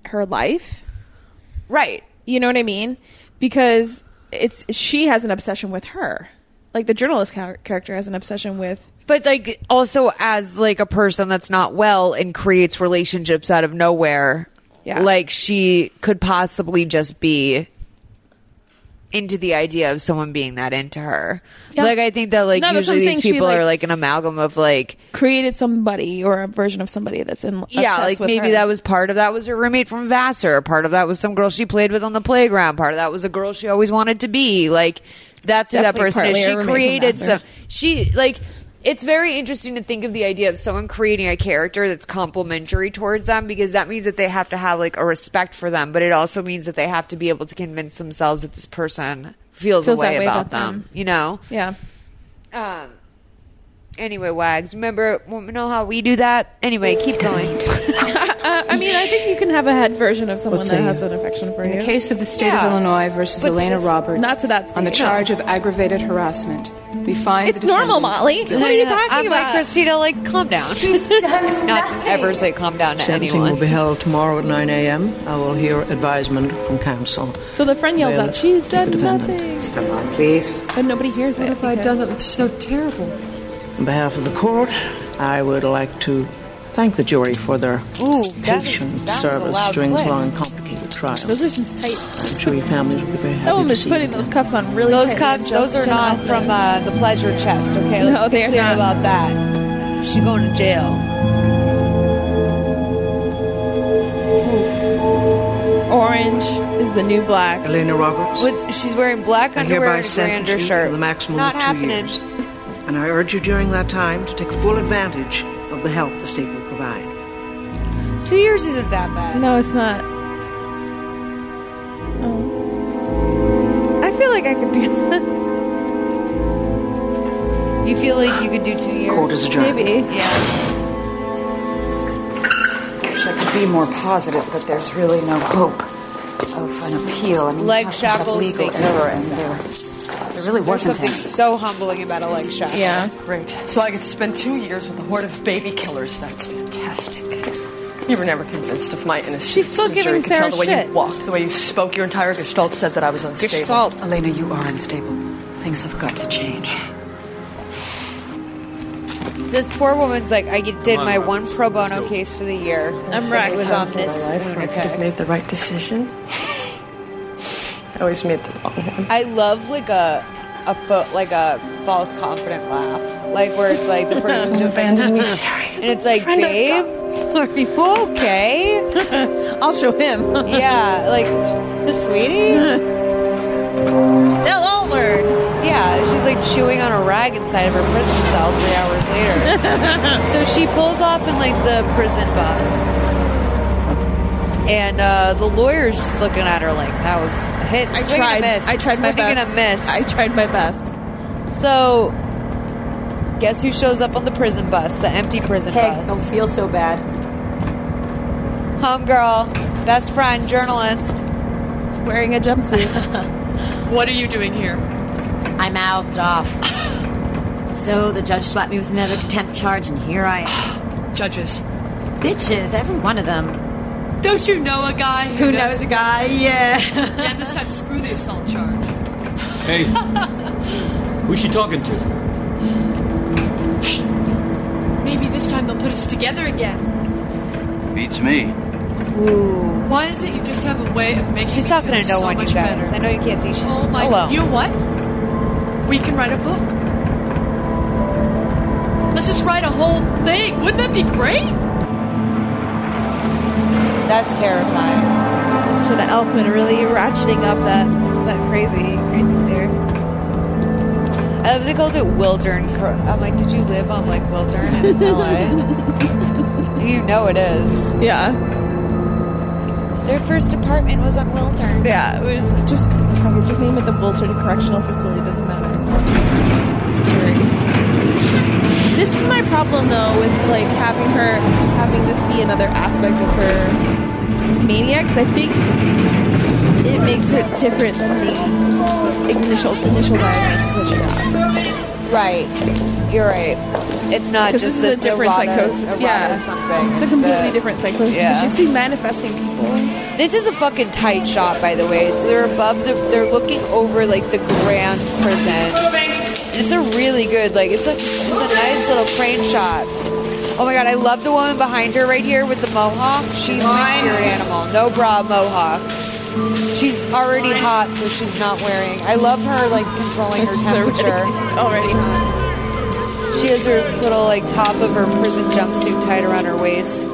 S5: her life,
S1: right?
S5: You know what I mean? Because it's she has an obsession with her, like the journalist char- character has an obsession with
S1: but like also as like a person that's not well and creates relationships out of nowhere
S5: Yeah.
S1: like she could possibly just be into the idea of someone being that into her
S5: Yeah.
S1: like i think that like
S5: No, that's what
S1: usually
S5: I'm
S1: these
S5: saying. She,
S1: people are
S5: like-
S1: like an amalgam of like
S5: created somebody or a version of somebody that's in
S1: yeah like maybe that was part of that was her roommate from vassar part of that was some girl she played with on the playground part of that was a girl she always wanted to be like that's who
S5: Definitely
S1: that person is
S5: partly a
S1: she
S5: roommate from
S1: created
S5: Vassar.
S1: some she like it's very interesting to think of the idea of someone creating a character that's complimentary towards them because that means that they have to have like a respect for them but it also means that they have to be able to convince themselves that this person feels, a way, about, them, you know
S5: yeah
S1: um Anyway, Wags, remember, well, you know how we do that? Anyway, keep going.
S5: Uh, I mean, I think you can have a head version of someone
S1: Let's
S5: that
S1: see.
S5: has an affection for
S27: In
S5: you.
S27: the case of the state
S5: Yeah.
S27: of Illinois versus
S5: But
S27: Elena
S5: it's
S27: Roberts,
S5: not to that
S27: on the
S5: state.
S27: charge of aggravated harassment, we find
S5: It's
S27: the
S5: normal,
S27: defendant
S5: Molly. What
S27: guilty.
S5: are you talking
S1: I'm
S5: about?
S1: like, Christina, like, calm down. Not just ever say calm down to
S10: Sentencing will
S1: anyone.
S10: be held tomorrow at 9 a.m. I will hear advisement from counsel.
S5: So the friend yells out,
S10: Bailiff
S5: "She's
S10: is
S5: done
S10: the defendant.
S5: nothing,"
S10: Stand by, please.
S5: but nobody hears
S9: What
S5: it.
S9: have I done that was so terrible?
S10: On behalf of the court, I would like to thank the jury for their
S9: Ooh, that is-
S10: patient
S9: that was a
S10: service
S9: loud
S10: during this
S9: clip.
S10: long and complicated trial.
S5: Those are some tight.
S10: I'm sure your families will be very happy
S5: That
S10: to
S5: woman is
S10: see
S5: putting
S10: you.
S5: those cuffs on really.
S1: Those
S5: tightly
S1: cuffs,
S5: and
S1: those are
S5: jumping
S1: not
S5: off
S1: from
S5: the-
S1: uh, the pleasure chest, okay? Let's
S5: No,
S1: be
S5: they're
S1: clear
S5: not.
S1: about that. She's going to jail.
S5: Orange uh, is the new black.
S10: Elena Roberts.
S1: With, she's wearing black
S10: I
S1: underwear
S10: hereby
S1: and a gray
S10: sentence you
S1: undershirt.
S10: to the maximum
S1: Not
S10: of two
S1: happening.
S10: years. And I urge you during that time to take full advantage of the help the state will provide.
S1: Two years isn't that bad.
S5: No, it's not. Oh. I feel like I could do that.
S1: You feel like you could do two years?
S5: Court is adjourned. Maybe.
S1: Yeah.
S6: Try to be more positive, but there's really no hope of an appeal. I mean,
S1: Leg
S6: you have to have
S1: shackles,
S6: legal
S1: big
S6: error, and
S1: hands.
S6: there, there really
S1: There's
S6: wasn't
S1: something
S6: any.
S1: so humbling about a leg shot.
S9: Great. So I get to spend two years with a horde of baby killers. That's fantastic. You were never convinced of my innocence.
S5: She's still
S9: the
S5: giving
S9: jury could tell
S5: Sarah
S9: the way
S5: shit.
S9: you walked, the way you spoke. Your entire gestalt said that I was unstable.
S6: Elena, you are unstable. Things have got to change.
S1: This poor woman's like, I did
S6: Come on,
S1: my
S6: Rob.
S1: one pro bono case for the year.
S5: I'm
S1: It
S5: wrecked.
S1: was on this
S9: My life where I could have
S1: lunatic.
S9: made the right decision. I always made the wrong one.
S1: I love like a a fo- like a false confident laugh, like where it's like the person just like,
S9: Abandoned me, Sarah.
S1: and it's like,
S9: Friend of
S1: babe, are you okay?
S5: I'll show him.
S1: yeah, like, sweetie.
S5: They'll all learn.
S1: Yeah, she's like chewing on a rag inside of her prison cell three hours later. so she pulls off in like the prison bus, and uh, the lawyer's just looking at her like that was a hit.
S5: I
S1: swing
S5: tried.
S1: And a miss.
S5: I tried my
S1: swing and
S5: best.
S1: a miss.
S5: I tried my best.
S1: So, guess who shows up on the prison bus? The empty prison bus. Don't
S7: feel so bad.
S1: Homegirl, best friend, journalist,
S5: wearing a jumpsuit.
S7: What are you doing here? I mouthed off. so the judge slapped me with another contempt charge, and here I am. Judges. Bitches, every one of them.
S23: Don't you know a guy
S7: who, knows? a guy? Yeah.
S23: yeah, this time screw the assault charge.
S13: Hey, who's she talking to?
S23: Maybe this time they'll put us together again.
S13: Beats me.
S23: Why is it you just have a way of making
S1: She's
S23: me
S1: talking
S23: feel
S1: to no
S23: so
S1: one, you
S23: much
S1: guys.
S23: better?
S1: I know you can't see. She's
S23: oh my!
S1: alone.
S23: You know what? We can write a book. Let's just write a whole thing. Wouldn't that be great?
S1: That's terrifying.
S5: So the Elfman really ratcheting up that that crazy crazy stare.
S1: I love they called it Wildern. I'm like, did you live on like Wildern in LA? you know it is.
S5: Yeah,
S1: Their first apartment was on Wildern.
S5: yeah. It was just fuck it, just name it the Wilton Correctional Facility. Doesn't matter. This is my problem though with like having her having this be another aspect of her maniac. 'cause I think it makes her different than the initial initial diagnosis that she got.
S1: Right. You're right. It's not
S5: 'Cause
S1: just
S5: this is
S1: this
S5: a different
S1: errata-
S5: psychosis.
S1: errata
S5: Yeah.
S1: something.
S5: It's a completely different psychosis.
S1: Yeah.
S5: She's seen manifesting people.
S1: This is a fucking tight shot, by the way. So they're above the. They're looking over like the Grand Prison. It's a really good. Like it's a. It's a nice little crane shot. Oh my god, I love the woman behind her right here with the mohawk. She's my spirit animal. No bra mohawk. She's already hot, so she's not wearing. I love her like controlling her temperature.
S5: already hot.
S1: She has her little like top of her prison jumpsuit tied around her waist.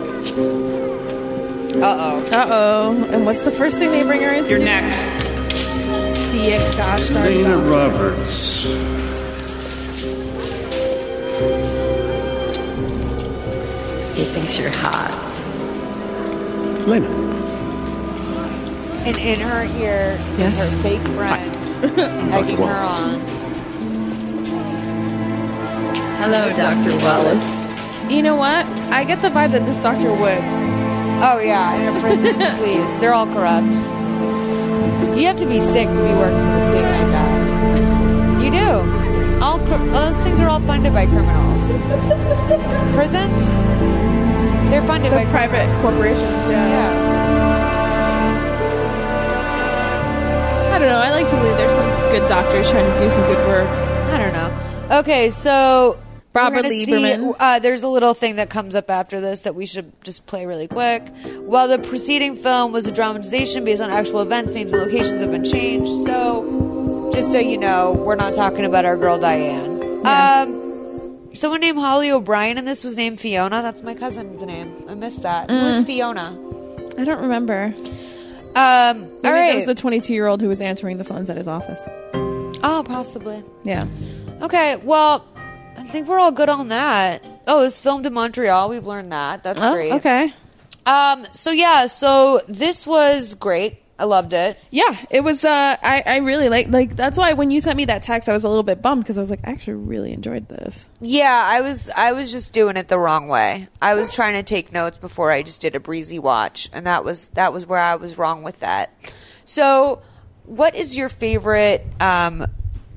S1: Uh oh.
S5: Uh oh. And what's the first thing they bring her into? You're next. See it, gosh darn it.
S28: Elena Roberts.
S7: He thinks you're hot.
S28: Elena.
S1: And in her ear, is
S28: Yes?
S1: her fake friend
S28: Dr.
S1: egging her
S28: Wallace.
S1: on.
S5: Hello, Dr. Wallace. You know what? I get the vibe that this doctor would.
S1: Oh, yeah, in a prison, please. They're all corrupt. You have to be sick to be working for the state like that. You do. All cr- those things are all funded by criminals. Prisons, they're funded by private
S5: corporations. I don't know. I like to believe there's some good doctors trying to do some good work.
S1: I don't know. Okay, so we're
S5: Robert
S1: gonna see-
S5: Lieberman.
S1: uh, there's a little thing that comes up after this that we should just play really quick. While the preceding film was a dramatization based on actual events, names and locations have been changed. So, just so you know, we're not talking about our girl Diane. Um, someone named Holly O'Brien, and this was named Fiona. That's my cousin's name. I missed that. Who was
S5: Mm.
S1: Fiona?
S5: I don't remember.
S1: Um, all
S5: It was
S1: right.
S5: the 22 year old who was answering the phones at his office.
S1: oh, possibly.
S5: Yeah.
S1: Okay, well, I think we're all good on that. Oh, it was filmed in Montreal. We've learned that. That's
S5: Oh,
S1: great.
S5: okay.
S1: Um. So yeah. So this was great. I loved it.
S5: Yeah, it was. Uh, I I really like like that's why when you sent me that text, I was a little bit bummed because I was like, I actually really enjoyed this.
S1: Yeah, I was. I was just doing it the wrong way. I was trying to take notes before I just did a breezy watch, and that was that was where I was wrong with that. So, what is your favorite um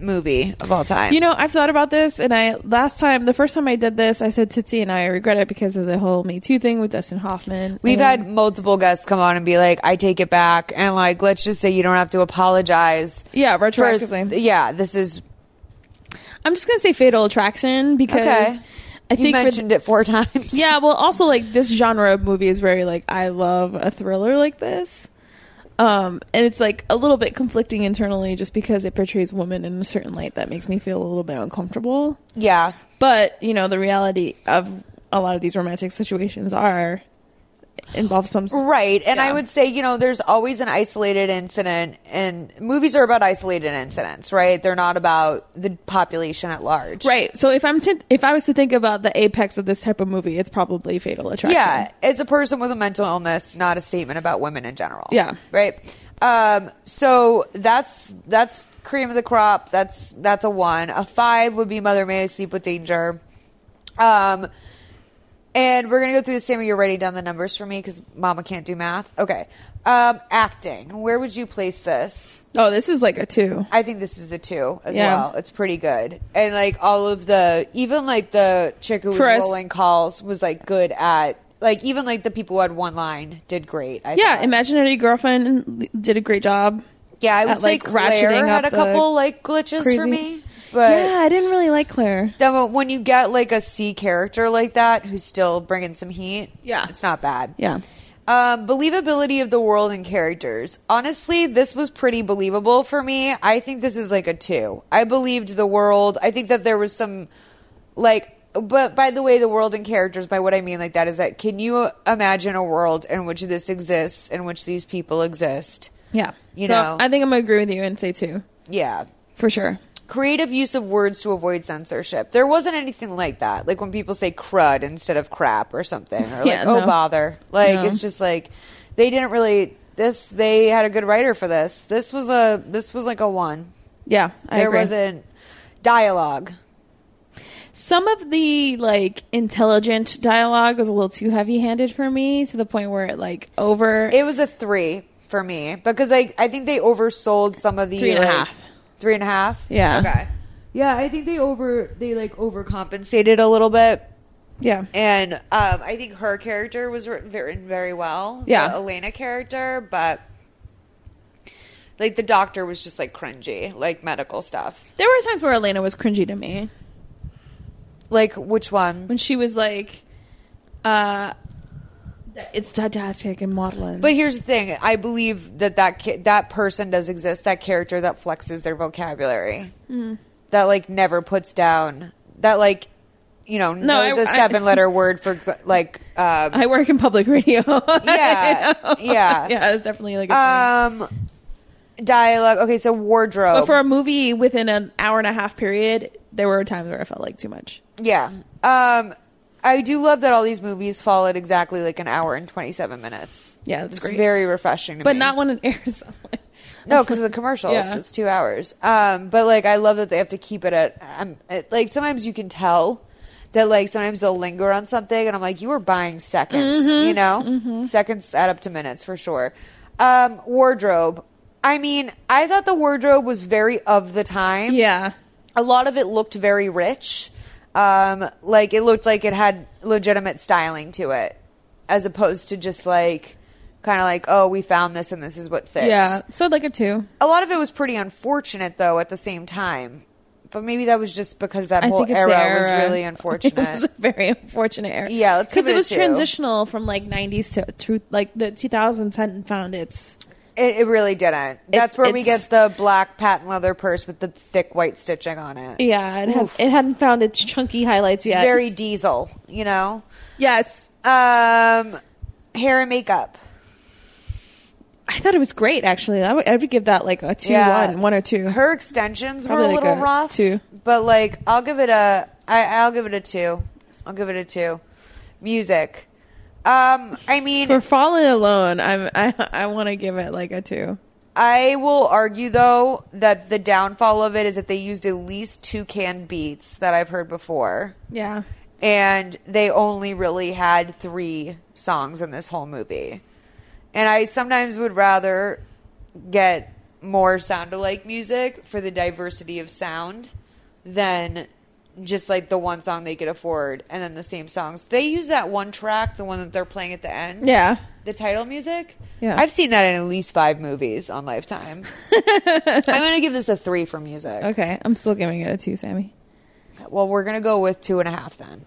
S1: movie of all time?
S5: You know, I've thought about this, and I last time, the first time I did this, I said Tootsie, and I regret it because of the whole Me Too thing with Dustin Hoffman.
S1: We've
S5: And-
S1: had multiple guests come on and be like, "I take it back," and like, let's just say you don't have to apologize.
S5: Yeah,
S1: for-
S5: retroactively.
S1: yeah, this is
S5: I'm just gonna say Fatal Attraction because
S1: Okay.
S5: I
S1: You
S5: think
S1: mentioned it four times.
S5: Yeah, well, also like this genre of movie is very like I love a thriller like this, um, and it's like a little bit conflicting internally just because it portrays women in a certain light that makes me feel a little bit uncomfortable.
S1: Yeah,
S5: but you know the reality of a lot of these romantic situations are involve some
S1: right. And I
S5: Yeah.
S1: would say, you know, there's always an isolated incident, and movies are about isolated incidents, right? They're not about the population at large.
S5: Right. So if I'm to, if I was to think about the apex of this type of movie, it's probably Fatal Attraction.
S1: Yeah, it's a person with a mental illness, not a statement about women in general.
S5: Yeah.
S1: right. Um, so that's that's cream of the crop. That's that's a one. A five would be Mother May I Sleep with Danger. Um, and we're gonna go through the same. You're writing down the numbers for me because Mama can't do math. Okay. Um, acting. Where would you place this?
S5: Oh, this is like a two.
S1: I think this is a two as
S5: Yeah.
S1: well. It's pretty good. And like all of the, even like the chick who was
S5: For us-
S1: rolling calls was like good at, like even like the people who had one line did great. I
S5: yeah,
S1: thought.
S5: imaginary girlfriend did a great job.
S1: Yeah, I would
S5: at,
S1: say Claire
S5: ratcheting
S1: had
S5: up
S1: a
S5: the
S1: couple like glitches for
S5: crazy-
S1: me, but
S5: yeah, I didn't really like Claire.
S1: then when- when you get like a C character like that who's still bringing some heat, yeah, it's not bad.
S5: Yeah.
S1: Um, believability of the world and characters. Honestly, this was pretty believable for me. I think this is like a two. I believed the world. I think that there was some, like, but by the way, the world and characters, by what I mean like that is that can you imagine a world in which this exists, in which these people exist?
S5: Yeah,
S1: You
S5: so
S1: know.
S5: I think I'm gonna agree with you and say two
S1: Yeah.
S5: for sure.
S1: Creative use of words to avoid censorship. There wasn't anything like that. Like when people say crud instead of crap or something, or like,
S5: Yeah,
S1: oh,
S5: no.
S1: bother. Like,
S5: No.
S1: it's just like they didn't really. This they had a good writer for this. This was a this was like a one.
S5: Yeah, I
S1: there
S5: agree.
S1: wasn't dialogue.
S5: Some of the like intelligent dialogue was a little too heavy-handed for me to the point where it like over.
S1: It was a three for me because like I think they oversold some of the
S5: Three and a
S1: like,
S5: half.
S1: three and a half.
S5: Yeah.
S1: Okay. Yeah, I think they over they like overcompensated a little bit.
S5: Yeah.
S1: And um, I think her character was written, written very well. the
S5: Yeah.
S1: Elena character, but like the doctor was just like cringy, like medical stuff.
S5: There were times where Elena was cringy to me.
S1: Like which one?
S5: When she was like, uh, that it's didactic and modeling.
S1: But here's the thing: I believe that that ki- that person does exist. That character that flexes their vocabulary,
S5: Mm.
S1: that like never puts down. That like, you know,
S5: No,
S1: knows
S5: I-
S1: a
S5: I-
S1: seven letter word for like. Um,
S5: I work in public radio.
S1: yeah, yeah,
S5: yeah, it's definitely like a
S1: um, dialogue. Okay, so wardrobe.
S5: But for a movie within an hour and a half period, there were times where I felt like too much.
S1: Yeah. Um, I do love that all these movies fall at exactly like an hour and 27 minutes.
S5: Yeah, that's
S1: it's
S5: great.
S1: very refreshing to
S5: But
S1: me.
S5: not when it airs.
S1: No, because of the commercials,
S5: Yeah.
S1: it's two hours. Um, but like, I love that they have to keep it at. Um, it, like sometimes you can tell that like sometimes they'll linger on something, and I'm like, you were buying seconds,
S5: Mhm,
S1: you know, seconds add up to minutes for sure. Um, wardrobe. I mean, I thought the wardrobe was very of the time.
S5: Yeah,
S1: a lot of it looked very rich. Um, like it looked like it had legitimate styling to it, as opposed to just like kind of like, oh, we found this and this is what fits.
S5: yeah. So I'd like a two.
S1: A lot of it was pretty unfortunate, though, at the same time. But maybe that was just because that
S5: I
S1: whole
S5: think it's
S1: era,
S5: the
S1: was
S5: era.
S1: really
S5: It
S1: unfortunate.
S5: was a very unfortunate era.
S1: Yeah, let's give
S5: because
S1: it
S5: it
S1: a
S5: was
S1: two.
S5: transitional from like '90s to truth, like the 2000s hadn't found its.
S1: It, it really didn't. That's
S5: It's-
S1: where we
S5: it's-
S1: get the black patent leather purse with the thick white stitching on it.
S5: Yeah, it, had,
S1: Oof.
S5: it hadn't found its chunky highlights
S1: It's
S5: yet.
S1: very diesel, you know?
S5: Yes.
S1: Um, hair and makeup.
S5: I thought it was great actually. I would, I would give that like a two,
S1: Yeah.
S5: one, one or two.
S1: Her extensions were
S5: Probably
S1: a
S5: like
S1: little
S5: a
S1: rough,
S5: two.
S1: but like I'll give it a I, I'll give it a two. I'll give it a two. Music. Um, I mean,
S5: For falling alone, I'm I I want to give it like a two.
S1: I will argue though that the downfall of it is that they used at least two canned beats that I've heard before.
S5: Yeah.
S1: And they only really had three songs in this whole movie. And I sometimes would rather get more sound alike music for the diversity of sound than just like the one song they could afford and then the same songs. They use that one track, the one that they're playing at the end.
S5: Yeah.
S1: The title music.
S5: Yeah.
S1: I've seen that in at least five movies on Lifetime. I'm going to give this a three for music.
S5: Okay, I'm still giving it a two, Sammy.
S1: Well, we're going to go with two and a half then.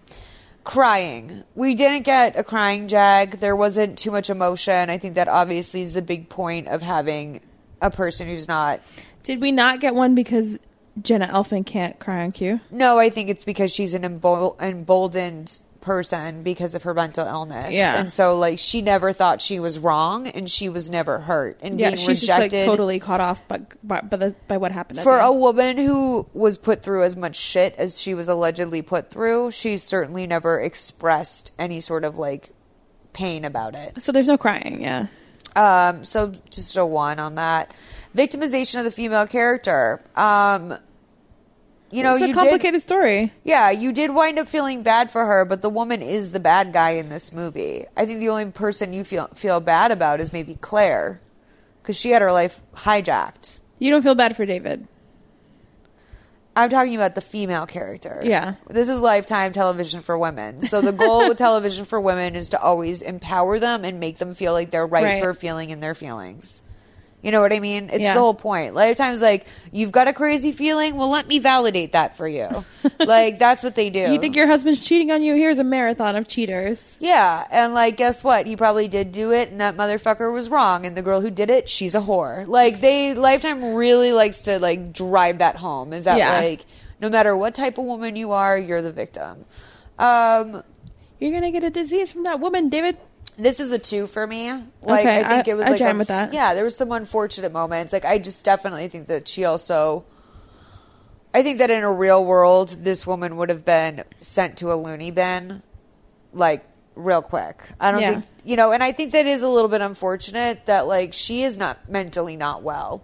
S1: Crying. We didn't get a crying jag. There wasn't too much emotion. I think that obviously is the big point of having a person who's not.
S5: Did we not get one because Jenna Elfman can't cry on cue?
S1: No, I think it's because she's an embol- emboldened person because of her mental illness.
S5: Yeah.
S1: And so, like, she never thought she was wrong and she was never hurt. And
S5: yeah,
S1: being
S5: she's
S1: rejected.
S5: just like totally caught off by by, by, the, by what happened. at
S1: for
S5: the
S1: a
S5: end.
S1: woman who was put through as much shit as she was allegedly put through, she certainly never expressed any sort of like pain about it.
S5: so there's no crying. Yeah.
S1: Um, so just a one on that. Victimization of the female character. Um, you know,
S5: It's a
S1: you
S5: complicated
S1: did,
S5: story.
S1: Yeah, you did wind up feeling bad for her, but the woman is the bad guy in this movie. I think the only person you feel feel bad about is maybe Claire, because she had her life hijacked.
S5: You don't feel bad for David.
S1: I'm talking about the female character.
S5: Yeah.
S1: This is lifetime television for women. So the goal with television for women is to always empower them and make them feel like they're right,
S5: Right.
S1: for feeling in their feelings. You know what I mean? It's
S5: Yeah.
S1: the whole point. Lifetime's like, you've got a crazy feeling. Well, let me validate that for you. like, that's what they do.
S5: You think your husband's cheating on you? Here's a marathon of cheaters.
S1: Yeah, and like, guess what? He probably did do it, and that motherfucker was wrong. And the girl who did it, she's a whore. Like, they Lifetime really likes to like drive that home. Is that
S5: Yeah.
S1: like, no matter what type of woman you are, you're the victim. Um,
S5: you're gonna get a disease from that woman, David.
S1: This is a two for me. Like,
S5: Okay,
S1: I think
S5: I-
S1: it was
S5: I
S1: like
S5: jam
S1: a-
S5: with that.
S1: Yeah, there was some unfortunate moments. Like, I just definitely think that she also. I think that in a real world, this woman would have been sent to a loony bin, like real quick. I don't
S5: Yeah.
S1: think you know, and I think that is a little bit unfortunate that like she is not mentally not well,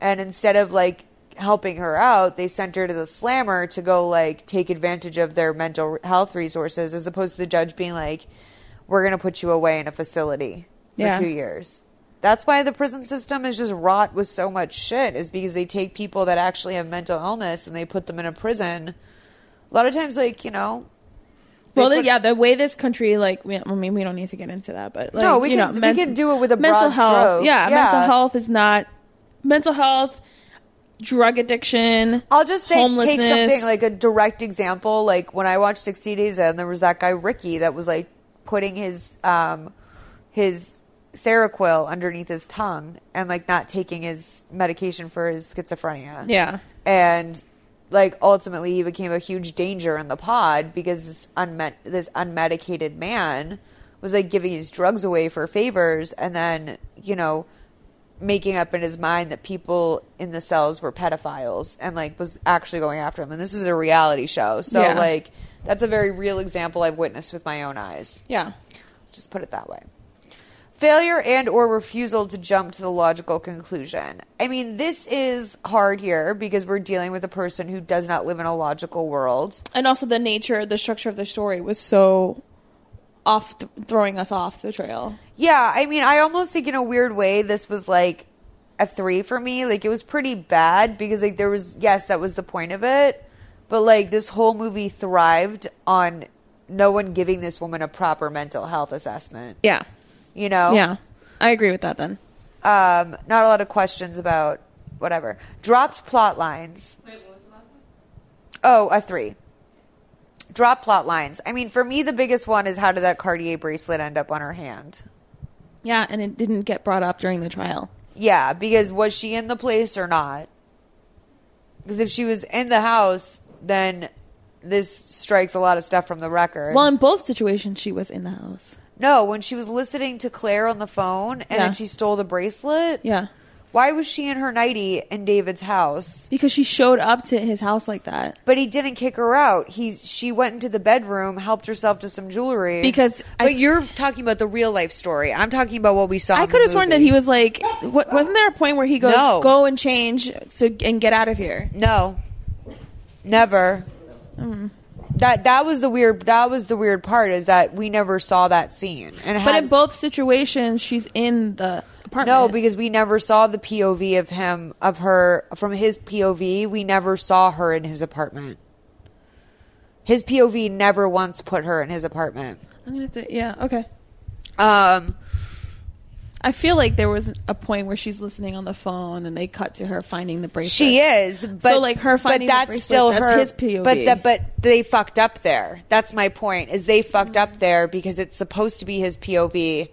S1: and instead of like helping her out, they sent her to the slammer to go like take advantage of their mental health resources, as opposed to the judge being like, "We're going to put you away in a facility for
S5: Yeah.
S1: two years." That's why the prison system is just wrought with so much shit, is because they take people that actually have mental illness and they put them in a prison. A lot of times, like, you know.
S5: Well,
S1: they
S5: the-
S1: put-
S5: yeah, the way this country, like, we, I mean, we don't need to get into that, but like,
S1: No, we
S5: you
S1: can-
S5: know,
S1: we
S5: men-
S1: can do it with a
S5: mental
S1: broad
S5: health.
S1: stroke.
S5: Yeah,
S1: Yeah.
S5: mental health is not mental health, drug addiction.
S1: I'll just say take
S5: homelessness.
S1: something like a direct example. Like when I watched 60 Days and there was that guy Ricky that was like putting his um his Seroquel underneath his tongue and like not taking his medication for his schizophrenia.
S5: Yeah.
S1: And like ultimately he became a huge danger in the pod because this unmet this unmedicated man was like giving his drugs away for favors and then, you know, making up in his mind that people in the cells were pedophiles and like was actually going after him. And this is a reality show. So
S5: Yeah.
S1: like that's a very real example I've witnessed with my own eyes.
S5: Yeah.
S1: Just put it that way. failure and or refusal to jump to the logical conclusion. I mean, this is hard here because we're dealing with a person who does not live in a logical world.
S5: and also the nature, the structure of the story was so off, th- throwing us off the trail.
S1: Yeah, I mean, I almost think in a weird way this was like a 3 for me. Like it was pretty bad because like there was yes, that was the point of it, but like this whole movie thrived on no one giving this woman a proper mental health assessment.
S5: Yeah.
S1: You know?
S5: Yeah. I agree with that then.
S1: um, not a lot of questions about whatever. Dropped plot lines. Wait, what was the last one? Oh, a three. Drop plot lines. I mean, for me, the biggest one is how did that Cartier bracelet end up on her hand?
S5: Yeah, and it didn't get brought up during the trial.
S1: Yeah, because was she in the place or not? Because if she was in the house, then this strikes a lot of stuff from the record.
S5: Well, in both situations, she was in the house.
S1: no, when she was listening to Claire on the phone and
S5: Yeah.
S1: then she stole the bracelet.
S5: Yeah.
S1: Why was she in her nightie in David's house?
S5: Because she showed up to his house like that.
S1: But he didn't kick her out. He she went into the bedroom, helped herself to some jewelry.
S5: Because I-
S1: but you're talking about the real life story. I'm talking about what we saw.
S5: I
S1: in the
S5: could have sworn that
S1: movie.
S5: he was like, what, wasn't there a point where he goes,
S1: No.
S5: "Go and change so and get out of here"?
S1: No, never.
S5: Mm.
S1: That that was the weird. That was the weird part is that we never saw that scene. And
S5: but
S1: had,
S5: in both situations, she's in the apartment.
S1: no, because we never saw the POV of him of her from his POV. We never saw her in his apartment. His POV never once put her in his apartment.
S5: I'm gonna have to. Yeah. Okay.
S1: Um,
S5: I feel like there was a point where she's listening on the phone, and they cut to her finding the bracelet.
S1: She is, but
S5: so like her finding
S1: but that's
S5: the bracelet,
S1: still
S5: that's
S1: her.
S5: his POV.
S1: But the, but they fucked up there. That's my point. Is they fucked up there because it's supposed to be his POV,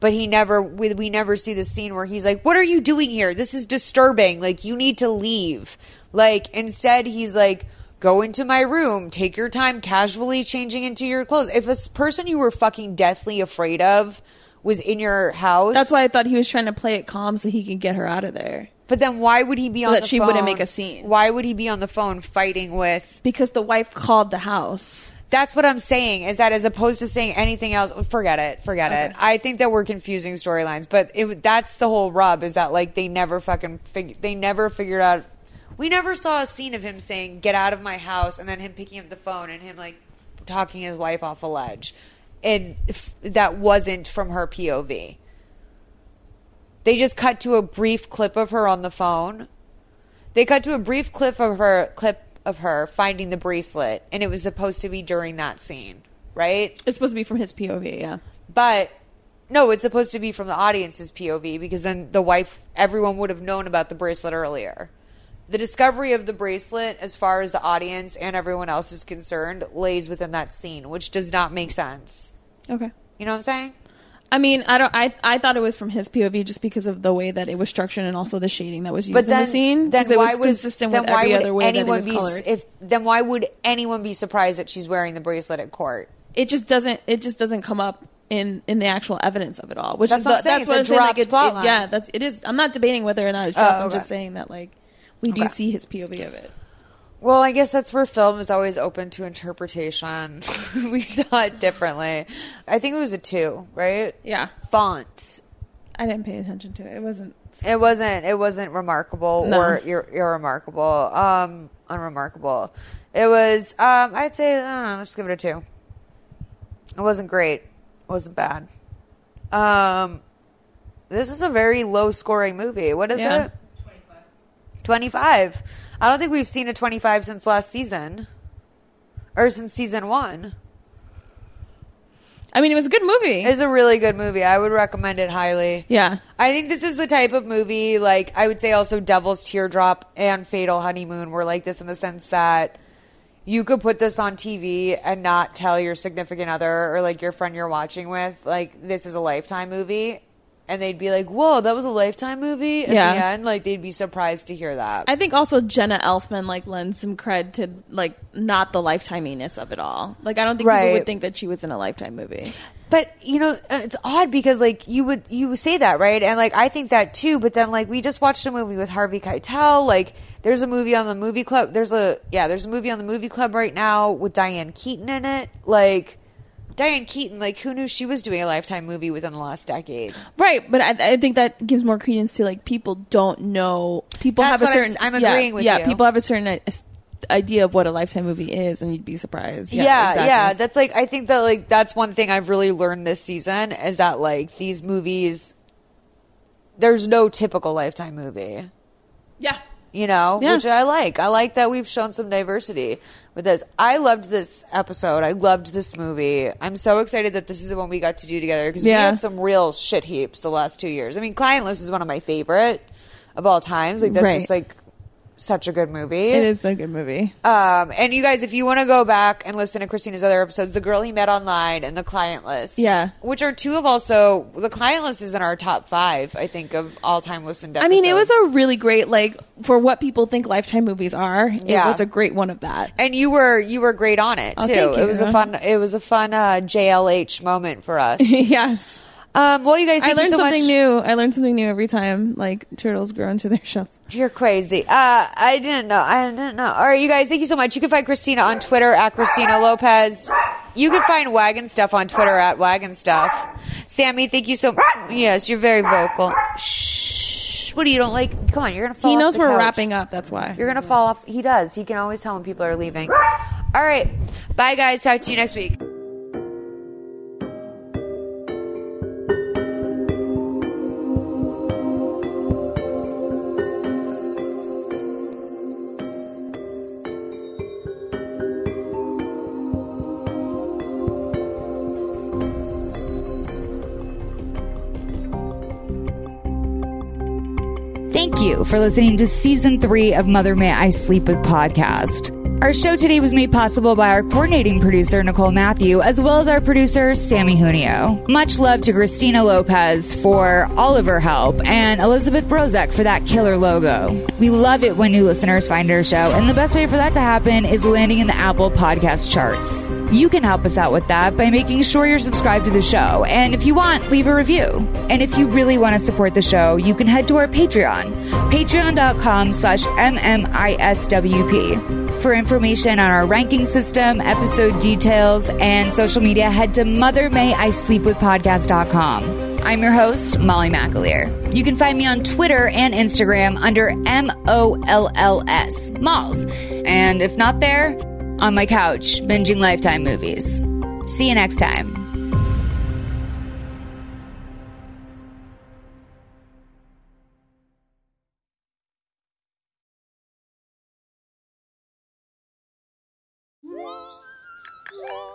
S1: but he never. We, we never see the scene where he's like, "What are you doing here? This is disturbing. Like you need to leave." Like instead, he's like. Go into my room, take your time casually changing into your clothes. If a s- person you were fucking deathly afraid of was in your house,
S5: that's why I thought he was trying to play it calm so he could get her out of there.
S1: But then why would he be
S5: So
S1: on
S5: that
S1: the
S5: she wouldn't
S1: phone?
S5: make a scene.
S1: Why would he be on the phone fighting with?
S5: Because the wife called the house.
S1: That's what I'm saying. Is that as opposed to saying anything else? Forget it. Forget it.
S5: Okay.
S1: I think that we're confusing storylines, but it, that's the whole rub. Is that like they never fucking fig- they never figured out. We never saw a scene of him saying "get out of my house" and then him picking up the phone and him like talking his wife off a ledge, and if that wasn't from her POV. They just cut to a brief clip of her on the phone. They cut to a brief clip of her clip of her finding the bracelet, and it was supposed to be during that scene, right?
S5: It's supposed to be from his POV, yeah.
S1: But no, it's supposed to be from the audience's POV because then the wife, everyone would have known about the bracelet earlier. The discovery of the bracelet, as far as the audience and everyone else is concerned, lays within that scene, which does not make sense.
S5: Okay.
S1: You know what I'm saying?
S5: I mean, I don't. I I thought it was from his POV just because of the way that it was structured and also the shading that was used
S1: But then,
S5: in the scene.
S1: then
S5: 'cause it
S1: why
S5: was
S1: would
S5: consistent
S1: then
S5: with
S1: why
S5: every
S1: would
S5: other way that it
S1: anyone
S5: was
S1: be
S5: colored.
S1: if then why would anyone be surprised that she's wearing the bracelet at court?
S5: it just doesn't. It just doesn't come up in in the actual evidence of it all. Which
S1: That's
S5: is
S1: what I'm
S5: the-
S1: saying,
S5: that's
S1: it's
S5: what
S1: a
S5: I'm saying. Like
S1: dropped
S5: it,
S1: plot
S5: it-
S1: line.
S5: yeah, that's it is. I'm not debating whether or not it's
S1: Oh,
S5: dropped. I'm
S1: okay.
S5: just saying that like we do
S1: Okay.
S5: see his POV of it.
S1: Well, I guess that's where film is always open to interpretation. we saw it differently. I think it was a two, right?
S5: Yeah.
S1: Font.
S5: I didn't pay attention to it. It wasn't.
S1: It wasn't. It wasn't remarkable
S5: No.
S1: or ir- irremarkable. Um, unremarkable. It was. Um, I'd say. I don't know. Let's give it a two. It wasn't great. It wasn't bad. Um, this is a very low scoring movie. What is
S5: Yeah.
S1: it? Twenty five. I don't think we've seen a twenty five since last season, or since season one.
S5: I mean, it was a good movie.
S1: It's a really good movie. I would recommend it highly.
S5: Yeah.
S1: I think this is the type of movie, like, I would say also Devil's Teardrop and Fatal Honeymoon were like this in the sense that you could put this on TV and not tell your significant other or like your friend you're watching with, like, this is a lifetime movie. And they'd be like, whoa, that was a lifetime movie? At
S5: Yeah.
S1: the end, like, they'd be surprised to hear that.
S5: I think also Jenna Elfman like lends some cred to like not the lifetiminess of it all. Like I don't think people
S1: Right.
S5: would think that she was in a lifetime movie.
S1: But you know, uh, it's odd because like you would you would say that right, and like I think that too. But then like we just watched a movie with Harvey Keitel. Like there's a movie on the movie club. There's a yeah, there's a movie on the movie club right now with Diane Keaton in it. Like Diane Keaton, like, who knew she was doing a lifetime movie within the last decade?
S5: Right, but I, I think that gives more credence to like people don't know. People
S1: That's
S5: have a
S1: what I'm-
S5: certain.
S1: I'm
S5: yeah,
S1: agreeing with
S5: yeah,
S1: you.
S5: people have a certain i- s- idea of what a lifetime movie is, and you'd be surprised.
S1: Yeah,
S5: Yeah,
S1: yeah,
S5: exactly.
S1: That's like I think that like that's one thing I've really learned this season is that like these movies, there's no typical Lifetime movie.
S5: Yeah.
S1: You know,
S5: Yeah.
S1: which I like. I like that we've shown some diversity with this. I loved this episode. I loved this movie. I'm so excited that this is the one we got to do together because we
S5: Yeah.
S1: had some real shit heaps the last two years. I mean, Clientless is one of my favorite of all times. Like that's
S5: Right.
S1: just like such a good movie.
S5: It is a good movie.
S1: Um, and you guys, if you want to go back and listen to Christina's other episodes, The Girl He Met Online and The Client List.
S5: Yeah.
S1: Which are two of also, The Client List is in our top five, I think, of all time listened to
S5: I mean, it was a really great like for what people think lifetime movies are. It
S1: Yeah.
S5: was a great one of that.
S1: And you were you were great on it too.
S5: Oh, thank
S1: It was a
S5: you.
S1: fun it was a fun uh, JLH moment for us.
S5: yes.
S1: Um, well, you guys,
S5: I
S1: thank you
S5: learned
S1: so
S5: something
S1: much.
S5: new. I learned something new every time. Like turtles grow into their shells.
S1: You're crazy. Uh, I didn't know. I didn't know. All right, you guys, thank you so much. You can find Christina on Twitter at Christina Lopez. You can find Wagon Stuff on Twitter at Wagon Stuff. Sammy, thank you so much. Yes, you're very vocal. Shh. What do you don't like? Come on, you're gonna fall.
S5: He
S1: off
S5: knows
S1: the
S5: we're
S1: couch.
S5: wrapping up. That's why.
S1: You're gonna fall off. He does. He can always tell when people are leaving. All right, bye guys. Talk to you next week.
S4: Thank you for listening to season three of Mother May I Sleep With podcast. Our show today was made possible by our coordinating producer, Nicole Matthew, as well as our producer, Sammy Junio. Much love to Christina Lopez for all of her help and Elizabeth Brozek for that killer logo. We love it when new listeners find our show, and the best way for that to happen is landing in the Apple podcast charts. You can help us out with that by making sure you're subscribed to the show, and if you want, leave a review. And if you really want to support the show, you can head to our Patreon, patreon.com slash MMISWP. For information on our ranking system, episode details, and social media, head to mothermayisleepwithpodcast.com. I'm your host, Molly McAleer. You can find me on Twitter and Instagram under M-O-L-L-S, Malls. And if not there, on my couch, binging Lifetime movies. See you next time.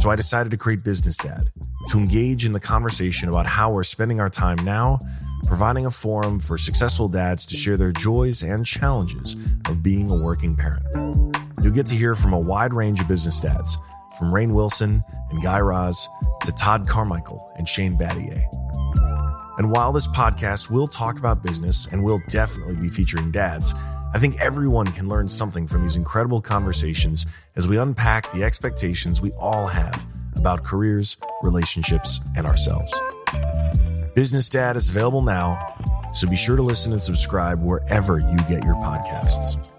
S15: So I decided to create Business Dad to engage in the conversation about how we're spending our time now, providing a forum for successful dads to share their joys and challenges of being a working parent. You'll get to hear from a wide range of business dads, from Rain Wilson and Guy Raz to Todd Carmichael and Shane Battier. And while this podcast will talk about business and will definitely be featuring dads, I think everyone can learn something from these incredible conversations as we unpack the expectations we all have about careers, relationships, and ourselves. Business Dad is available now, so be sure to listen and subscribe wherever you get your podcasts.